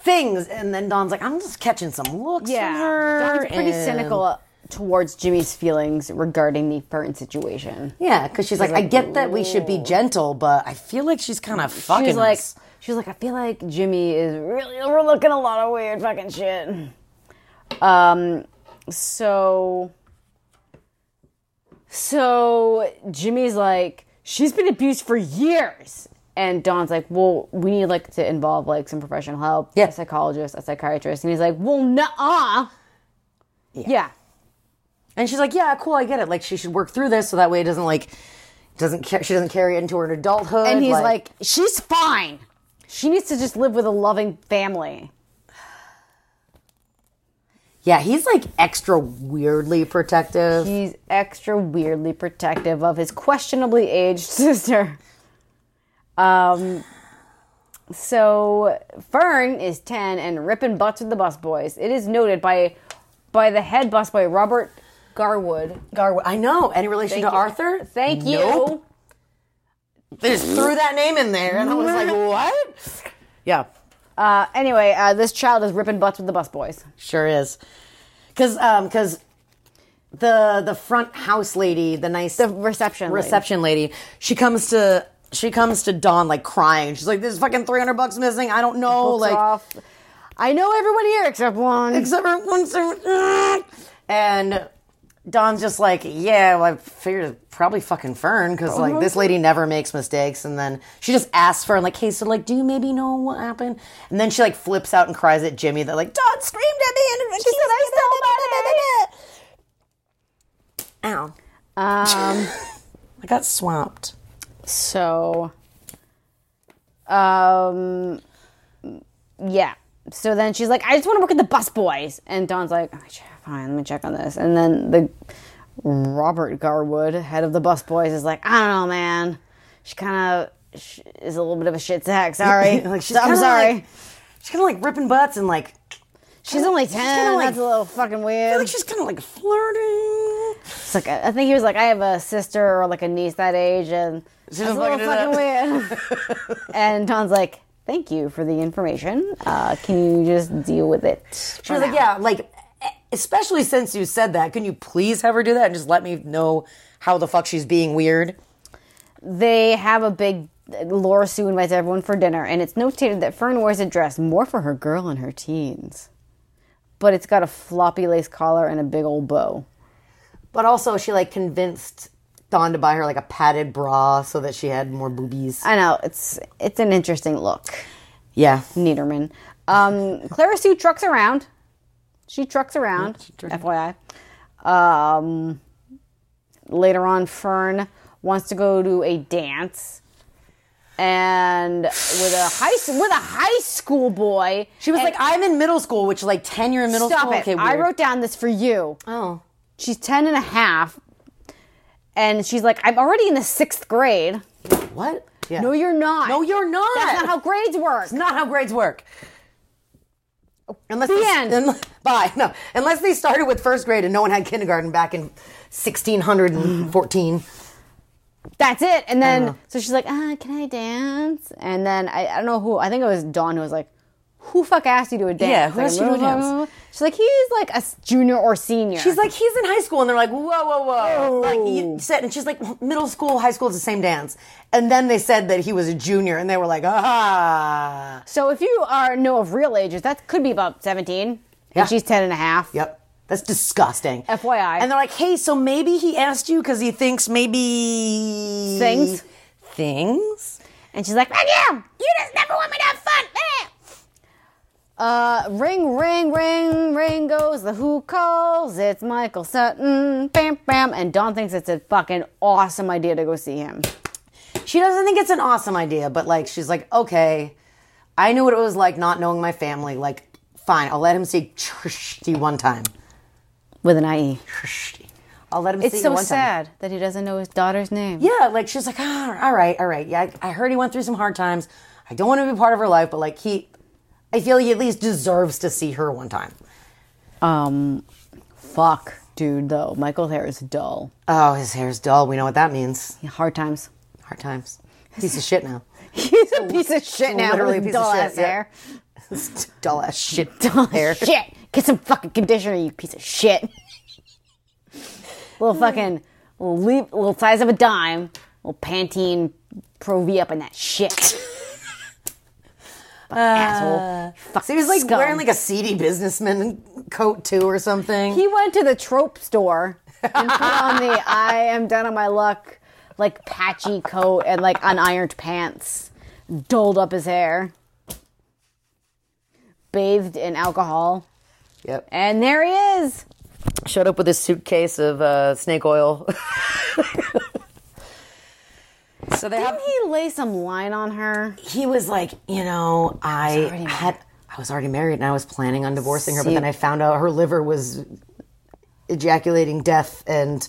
[SPEAKER 3] things. And then Don's like, I'm just catching some looks from her.
[SPEAKER 2] Don's pretty
[SPEAKER 3] and-
[SPEAKER 2] cynical towards Jimmy's feelings regarding the current situation.
[SPEAKER 3] Yeah, because she's like, I get that we should be gentle, but I feel like she's kind of fucking.
[SPEAKER 2] She's like,
[SPEAKER 3] us.
[SPEAKER 2] she's like, I feel like Jimmy is really overlooking a lot of weird fucking shit. Um, so, so Jimmy's like, she's been abused for years, and Don's like, well, we need like to involve like some professional help,
[SPEAKER 3] Yeah.
[SPEAKER 2] a psychologist, a psychiatrist, and he's like, well, nah, yeah. yeah.
[SPEAKER 3] and she's like, yeah, cool, I get it. Like she should work through this so that way it doesn't like doesn't ca- she doesn't carry it into her adulthood.
[SPEAKER 2] And he's like, she's fine. She needs to just live with a loving family.
[SPEAKER 3] yeah, he's like extra weirdly protective.
[SPEAKER 2] He's extra weirdly protective of his questionably aged sister. Um, so Fern is ten and ripping butts with the busboys. It is noted by by the head busboy Robert Garwood.
[SPEAKER 3] Garwood, I know. Any relation to
[SPEAKER 2] you.
[SPEAKER 3] Arthur?
[SPEAKER 2] Thank you.
[SPEAKER 3] Nope. They just threw that name in there, and I was like, what? Yeah,
[SPEAKER 2] Uh, anyway, uh, this child is ripping butts with the busboys.
[SPEAKER 3] sure is. Because um, because the the front house lady, the nice
[SPEAKER 2] The reception. lady.
[SPEAKER 3] reception lady. She comes to she comes to Dawn like crying. She's like, "There's fucking three hundred bucks missing. I don't know." Oh,
[SPEAKER 2] Books
[SPEAKER 3] like,
[SPEAKER 2] off. I know everyone here except one.
[SPEAKER 3] except for one ser- and Dawn's just like, "Yeah, well, I figured it's probably fucking Fern because like this lady never makes mistakes." And then she just asks Fern like, "Hey, so like, do you maybe know what happened?" And then she like flips out and cries at Jimmy. That like Dawn screamed at me and she said, "I stole money." Ow!
[SPEAKER 2] Um,
[SPEAKER 3] I got swamped.
[SPEAKER 2] So, um, yeah. So then she's like, I just want to work at the bus boys. And Don's like, "Okay, sure, fine, let me check on this. And then the Robert Garwood, head of the bus boys, is like, I don't know, man. She kind of sh- is a little bit of a shit sack. Sorry.
[SPEAKER 3] Like, she's
[SPEAKER 2] I'm
[SPEAKER 3] kinda
[SPEAKER 2] sorry.
[SPEAKER 3] like- she's kind of like ripping butts and like
[SPEAKER 2] she's only 10.
[SPEAKER 3] kinda like-
[SPEAKER 2] That's a little fucking
[SPEAKER 3] I
[SPEAKER 2] weird.
[SPEAKER 3] feel like she's kind of like flirting.
[SPEAKER 2] It's like, I I think he was like, I have a sister or like a niece that age, and it's a
[SPEAKER 3] doesn't
[SPEAKER 2] little
[SPEAKER 3] fucking do
[SPEAKER 2] fucking weird. and Don's like, thank you for the information. Uh, can you just deal with it?
[SPEAKER 3] She was like, yeah, like e-" especially since you said that, can you please have her do that and just let me know how the fuck she's being weird?
[SPEAKER 2] They have a big. Laura Sue invites everyone for dinner, and it's notated that Fern wears a dress more for her girl in her teens, but it's got a floppy lace collar and a big old bow.
[SPEAKER 3] But also, she like convinced Dawn to buy her like a padded bra so that she had more boobies.
[SPEAKER 2] I know it's it's an interesting look.
[SPEAKER 3] Yeah,
[SPEAKER 2] Niederman. Um, Clara Sue trucks around. She trucks around. FYI. Um, later on, Fern wants to go to a dance, and with a high s- with a high school boy,
[SPEAKER 3] she was like, I'm in middle school, which like ten, you're in middle
[SPEAKER 2] "Stop
[SPEAKER 3] school.
[SPEAKER 2] it!
[SPEAKER 3] Okay,
[SPEAKER 2] I
[SPEAKER 3] weird.
[SPEAKER 2] wrote down this for you."
[SPEAKER 3] Oh,
[SPEAKER 2] She's ten and a half, and she's like, "I'm already in the sixth grade."
[SPEAKER 3] what? Yeah.
[SPEAKER 2] No, you're not.
[SPEAKER 3] No, you're not.
[SPEAKER 2] That's not how grades work.
[SPEAKER 3] It's not how grades work. Unless
[SPEAKER 2] The
[SPEAKER 3] they,
[SPEAKER 2] end.
[SPEAKER 3] unle- bye. No, unless they started with first grade and no one had kindergarten back in 1614.
[SPEAKER 2] that's it. And
[SPEAKER 3] Uh-huh.
[SPEAKER 2] then so she's like, uh, can I dance? And then I, I don't know who I think it was Dawn who was like, who fuck asked you to a dance?
[SPEAKER 3] Yeah, who
[SPEAKER 2] Like,
[SPEAKER 3] asked you to a dance?
[SPEAKER 2] She's like, he's like a s- junior or senior.
[SPEAKER 3] She's like, he's in high school, and they're like, whoa, whoa, whoa. Like you said, and she's like, middle school, high school is the same dance. And then they said that he was a junior, and they were like, ah.
[SPEAKER 2] so if you are know of real ages, that could be about seventeen.
[SPEAKER 3] Yeah.
[SPEAKER 2] And she's ten and a half.
[SPEAKER 3] Yep, that's disgusting.
[SPEAKER 2] FYI.
[SPEAKER 3] And they're like, hey, so maybe he asked you because he thinks maybe
[SPEAKER 2] Things.
[SPEAKER 3] things.
[SPEAKER 2] And she's like, fuck you! You just never want me to have fun! Eh! Uh, ring, ring, ring, ring goes the who calls. It's Michael Sutton. Bam, bam. And Dawn thinks it's a fucking awesome idea to go see him.
[SPEAKER 3] she doesn't think it's an awesome idea, but like she's like, okay, I knew what it was like not knowing my family. Like, fine, I'll let him see Trishti one time.
[SPEAKER 2] With an E. IE.
[SPEAKER 3] Trishti. I'll let him see
[SPEAKER 2] It's
[SPEAKER 3] you
[SPEAKER 2] so
[SPEAKER 3] one time.
[SPEAKER 2] sad that he doesn't know his daughter's name.
[SPEAKER 3] Yeah, like she's like, ah, all right, all right. Yeah, I, I heard he went through some hard times. I don't want to be part of her life, but like he, I feel he at least deserves to see her one time.
[SPEAKER 2] Um, fuck, dude, though. Michael's hair is dull.
[SPEAKER 3] Oh, his hair's dull. We know what that means.
[SPEAKER 2] Hard times.
[SPEAKER 3] Hard times. Piece of shit now.
[SPEAKER 2] He's a piece of shit now.
[SPEAKER 3] Literally a
[SPEAKER 2] with
[SPEAKER 3] piece
[SPEAKER 2] dull
[SPEAKER 3] of shit.
[SPEAKER 2] ass hair.
[SPEAKER 3] Dull ass shit.
[SPEAKER 2] Dull
[SPEAKER 3] hair.
[SPEAKER 2] shit. Get some fucking conditioner, you piece of shit. little fucking leap, little size of a dime. Little Pantene Pro V up in that shit. Fucking asshole. Fuck
[SPEAKER 3] So he was like
[SPEAKER 2] scum.
[SPEAKER 3] wearing like a seedy businessman coat too or something.
[SPEAKER 2] He went to the trope store and put on the I am down on my luck, like patchy coat and like unironed pants, doled up his hair, bathed in alcohol,
[SPEAKER 3] yep.
[SPEAKER 2] and there he is.
[SPEAKER 1] Showed up with his suitcase of uh, snake oil. so they have
[SPEAKER 2] Didn't he lay some line on her?
[SPEAKER 3] he was like, you know, I
[SPEAKER 2] already
[SPEAKER 3] had I was already married and I was planning on divorcing her, but
[SPEAKER 2] See-
[SPEAKER 3] then I found out her liver was ejaculating death and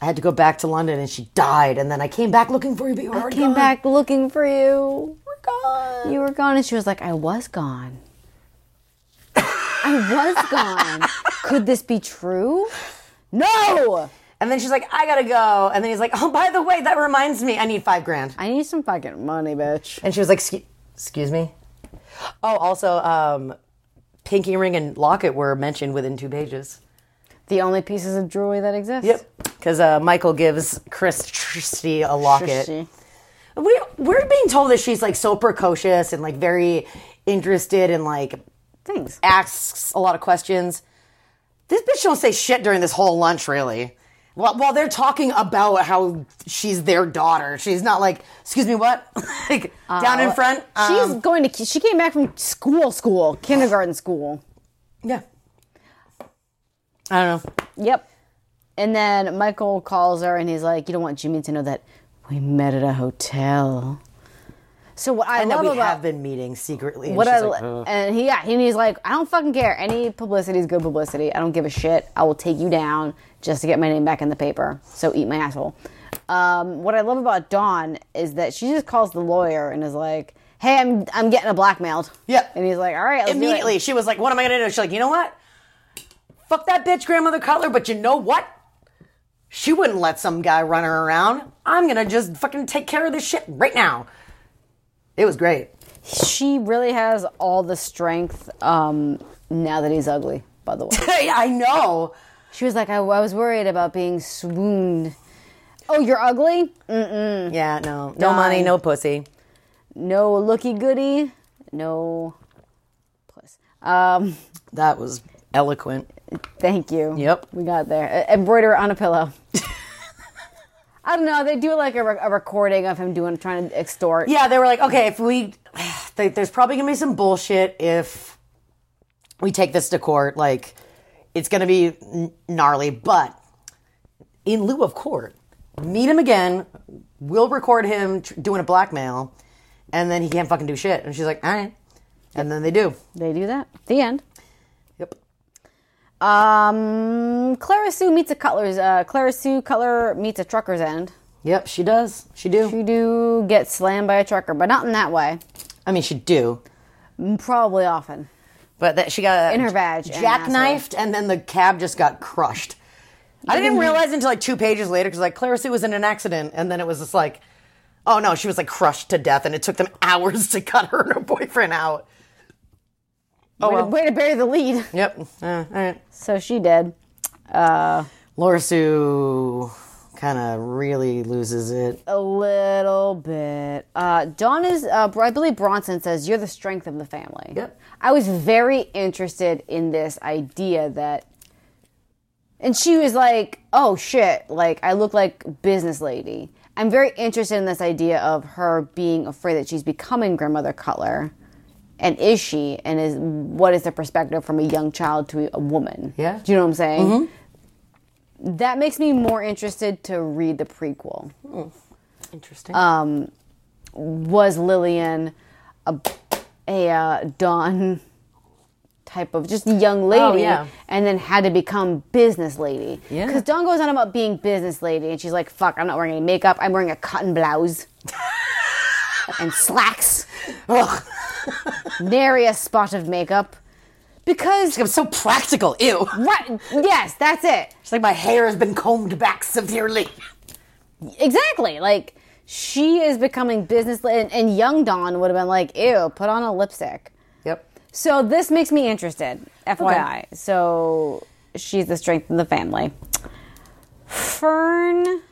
[SPEAKER 3] I had to go back to London and she died and then I came back looking for you but you were already
[SPEAKER 2] Came
[SPEAKER 3] gone.
[SPEAKER 2] back looking for you.
[SPEAKER 3] We're gone.
[SPEAKER 2] You were gone, and she was like, I was gone. I was gone. Could this be true? No!
[SPEAKER 3] And then she's like, I gotta go. And then he's like, Oh, by the way, that reminds me, I need five grand.
[SPEAKER 2] I need some fucking money, bitch.
[SPEAKER 3] And she was like, "Scu- Excuse me. Oh, also, um, pinky ring and locket were mentioned within two pages.
[SPEAKER 2] The only pieces of jewelry that exist.
[SPEAKER 3] Because uh, Michael gives Chris Christie a locket.
[SPEAKER 2] Shushy.
[SPEAKER 3] We, we're being told that she's like so precocious and like very interested and like
[SPEAKER 2] Thanks.
[SPEAKER 3] asks a lot of questions. This bitch don't say shit during this whole lunch, really. While, while they're talking about how she's their daughter, she's not like, excuse me, what? like down in front.
[SPEAKER 2] Oh. Uh, She's
[SPEAKER 3] um,
[SPEAKER 2] going to. She came back from school, school, kindergarten school.
[SPEAKER 3] yeah. I don't know.
[SPEAKER 2] Yep. And then Michael calls her and he's like, "You don't want Jimmy to know that we met at a hotel." So what I
[SPEAKER 3] And that
[SPEAKER 2] love
[SPEAKER 3] we
[SPEAKER 2] about
[SPEAKER 3] have been meeting secretly. And
[SPEAKER 2] what
[SPEAKER 3] she's
[SPEAKER 2] I
[SPEAKER 3] like,
[SPEAKER 2] li- and he yeah and he's like, "I don't fucking care. Any publicity is good publicity. I don't give a shit. I will take you down just to get my name back in the paper. So eat my asshole." Um, what I love about Dawn is that she just calls the lawyer and is like, "Hey, I'm I'm getting blackmailed."
[SPEAKER 3] Yep.
[SPEAKER 2] And he's like, "All right, let's do it."
[SPEAKER 3] immediately she was like, "What am I gonna do?" She's like, "You know what? Fuck that bitch, grandmother Cutler." But you know what? She wouldn't let some guy run her around. I'm gonna just fucking take care of this shit right now. It was great.
[SPEAKER 2] She really has all the strength um, now that he's ugly, by the way.
[SPEAKER 3] I know.
[SPEAKER 2] she was like, I, I was worried about being swooned. Oh, you're ugly?
[SPEAKER 3] Yeah, no, no money, no pussy.
[SPEAKER 2] No looky goody. No plus. Um,
[SPEAKER 3] That was eloquent.
[SPEAKER 2] thank you.
[SPEAKER 3] Yep.
[SPEAKER 2] We got there. E- Embroider on a pillow. I don't know. They do like a, re- a recording of him doing, trying to extort.
[SPEAKER 3] Yeah, they were like, okay, if we, th- there's probably gonna be some bullshit if we take this to court. Like, it's gonna be n- gnarly, but in lieu of court, meet him again. We'll record him tr- doing a blackmail, and then he can't fucking do shit. And she's like, all right. And then they do.
[SPEAKER 2] They do that. The end.
[SPEAKER 3] Yep.
[SPEAKER 2] Um, Clara Sue meets a Cutler's. Uh, Clara Sue Cutler meets a trucker's end.
[SPEAKER 3] Yep, she does. She do.
[SPEAKER 2] You do get slammed by a trucker, but not in that way.
[SPEAKER 3] I mean, she do.
[SPEAKER 2] Probably often.
[SPEAKER 3] But that she got
[SPEAKER 2] In her vag and
[SPEAKER 3] jackknifed, and, then the cab just got crushed. I didn't realize until like two pages later because like Clara Sue was in an accident, and then it was just like, oh no, she was like crushed to death, and it took them hours to cut her and her boyfriend out. Oh
[SPEAKER 2] way,
[SPEAKER 3] well.
[SPEAKER 2] to, way to bury the lead.
[SPEAKER 3] Yep. Uh, all right.
[SPEAKER 2] So she did. Uh,
[SPEAKER 3] Laura Sue kind of really loses it.
[SPEAKER 2] a little bit. Uh, Dawn is, uh, I believe Bronson says, You're the strength of the family.
[SPEAKER 3] Yep.
[SPEAKER 2] I was very interested in this idea that. And she was like, Oh shit, like I look like business lady. I'm very interested in this idea of her being afraid that she's becoming grandmother Cutler. And is she? And is what is the perspective from a young child to a woman?
[SPEAKER 3] Yeah. Mm-hmm.
[SPEAKER 2] Do you know what I'm saying? That makes me more interested to read the prequel
[SPEAKER 3] Interesting.
[SPEAKER 2] Um, was Lillian a, a uh, Dawn type of just a young lady,
[SPEAKER 3] Oh, yeah.
[SPEAKER 2] and then had to become business lady.
[SPEAKER 3] Yeah.
[SPEAKER 2] Because Dawn goes on about being business lady, and she's like, "Fuck, I'm not wearing any makeup. I'm wearing a cotton blouse and slacks.
[SPEAKER 3] Ugh.
[SPEAKER 2] Nary a spot of makeup." Because
[SPEAKER 3] I'm so practical. Ew.
[SPEAKER 2] right, yes, that's it.
[SPEAKER 3] It's like my hair has been combed back severely.
[SPEAKER 2] Exactly. Like She is becoming business, and, and young Dawn would have been like, ew, put on a lipstick.
[SPEAKER 4] Yep.
[SPEAKER 2] So this makes me interested, FYI. So she's the strength of the family. Fern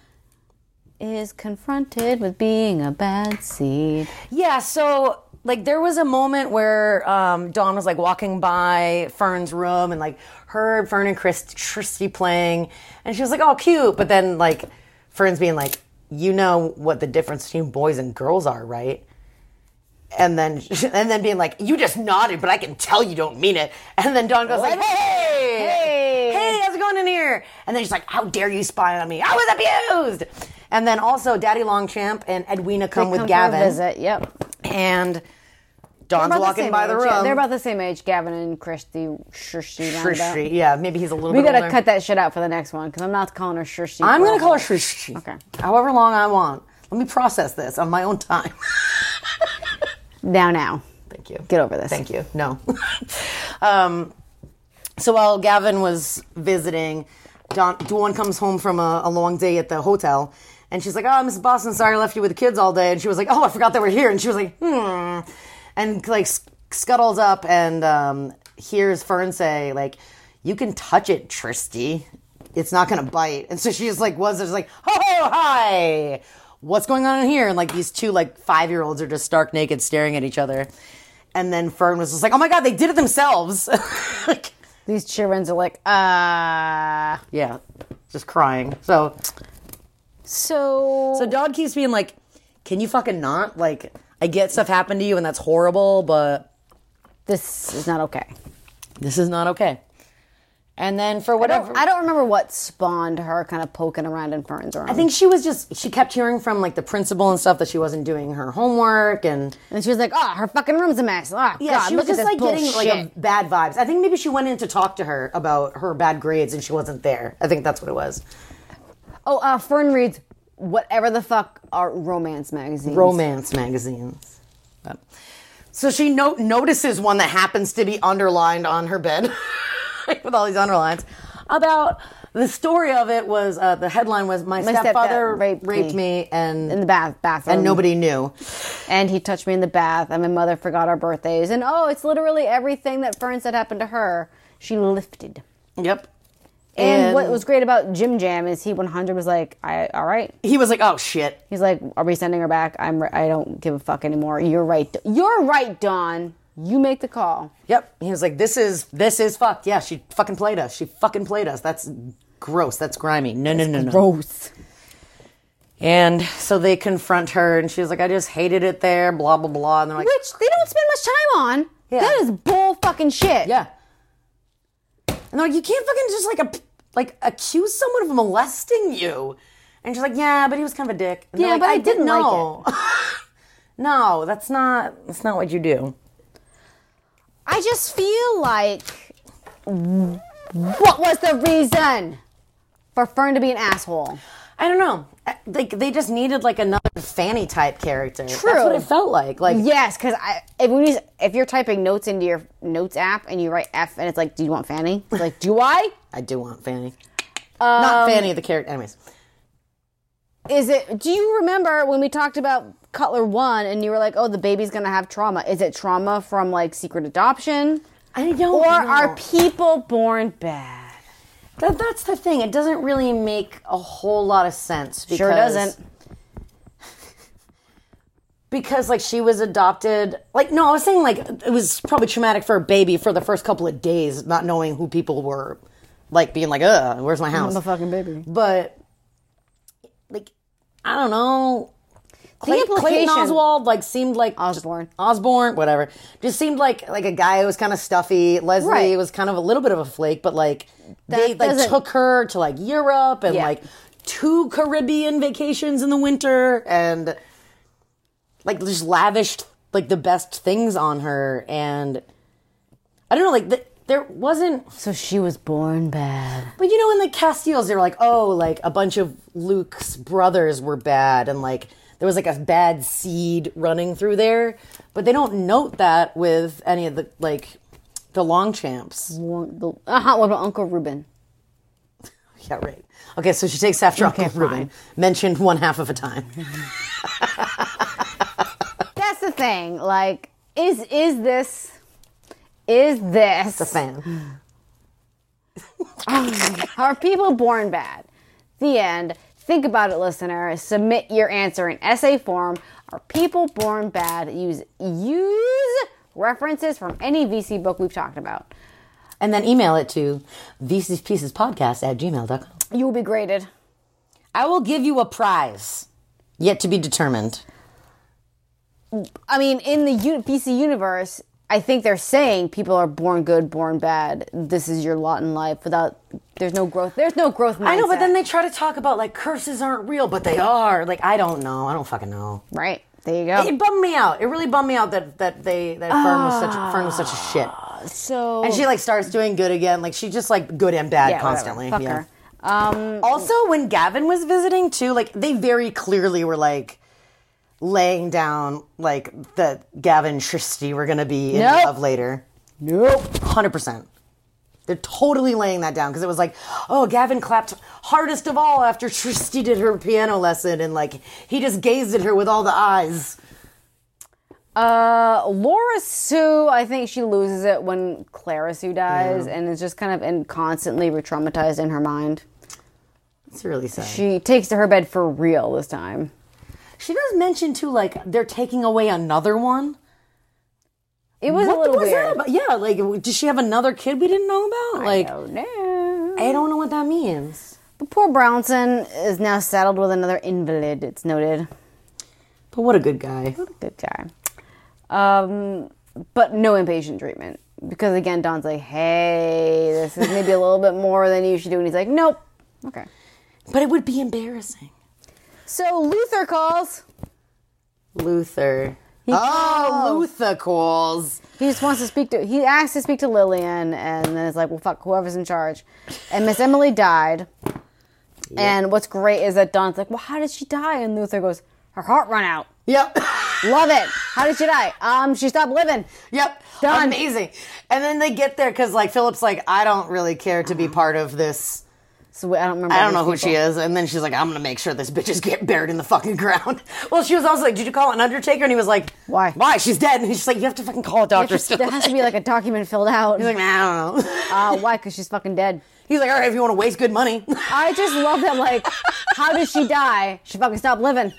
[SPEAKER 2] is confronted with being a bad seed.
[SPEAKER 3] Yeah, so like there was a moment where um, Dawn was like walking by Fern's room and like heard Fern and Chris Christy playing, and she was like, "Oh, cute," but then like Fern's being like, "You know what the difference between boys and girls are, right?" And then and then being like, "You just nodded, but I can tell you don't mean it." And then Dawn goes like, "Hey,
[SPEAKER 2] Hey.
[SPEAKER 3] hey, how's it going in here?" And then she's like, "How dare you spy on me? I was abused." And then also Daddy Longchamp and Edwina come with
[SPEAKER 2] Come for a
[SPEAKER 3] Gavin
[SPEAKER 2] visit. Yep.
[SPEAKER 3] and Don's
[SPEAKER 2] About the
[SPEAKER 3] walking
[SPEAKER 2] same
[SPEAKER 3] by the
[SPEAKER 2] age,
[SPEAKER 3] room.
[SPEAKER 2] yeah. They're about the same age, Gavin and Christy. Shrishi.
[SPEAKER 3] Shrishi. Yeah, maybe he's a little
[SPEAKER 2] We
[SPEAKER 3] bit
[SPEAKER 2] gotta
[SPEAKER 3] older.
[SPEAKER 2] cut that shit out for the next one because I'm not calling her Shrishi.
[SPEAKER 3] I'm going to
[SPEAKER 2] forever.
[SPEAKER 3] call her Shrishi.
[SPEAKER 2] Okay.
[SPEAKER 3] However long I want. Let me process this on my own time.
[SPEAKER 2] now. Now,
[SPEAKER 3] Thank you.
[SPEAKER 2] get over this.
[SPEAKER 3] Thank you. No. um, so while Gavin was visiting, Don, Dawn comes home from a, a long day at the hotel. And she's like, oh, Mrs. Boston, sorry I left you with the kids all day. And she was like, oh, I forgot they were here. And she was like, hmm. And like sc- scuttles up and um, hears Fern say, like, you can touch it, Tristy. It's not going to bite. And so she's like, was just like, oh, hi. What's going on in here? And like these two like five year olds are just stark naked staring at each other. And then Fern was just like, oh my God, they did it themselves. Like,
[SPEAKER 2] These childrens are like, uh.
[SPEAKER 3] yeah, just crying. So,
[SPEAKER 2] So,
[SPEAKER 3] so Dog keeps being like, can you fucking not? Like, I get stuff happened to you and that's horrible, but
[SPEAKER 2] this is not okay.
[SPEAKER 3] this is not okay. And then for whatever.
[SPEAKER 2] I don't remember what spawned her kind of poking around in Fern's room.
[SPEAKER 3] I think she was just, she kept hearing from like the principal and stuff that she wasn't doing her homework and.
[SPEAKER 2] and she was like, "Oh, her fucking room's a mess. Oh,
[SPEAKER 3] Yeah,
[SPEAKER 2] God,
[SPEAKER 3] she was
[SPEAKER 2] look at
[SPEAKER 3] just
[SPEAKER 2] this
[SPEAKER 3] like
[SPEAKER 2] bullshit."
[SPEAKER 3] getting like a bad vibes. I think maybe she went in to talk to her about her bad grades and she wasn't there. I think that's what it was.
[SPEAKER 2] oh, uh, Fern reads whatever the fuck are romance magazines.
[SPEAKER 3] Romance magazines. But- So she no- notices one that happens to be underlined on her bed with all these underlines about the story of it was uh, the headline was my,
[SPEAKER 2] stepdad
[SPEAKER 3] stepfather
[SPEAKER 2] raped
[SPEAKER 3] raped,
[SPEAKER 2] me."
[SPEAKER 3] me, and
[SPEAKER 2] in the bath bathroom,
[SPEAKER 3] and nobody knew.
[SPEAKER 2] and he touched me in the bath and my mother forgot our birthdays and oh it's literally everything that fern said happened to her she lifted
[SPEAKER 3] Yep.
[SPEAKER 2] and, what was great about jim jam is he 100 was like I, all right
[SPEAKER 3] he was like, "Oh shit."
[SPEAKER 2] he's like are we sending her back i'm re- i don't give a fuck anymore you're right you're right don you make the call
[SPEAKER 3] Yep. He was like, "This is this is fucked." Yeah, she fucking played us. She fucking played us. That's gross. That's grimy. No, no, no, no.
[SPEAKER 2] gross
[SPEAKER 3] And so they confront her, and she's like, "I just hated it there." Blah blah blah. And they're like,
[SPEAKER 2] which they don't spend much time on
[SPEAKER 3] Yeah.
[SPEAKER 2] that is bull fucking shit
[SPEAKER 3] Yeah. And they're like, you can't fucking just like a, like accuse someone of molesting you. And she's like, yeah, but he was kind of a dick. And they're
[SPEAKER 2] Yeah,
[SPEAKER 3] like,
[SPEAKER 2] but I didn't like
[SPEAKER 3] know." no, that's not that's not what you do.
[SPEAKER 2] i just feel like what was the reason for fern to be an asshole
[SPEAKER 3] I don't know. I- Like they just needed like another Fanny type character. That's
[SPEAKER 2] True.
[SPEAKER 3] what it felt like. Like
[SPEAKER 2] Yes, because I if, when you, if you're typing notes into your notes app and you write F and it's like, do you want Fanny? It's like, do I?
[SPEAKER 3] I do want Fanny.
[SPEAKER 2] Um,
[SPEAKER 3] not Fanny the character. Anyways,
[SPEAKER 2] Is it? Do you remember when we talked about Cutler One and you were like, oh, the baby's gonna have trauma? Is it trauma from like secret adoption,
[SPEAKER 3] I don't.
[SPEAKER 2] or
[SPEAKER 3] know.
[SPEAKER 2] are people born bad?
[SPEAKER 3] That, that's the thing. It doesn't really make a whole lot of sense. Because,
[SPEAKER 2] Sure doesn't.
[SPEAKER 3] Because like she was adopted. Like no, I was saying like it was probably traumatic for a baby for the first couple of days, not knowing who people were, like being like, "Ugh, where's my house?"
[SPEAKER 2] fucking baby.
[SPEAKER 3] But like, I don't know. Clay, Clayton
[SPEAKER 2] implication-
[SPEAKER 3] Oswald like seemed like
[SPEAKER 2] Osborne.
[SPEAKER 3] Osborne, whatever. Just seemed like like a guy who was kind of stuffy. Leslie
[SPEAKER 2] Right.
[SPEAKER 3] was kind of a little bit of a flake, but like they like
[SPEAKER 2] doesn't-
[SPEAKER 3] took her to like Europe and
[SPEAKER 2] Yeah.
[SPEAKER 3] like two Caribbean vacations in the winter and like just lavished like the best things on her and I don't know like the, there wasn't
[SPEAKER 2] So she was born bad.
[SPEAKER 3] but you know, in the Castiles, they were like, oh, like a bunch of Luke's brothers were bad, and like there was like a bad seed running through there. But they don't note that with any of the like the long champs.
[SPEAKER 2] uh, Born- the- Uh-huh, what about Uncle Reuben?
[SPEAKER 3] Yeah, right. Okay, so she takes half your
[SPEAKER 2] Okay,
[SPEAKER 3] Uncle Reuben.
[SPEAKER 2] fine.
[SPEAKER 3] Mentioned one half of a time.
[SPEAKER 2] That's the thing. Like, is is this? Is this?
[SPEAKER 3] The fan.
[SPEAKER 2] Are people born bad? The end. Think about it, listener. Submit your answer in essay form. Are people born bad? Use use references from any VC book we've talked about.
[SPEAKER 3] And then email it to vcpiecespodcast at gmail.com.
[SPEAKER 2] You will be graded.
[SPEAKER 3] I will give you a prize. Yet to be determined.
[SPEAKER 2] I mean, in the U- VC universe, I think they're saying people are born good, born bad. This is your lot in life. Without there's no growth. There's no growth mindset.
[SPEAKER 3] I know, but then they try to talk about like curses aren't real, but they are. Like I don't know. I don't fucking know.
[SPEAKER 2] right there you go.
[SPEAKER 3] It bummed me out. It really bummed me out that that they that Fern was such Fern was such a shit.
[SPEAKER 2] so
[SPEAKER 3] And she like starts doing good again. Like she just like good and bad
[SPEAKER 2] Yeah, whatever.
[SPEAKER 3] constantly.
[SPEAKER 2] Fuck
[SPEAKER 3] yeah.
[SPEAKER 2] her. Um,
[SPEAKER 3] Also, when Gavin was visiting too, like they very clearly were like laying down like that Gavin and Tristy were gonna be in
[SPEAKER 2] Nope.
[SPEAKER 3] love later.
[SPEAKER 2] nope.
[SPEAKER 3] Hundred percent. They're totally laying that down because it was like, oh, Gavin clapped hardest of all after Tristy did her piano lesson, and like he just gazed at her with all the eyes.
[SPEAKER 2] Uh, Laura Sue, I think she loses it when Clara Sue dies, and is just kind of in, constantly re-traumatized in her mind.
[SPEAKER 3] It's really sad.
[SPEAKER 2] She takes to her bed for real this time.
[SPEAKER 3] She does mention too, like they're taking away another one.
[SPEAKER 2] It was a little
[SPEAKER 3] was
[SPEAKER 2] weird.
[SPEAKER 3] that about? Yeah, like w- does she have another kid we didn't know about? like
[SPEAKER 2] oh no!
[SPEAKER 3] I don't know what that means.
[SPEAKER 2] But poor Brownson is now saddled with another invalid. It's noted.
[SPEAKER 3] But what a good guy.
[SPEAKER 2] Good guy. Um, but no inpatient treatment because again, Don's like, "Hey, this is maybe a little bit more than you should do," and he's like, "Nope." Okay.
[SPEAKER 3] But it would be embarrassing.
[SPEAKER 2] So Luther calls.
[SPEAKER 3] Luther. oh, Luther calls.
[SPEAKER 2] He just wants to speak to. He asks to speak to Lillian, and then it's like, well, fuck, whoever's in charge. And Miss Emily died. And what's great is that Don's like, well, how did she die? And Luther goes, her heart run out.
[SPEAKER 3] Yep.
[SPEAKER 2] Love it. How did she die? Um, she stopped living.
[SPEAKER 3] Yep.
[SPEAKER 2] Done.
[SPEAKER 3] Amazing. And then they get there because like Philip's like, I don't really care to be part of this.
[SPEAKER 2] So I don't remember.
[SPEAKER 3] I don't know
[SPEAKER 2] these
[SPEAKER 3] who
[SPEAKER 2] people.
[SPEAKER 3] she is. And then she's like, I'm gonna make sure this bitch is get buried in the fucking ground. well, she was also like, Did you call an undertaker? And he was like,
[SPEAKER 2] Why?
[SPEAKER 3] Why? She's dead. And she's like, You have to fucking call a doctor.
[SPEAKER 2] Just-
[SPEAKER 3] Still.
[SPEAKER 2] There has to be like a document filled out.
[SPEAKER 3] He's like, nah, I don't know.
[SPEAKER 2] Uh, why? Because she's fucking dead.
[SPEAKER 3] He's like, All right, if you want to waste good money.
[SPEAKER 2] I just love that. Like, how did she die? She fucking stopped living.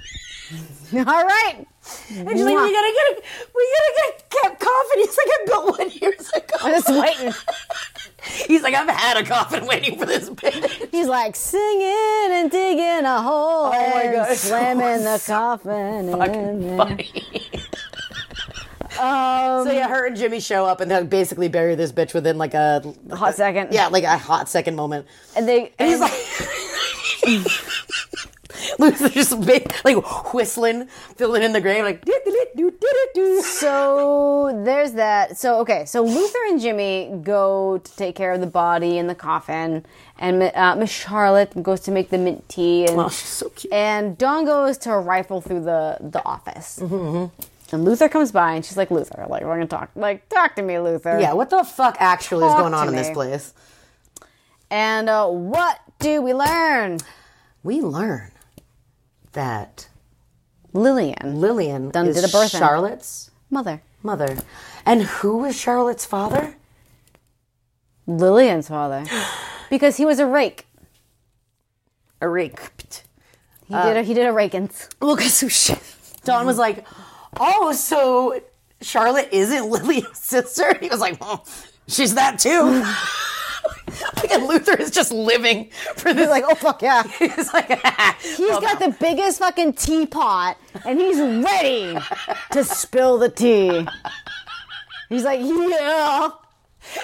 [SPEAKER 2] All right.
[SPEAKER 3] And she's like, we gotta get a, we gotta get a kept coffin. He's like, I built one years ago.
[SPEAKER 2] I'm just waiting.
[SPEAKER 3] He's like, I've had a coffin waiting for this bitch.
[SPEAKER 2] He's like singing and digging a hole
[SPEAKER 3] my
[SPEAKER 2] and
[SPEAKER 3] gosh.
[SPEAKER 2] slamming the coffin. in there. Um,
[SPEAKER 3] So yeah, her and Jimmy show up and they basically bury this bitch within like a
[SPEAKER 2] Hot second.
[SPEAKER 3] Yeah, like a hot second moment.
[SPEAKER 2] And they
[SPEAKER 3] And he's
[SPEAKER 2] and-
[SPEAKER 3] like, Luther's just big, like whistling, filling in the grave, like do do do do do.
[SPEAKER 2] so there's that. So okay, so Luther and Jimmy go to take care of the body in the coffin, and uh, Miss Charlotte goes to make the mint tea, and
[SPEAKER 3] Oh, she's so cute.
[SPEAKER 2] and Dawn goes to rifle through the the office. And Luther comes by, and she's like, "Luther, like we're gonna talk, like talk to me, Luther."
[SPEAKER 3] Yeah, what the fuck actually is
[SPEAKER 2] Talk
[SPEAKER 3] going on
[SPEAKER 2] to
[SPEAKER 3] in this
[SPEAKER 2] me.
[SPEAKER 3] place?
[SPEAKER 2] And uh, what do we learn,
[SPEAKER 3] We learn that
[SPEAKER 2] Lillian,
[SPEAKER 3] Lillian
[SPEAKER 2] Done
[SPEAKER 3] is
[SPEAKER 2] did a birth in.
[SPEAKER 3] Charlotte's
[SPEAKER 2] mother?
[SPEAKER 3] mother, and who was Charlotte's father?
[SPEAKER 2] Lillian's father. Because he was a rake.
[SPEAKER 3] Eric.
[SPEAKER 2] He
[SPEAKER 3] Uh.
[SPEAKER 2] did a, he did a rakins.
[SPEAKER 3] Well, because Don was like, oh, so Charlotte isn't Lillian's sister? And he was like, well, she's that too. like, and Luther is just living for this.
[SPEAKER 2] like, oh, fuck yeah.
[SPEAKER 3] He's like,
[SPEAKER 2] He's got the biggest fucking teapot and he's ready to spill the tea. He's like, yeah.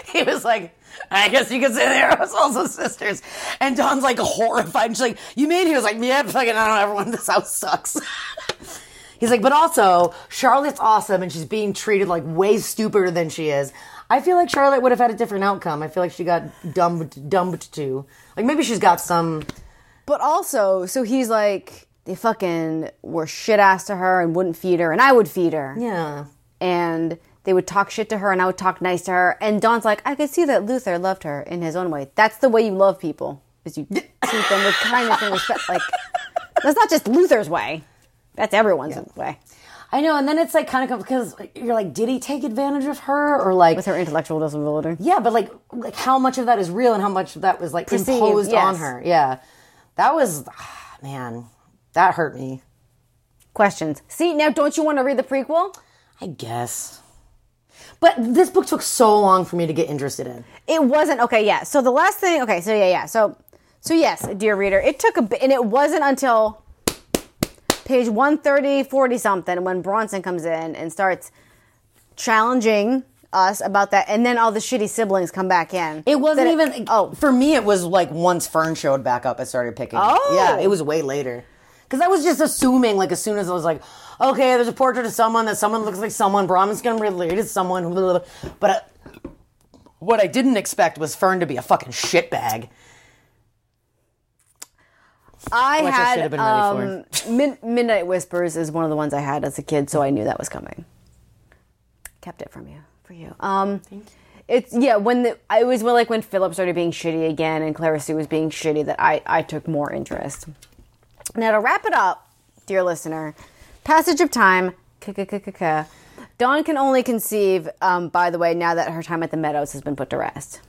[SPEAKER 3] he was like, I guess you could say they're also sisters. And Don's like horrified. And she's like, you mean? He was like, yeah, fucking, I don't know. Everyone in this house sucks. He's like, but also, Charlotte's awesome and she's being treated like way stupider than she is. I feel like Charlotte would have had a different outcome. I feel like she got dumbed, dumbed to. Like maybe she's got some.
[SPEAKER 2] But also, so he's like, they fucking were shit ass to her and wouldn't feed her, and I would feed her.
[SPEAKER 3] Yeah.
[SPEAKER 2] And they would talk shit to her, and I would talk nice to her. And Don's like, I could see that Luther loved her in his own way. That's the way you love people, is you treat them with kindness and respect. Like, that's not just Luther's way. That's everyone's way.
[SPEAKER 3] I know, and then it's like kind of because you're like, did he take advantage of her or like?
[SPEAKER 2] With her intellectual disability.
[SPEAKER 3] Yeah, but like, like how much of that is real and how much of that was like
[SPEAKER 2] Perceived,
[SPEAKER 3] imposed on
[SPEAKER 2] yes.
[SPEAKER 3] her? Yeah, that was, ah, man, that hurt me.
[SPEAKER 2] Questions. See, now don't you want to read the prequel?
[SPEAKER 3] I guess. But this book took so long for me to get interested in.
[SPEAKER 2] It wasn't okay. Yeah. So the last thing. Okay. So yeah, yeah. So, so yes, dear reader, it took a bit, and it wasn't until page 130, 40 something when Bronson comes in and starts challenging us about that, and then all the shitty siblings come back in.
[SPEAKER 3] It wasn't
[SPEAKER 2] That
[SPEAKER 3] even.
[SPEAKER 2] oh.
[SPEAKER 3] for me, it was like once Fern showed back up, I started picking. it.
[SPEAKER 2] Oh.
[SPEAKER 3] yeah, it was way later. Because I was just assuming, like, as soon as I was like, okay, there's a portrait of someone that someone looks like someone. Brahman's gonna relate to someone. Blah, blah, blah. But I, what I didn't expect was Fern to be a fucking shitbag.
[SPEAKER 2] I
[SPEAKER 3] Which I
[SPEAKER 2] had
[SPEAKER 3] should have been ready
[SPEAKER 2] um, Mid- Midnight Whispers is one of the ones I had as a kid, so I knew that was coming. Kept it from you for you. Um, It's yeah. When the I was well, like when Philip started being shitty again, and Clara Sue was being shitty, that I I took more interest. Now to wrap it up, dear listener, passage of time. K-k-k-k-k. Dawn can only conceive. Um, by the way, now that her time at the Meadows has been put to rest.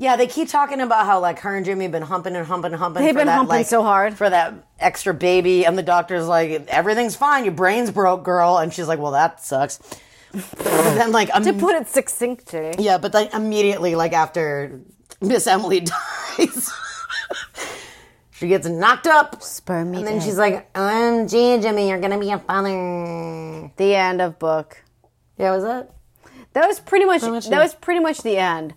[SPEAKER 3] Yeah, they keep talking about how like her and Jimmy have been humping and humping and humping.
[SPEAKER 2] They've
[SPEAKER 3] for
[SPEAKER 2] been
[SPEAKER 3] that,
[SPEAKER 2] humping
[SPEAKER 3] like-
[SPEAKER 2] so hard.
[SPEAKER 3] for that extra baby, and the doctor's like, "Everything's fine. Your brain's broke, girl." And she's like, "Well, that sucks." but then, like,
[SPEAKER 2] To
[SPEAKER 3] um,
[SPEAKER 2] put it succinctly.
[SPEAKER 3] yeah, but then immediately, like after Miss Emily dies, she gets knocked up,
[SPEAKER 2] Sperm
[SPEAKER 3] and
[SPEAKER 2] meat
[SPEAKER 3] then
[SPEAKER 2] egg.
[SPEAKER 3] she's like, "OMG, Jimmy, you're gonna be a father."
[SPEAKER 2] The end of book.
[SPEAKER 3] Yeah, was that?
[SPEAKER 2] That was pretty much,
[SPEAKER 3] much
[SPEAKER 2] that
[SPEAKER 3] it.
[SPEAKER 2] was pretty much the end.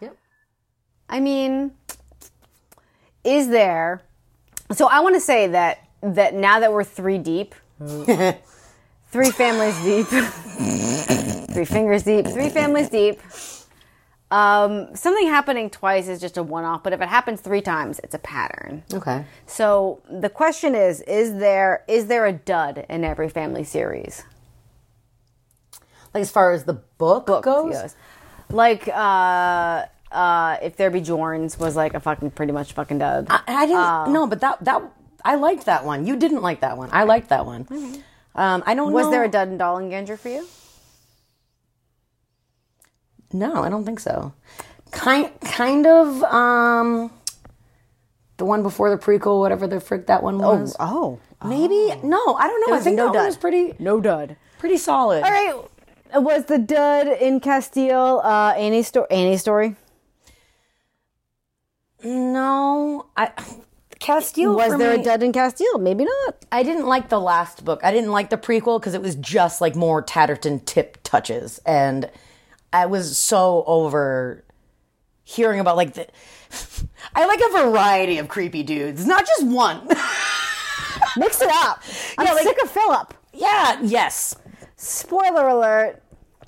[SPEAKER 3] Yep.
[SPEAKER 2] I mean, is there? So I want to say that that now that we're three deep, three families deep, three fingers deep, three families deep. Um, something happening twice is just a one-off, but if it happens three times, it's a pattern.
[SPEAKER 3] Okay.
[SPEAKER 2] So the question is: Is there is there a dud in every family series?
[SPEAKER 3] Like as far as the book goes,
[SPEAKER 2] Yes. Like, uh, uh, if there be Jorns was like a fucking pretty much fucking dud.
[SPEAKER 3] I I didn't.
[SPEAKER 2] Oh.
[SPEAKER 3] no, but that that I liked that one. You didn't like that one. I liked that one. Um, I don't.
[SPEAKER 2] was
[SPEAKER 3] know-
[SPEAKER 2] there a dud in Dollinger for you?
[SPEAKER 3] No, I don't think so. Kind kind of um, the one before the prequel, whatever the frick that one was.
[SPEAKER 2] Oh,
[SPEAKER 3] Maybe no, I don't know. I think that one was pretty
[SPEAKER 2] no dud.
[SPEAKER 3] pretty solid.
[SPEAKER 2] All right, was the dud in Castile uh, Annie's story? Annie's story
[SPEAKER 3] No, I Castile
[SPEAKER 2] was
[SPEAKER 3] for
[SPEAKER 2] there
[SPEAKER 3] me-
[SPEAKER 2] a dud in Castile? Maybe not.
[SPEAKER 3] I didn't like the last book. I didn't like the prequel because it was just like more Tatterton tip touches, and I was so over hearing about like the. I like a variety of creepy dudes, not just one.
[SPEAKER 2] Mix it up. I'm
[SPEAKER 3] like-
[SPEAKER 2] sick of Philip.
[SPEAKER 3] yeah, yes.
[SPEAKER 2] Spoiler alert.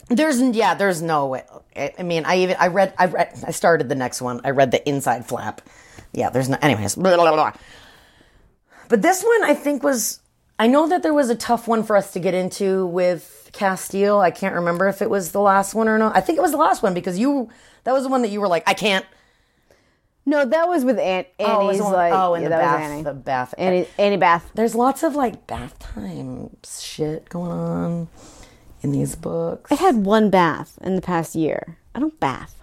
[SPEAKER 3] There's yeah, there's no way. I I mean, I even I read I read I started the next one. I read the inside flap. Yeah, there's no. Anyways, blah, blah, blah. but this one I think was. I know that there was a tough one for us to get into with Castile. I can't remember if it was the last one or not. I think it was the last one because you that was the one that you were like, I can't.
[SPEAKER 2] No, that was with Aunt
[SPEAKER 3] it was
[SPEAKER 2] Annie's.
[SPEAKER 3] the one-
[SPEAKER 2] like,
[SPEAKER 3] oh, and
[SPEAKER 2] yeah,
[SPEAKER 3] the
[SPEAKER 2] that was
[SPEAKER 3] bath,
[SPEAKER 2] Annie.
[SPEAKER 3] the bath.
[SPEAKER 2] Annie, Annie Bath.
[SPEAKER 3] There's lots of like bath time shit going on in these books.
[SPEAKER 2] I had one bath in the past year. I don't bath.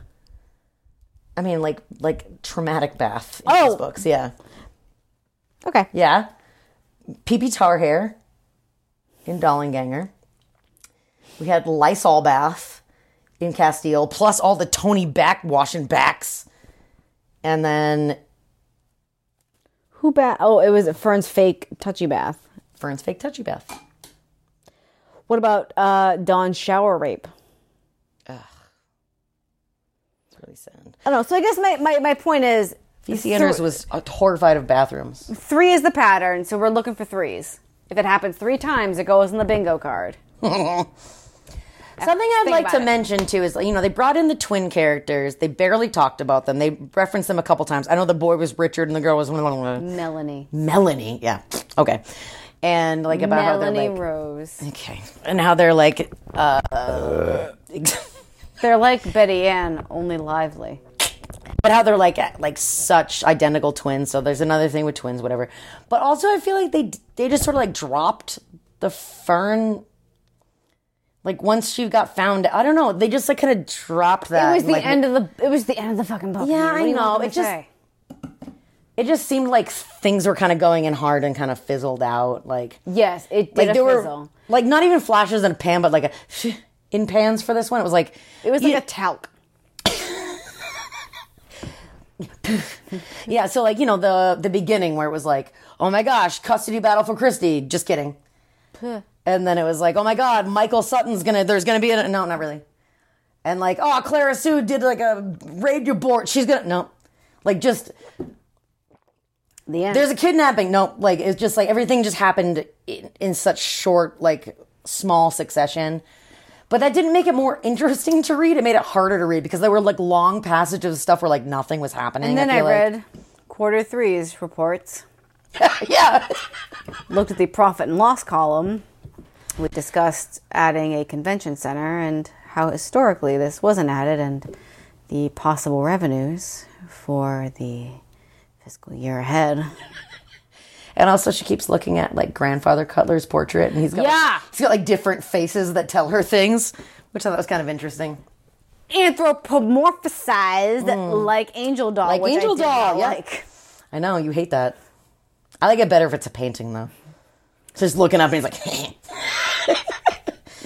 [SPEAKER 3] I mean, like like traumatic bath in
[SPEAKER 2] Oh.
[SPEAKER 3] these books. Yeah.
[SPEAKER 2] Okay.
[SPEAKER 3] Yeah. PP tar hair in Dollenganger. We had Lysol bath in Castile, plus all the Tony back washing backs. And then
[SPEAKER 2] Who bath? Oh, it was Fern's fake touchy bath.
[SPEAKER 3] Fern's fake touchy bath.
[SPEAKER 2] What about uh, Dawn's shower rape?
[SPEAKER 3] It's really sad.
[SPEAKER 2] I don't know. So I guess my, my, my point is
[SPEAKER 3] VC Anders was uh, horrified of bathrooms.
[SPEAKER 2] three is the pattern, so we're looking for threes. If it happens three times, it goes in the bingo card.
[SPEAKER 3] Something I'd
[SPEAKER 2] Think
[SPEAKER 3] like
[SPEAKER 2] about
[SPEAKER 3] to
[SPEAKER 2] it.
[SPEAKER 3] mention too is you know they brought in the twin characters. They barely talked about them. They referenced them a couple times. I know the boy was Richard and the girl was
[SPEAKER 2] Melanie.
[SPEAKER 3] Melanie. Yeah. Okay. And like about how
[SPEAKER 2] Melanie
[SPEAKER 3] they're like
[SPEAKER 2] Rose.
[SPEAKER 3] Okay. And how they're like, uh,
[SPEAKER 2] They're like Betty Ann, only lively.
[SPEAKER 3] but how they're like like such identical twins. So there's another thing with twins, whatever. But also, I feel like they they just sort of like dropped the Fern. Like once she got found, I don't know. They just like kind of dropped that.
[SPEAKER 2] It was
[SPEAKER 3] and,
[SPEAKER 2] the
[SPEAKER 3] like,
[SPEAKER 2] end of the. It was the end of the fucking book.
[SPEAKER 3] Yeah,
[SPEAKER 2] man.
[SPEAKER 3] I
[SPEAKER 2] What do you
[SPEAKER 3] know.
[SPEAKER 2] want me
[SPEAKER 3] It
[SPEAKER 2] to
[SPEAKER 3] just-
[SPEAKER 2] say?
[SPEAKER 3] It just seemed like things were kind of going in hard and kind of fizzled out. Like
[SPEAKER 2] yes, it did
[SPEAKER 3] like
[SPEAKER 2] a
[SPEAKER 3] there were
[SPEAKER 2] fizzle.
[SPEAKER 3] like not even flashes in a pan, but like a in pans for this one. It was like
[SPEAKER 2] It was like
[SPEAKER 3] yeah,
[SPEAKER 2] a talc.
[SPEAKER 3] yeah. So like you know the the beginning where it was like oh my gosh custody battle for Christie. Just kidding. and then it was like oh my god Michael Sutton's gonna there's gonna be a no not really. And like oh Clara Sue did like a raid your board. She's gonna no. Like just
[SPEAKER 2] The end.
[SPEAKER 3] there's a kidnapping. No, like it's just like everything just happened in, in such short, like small succession. But that didn't make it more interesting to read. It made it harder to read because there were like long passages of stuff where like nothing was happening.
[SPEAKER 2] and then I,
[SPEAKER 3] feel like.
[SPEAKER 2] read quarter three's reports.
[SPEAKER 3] yeah,
[SPEAKER 2] Looked at the profit and loss column. We discussed adding a convention center and how historically this wasn't added, and the possible revenues for the fiscal year ahead.
[SPEAKER 3] and also she keeps looking at like grandfather Cutler's portrait, and he's got
[SPEAKER 2] Yeah.
[SPEAKER 3] like, he's got like different faces that tell her things, which I thought was kind of interesting.
[SPEAKER 2] Anthropomorphized like Angel Doll,
[SPEAKER 3] Mm. Like
[SPEAKER 2] which I
[SPEAKER 3] Angel
[SPEAKER 2] did not
[SPEAKER 3] Doll, yeah.
[SPEAKER 2] like.
[SPEAKER 3] I know you hate that. I like it better if it's a painting though. Just looking up and he's like,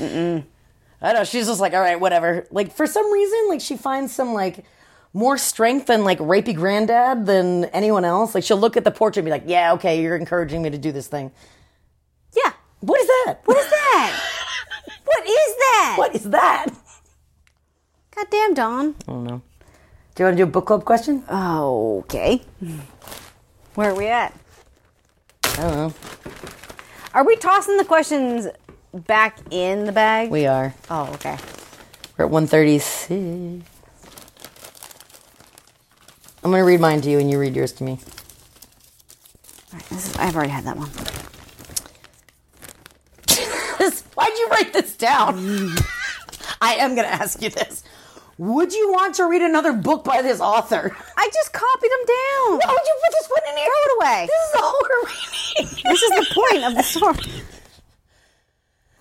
[SPEAKER 3] I know she's just like, all right, whatever. Like for some reason, like she finds some like more strength than like rapey granddad than anyone else. Like she'll look at the portrait and be like, yeah, okay, you're encouraging me to do this thing.
[SPEAKER 2] Yeah.
[SPEAKER 3] What is that?
[SPEAKER 2] What is that? what is that?
[SPEAKER 3] What is that?
[SPEAKER 2] Goddamn, Don.
[SPEAKER 3] Do you want to do a book club question?
[SPEAKER 2] Okay. Where are we at?
[SPEAKER 3] I don't know.
[SPEAKER 2] Are we tossing the questions back in the bag?
[SPEAKER 3] We are.
[SPEAKER 2] oh, okay.
[SPEAKER 3] We're at 136. I'm gonna read mine to you and you read yours to me.
[SPEAKER 2] All right, this is, I've already had that one.
[SPEAKER 3] this. Why'd you write this down? I am going to ask you this. Would you want to read another book by this author?
[SPEAKER 2] I just copied them down.
[SPEAKER 3] How would you put this one in here?
[SPEAKER 2] Throw it away.
[SPEAKER 3] This is all we're reading.
[SPEAKER 2] This is the point of the story.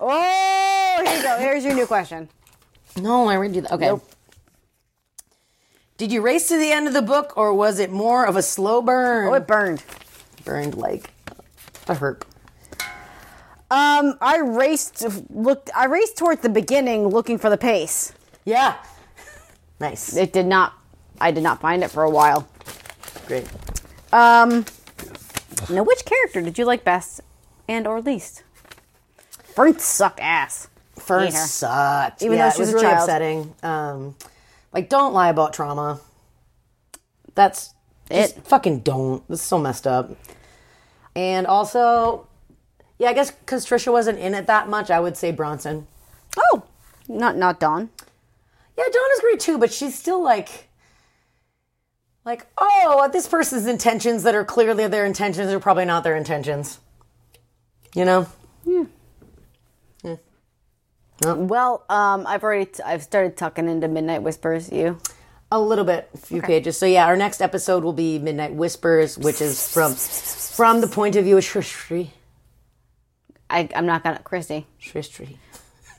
[SPEAKER 2] Oh, here you go. Here's your new question.
[SPEAKER 3] No, I read you that. Okay.
[SPEAKER 2] Nope.
[SPEAKER 3] Did you race to the end of the book, or was it more of a slow burn?
[SPEAKER 2] Oh, it burned.
[SPEAKER 3] burned like a herp.
[SPEAKER 2] Um, I raced. Looked. I raced towards the beginning, looking for the pace.
[SPEAKER 3] Yeah. nice.
[SPEAKER 2] It did not. I did not find it for a while.
[SPEAKER 3] Great.
[SPEAKER 2] Um, now which character did you like best and or least? Fern sucked ass.
[SPEAKER 3] Fern
[SPEAKER 2] Hate her.
[SPEAKER 3] sucked.
[SPEAKER 2] Even
[SPEAKER 3] yeah,
[SPEAKER 2] though she
[SPEAKER 3] it was
[SPEAKER 2] was a
[SPEAKER 3] really
[SPEAKER 2] child.
[SPEAKER 3] upsetting. Um, like, don't lie about trauma. That's
[SPEAKER 2] It.
[SPEAKER 3] Just fucking don't. This is so messed up. And also, yeah, I guess because Trisha wasn't in it that much, I would say Bronson.
[SPEAKER 2] Oh, not not Dawn.
[SPEAKER 3] Yeah, Dawn is great too, but she's still like, like, oh, this person's intentions that are clearly their intentions are probably not their intentions. You know?
[SPEAKER 2] Well, um, I've already t- I've started tucking into Midnight Whispers. You
[SPEAKER 3] A little bit, a few pages. So yeah, our next episode will be Midnight Whispers, which is from from the point of view of Shristri.
[SPEAKER 2] I, I'm not gonna Christy.
[SPEAKER 3] Shristri.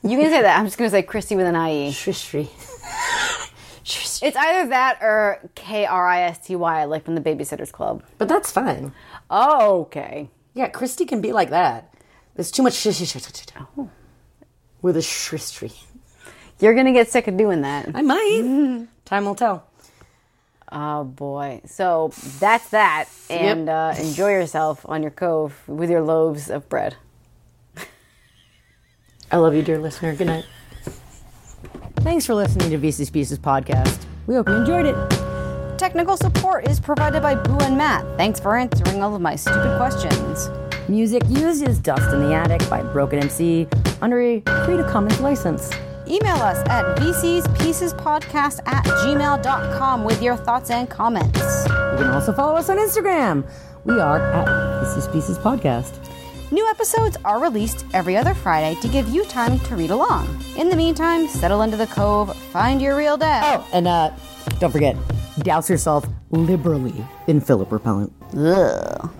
[SPEAKER 2] You can say that. I'm just gonna say Christy with an I E.
[SPEAKER 3] Shristri.
[SPEAKER 2] It's either that or K R I S T Y, like from the Babysitters Club.
[SPEAKER 3] But that's fine.
[SPEAKER 2] Oh, okay.
[SPEAKER 3] Yeah, Christy can be like that. There's too much sh- sh- sh- sh- sh- with a shristery.
[SPEAKER 2] You're gonna get sick of doing that.
[SPEAKER 3] I might. Time will tell.
[SPEAKER 2] Oh boy. So that's that. And uh, enjoy yourself on your cove with your loaves of bread.
[SPEAKER 3] I love you, dear listener. Good night. Thanks for listening to VC's Pieces podcast. We hope you enjoyed it.
[SPEAKER 2] Technical support is provided by Boo and Matt. Thanks for answering all of my stupid questions.
[SPEAKER 3] Music used is Dust in the Attic by Broken MC under a Creative Commons license.
[SPEAKER 2] Email us at vcspiecespodcast at gmail.com with your thoughts and comments.
[SPEAKER 3] You can also follow us on Instagram. We are at This Is Pieces Podcast.
[SPEAKER 2] New episodes are released every other Friday to give you time to read along. In the meantime, settle into the cove, find your real dad.
[SPEAKER 3] Oh, and uh, don't forget, Douse yourself liberally in Philip repellent.
[SPEAKER 2] Ugh.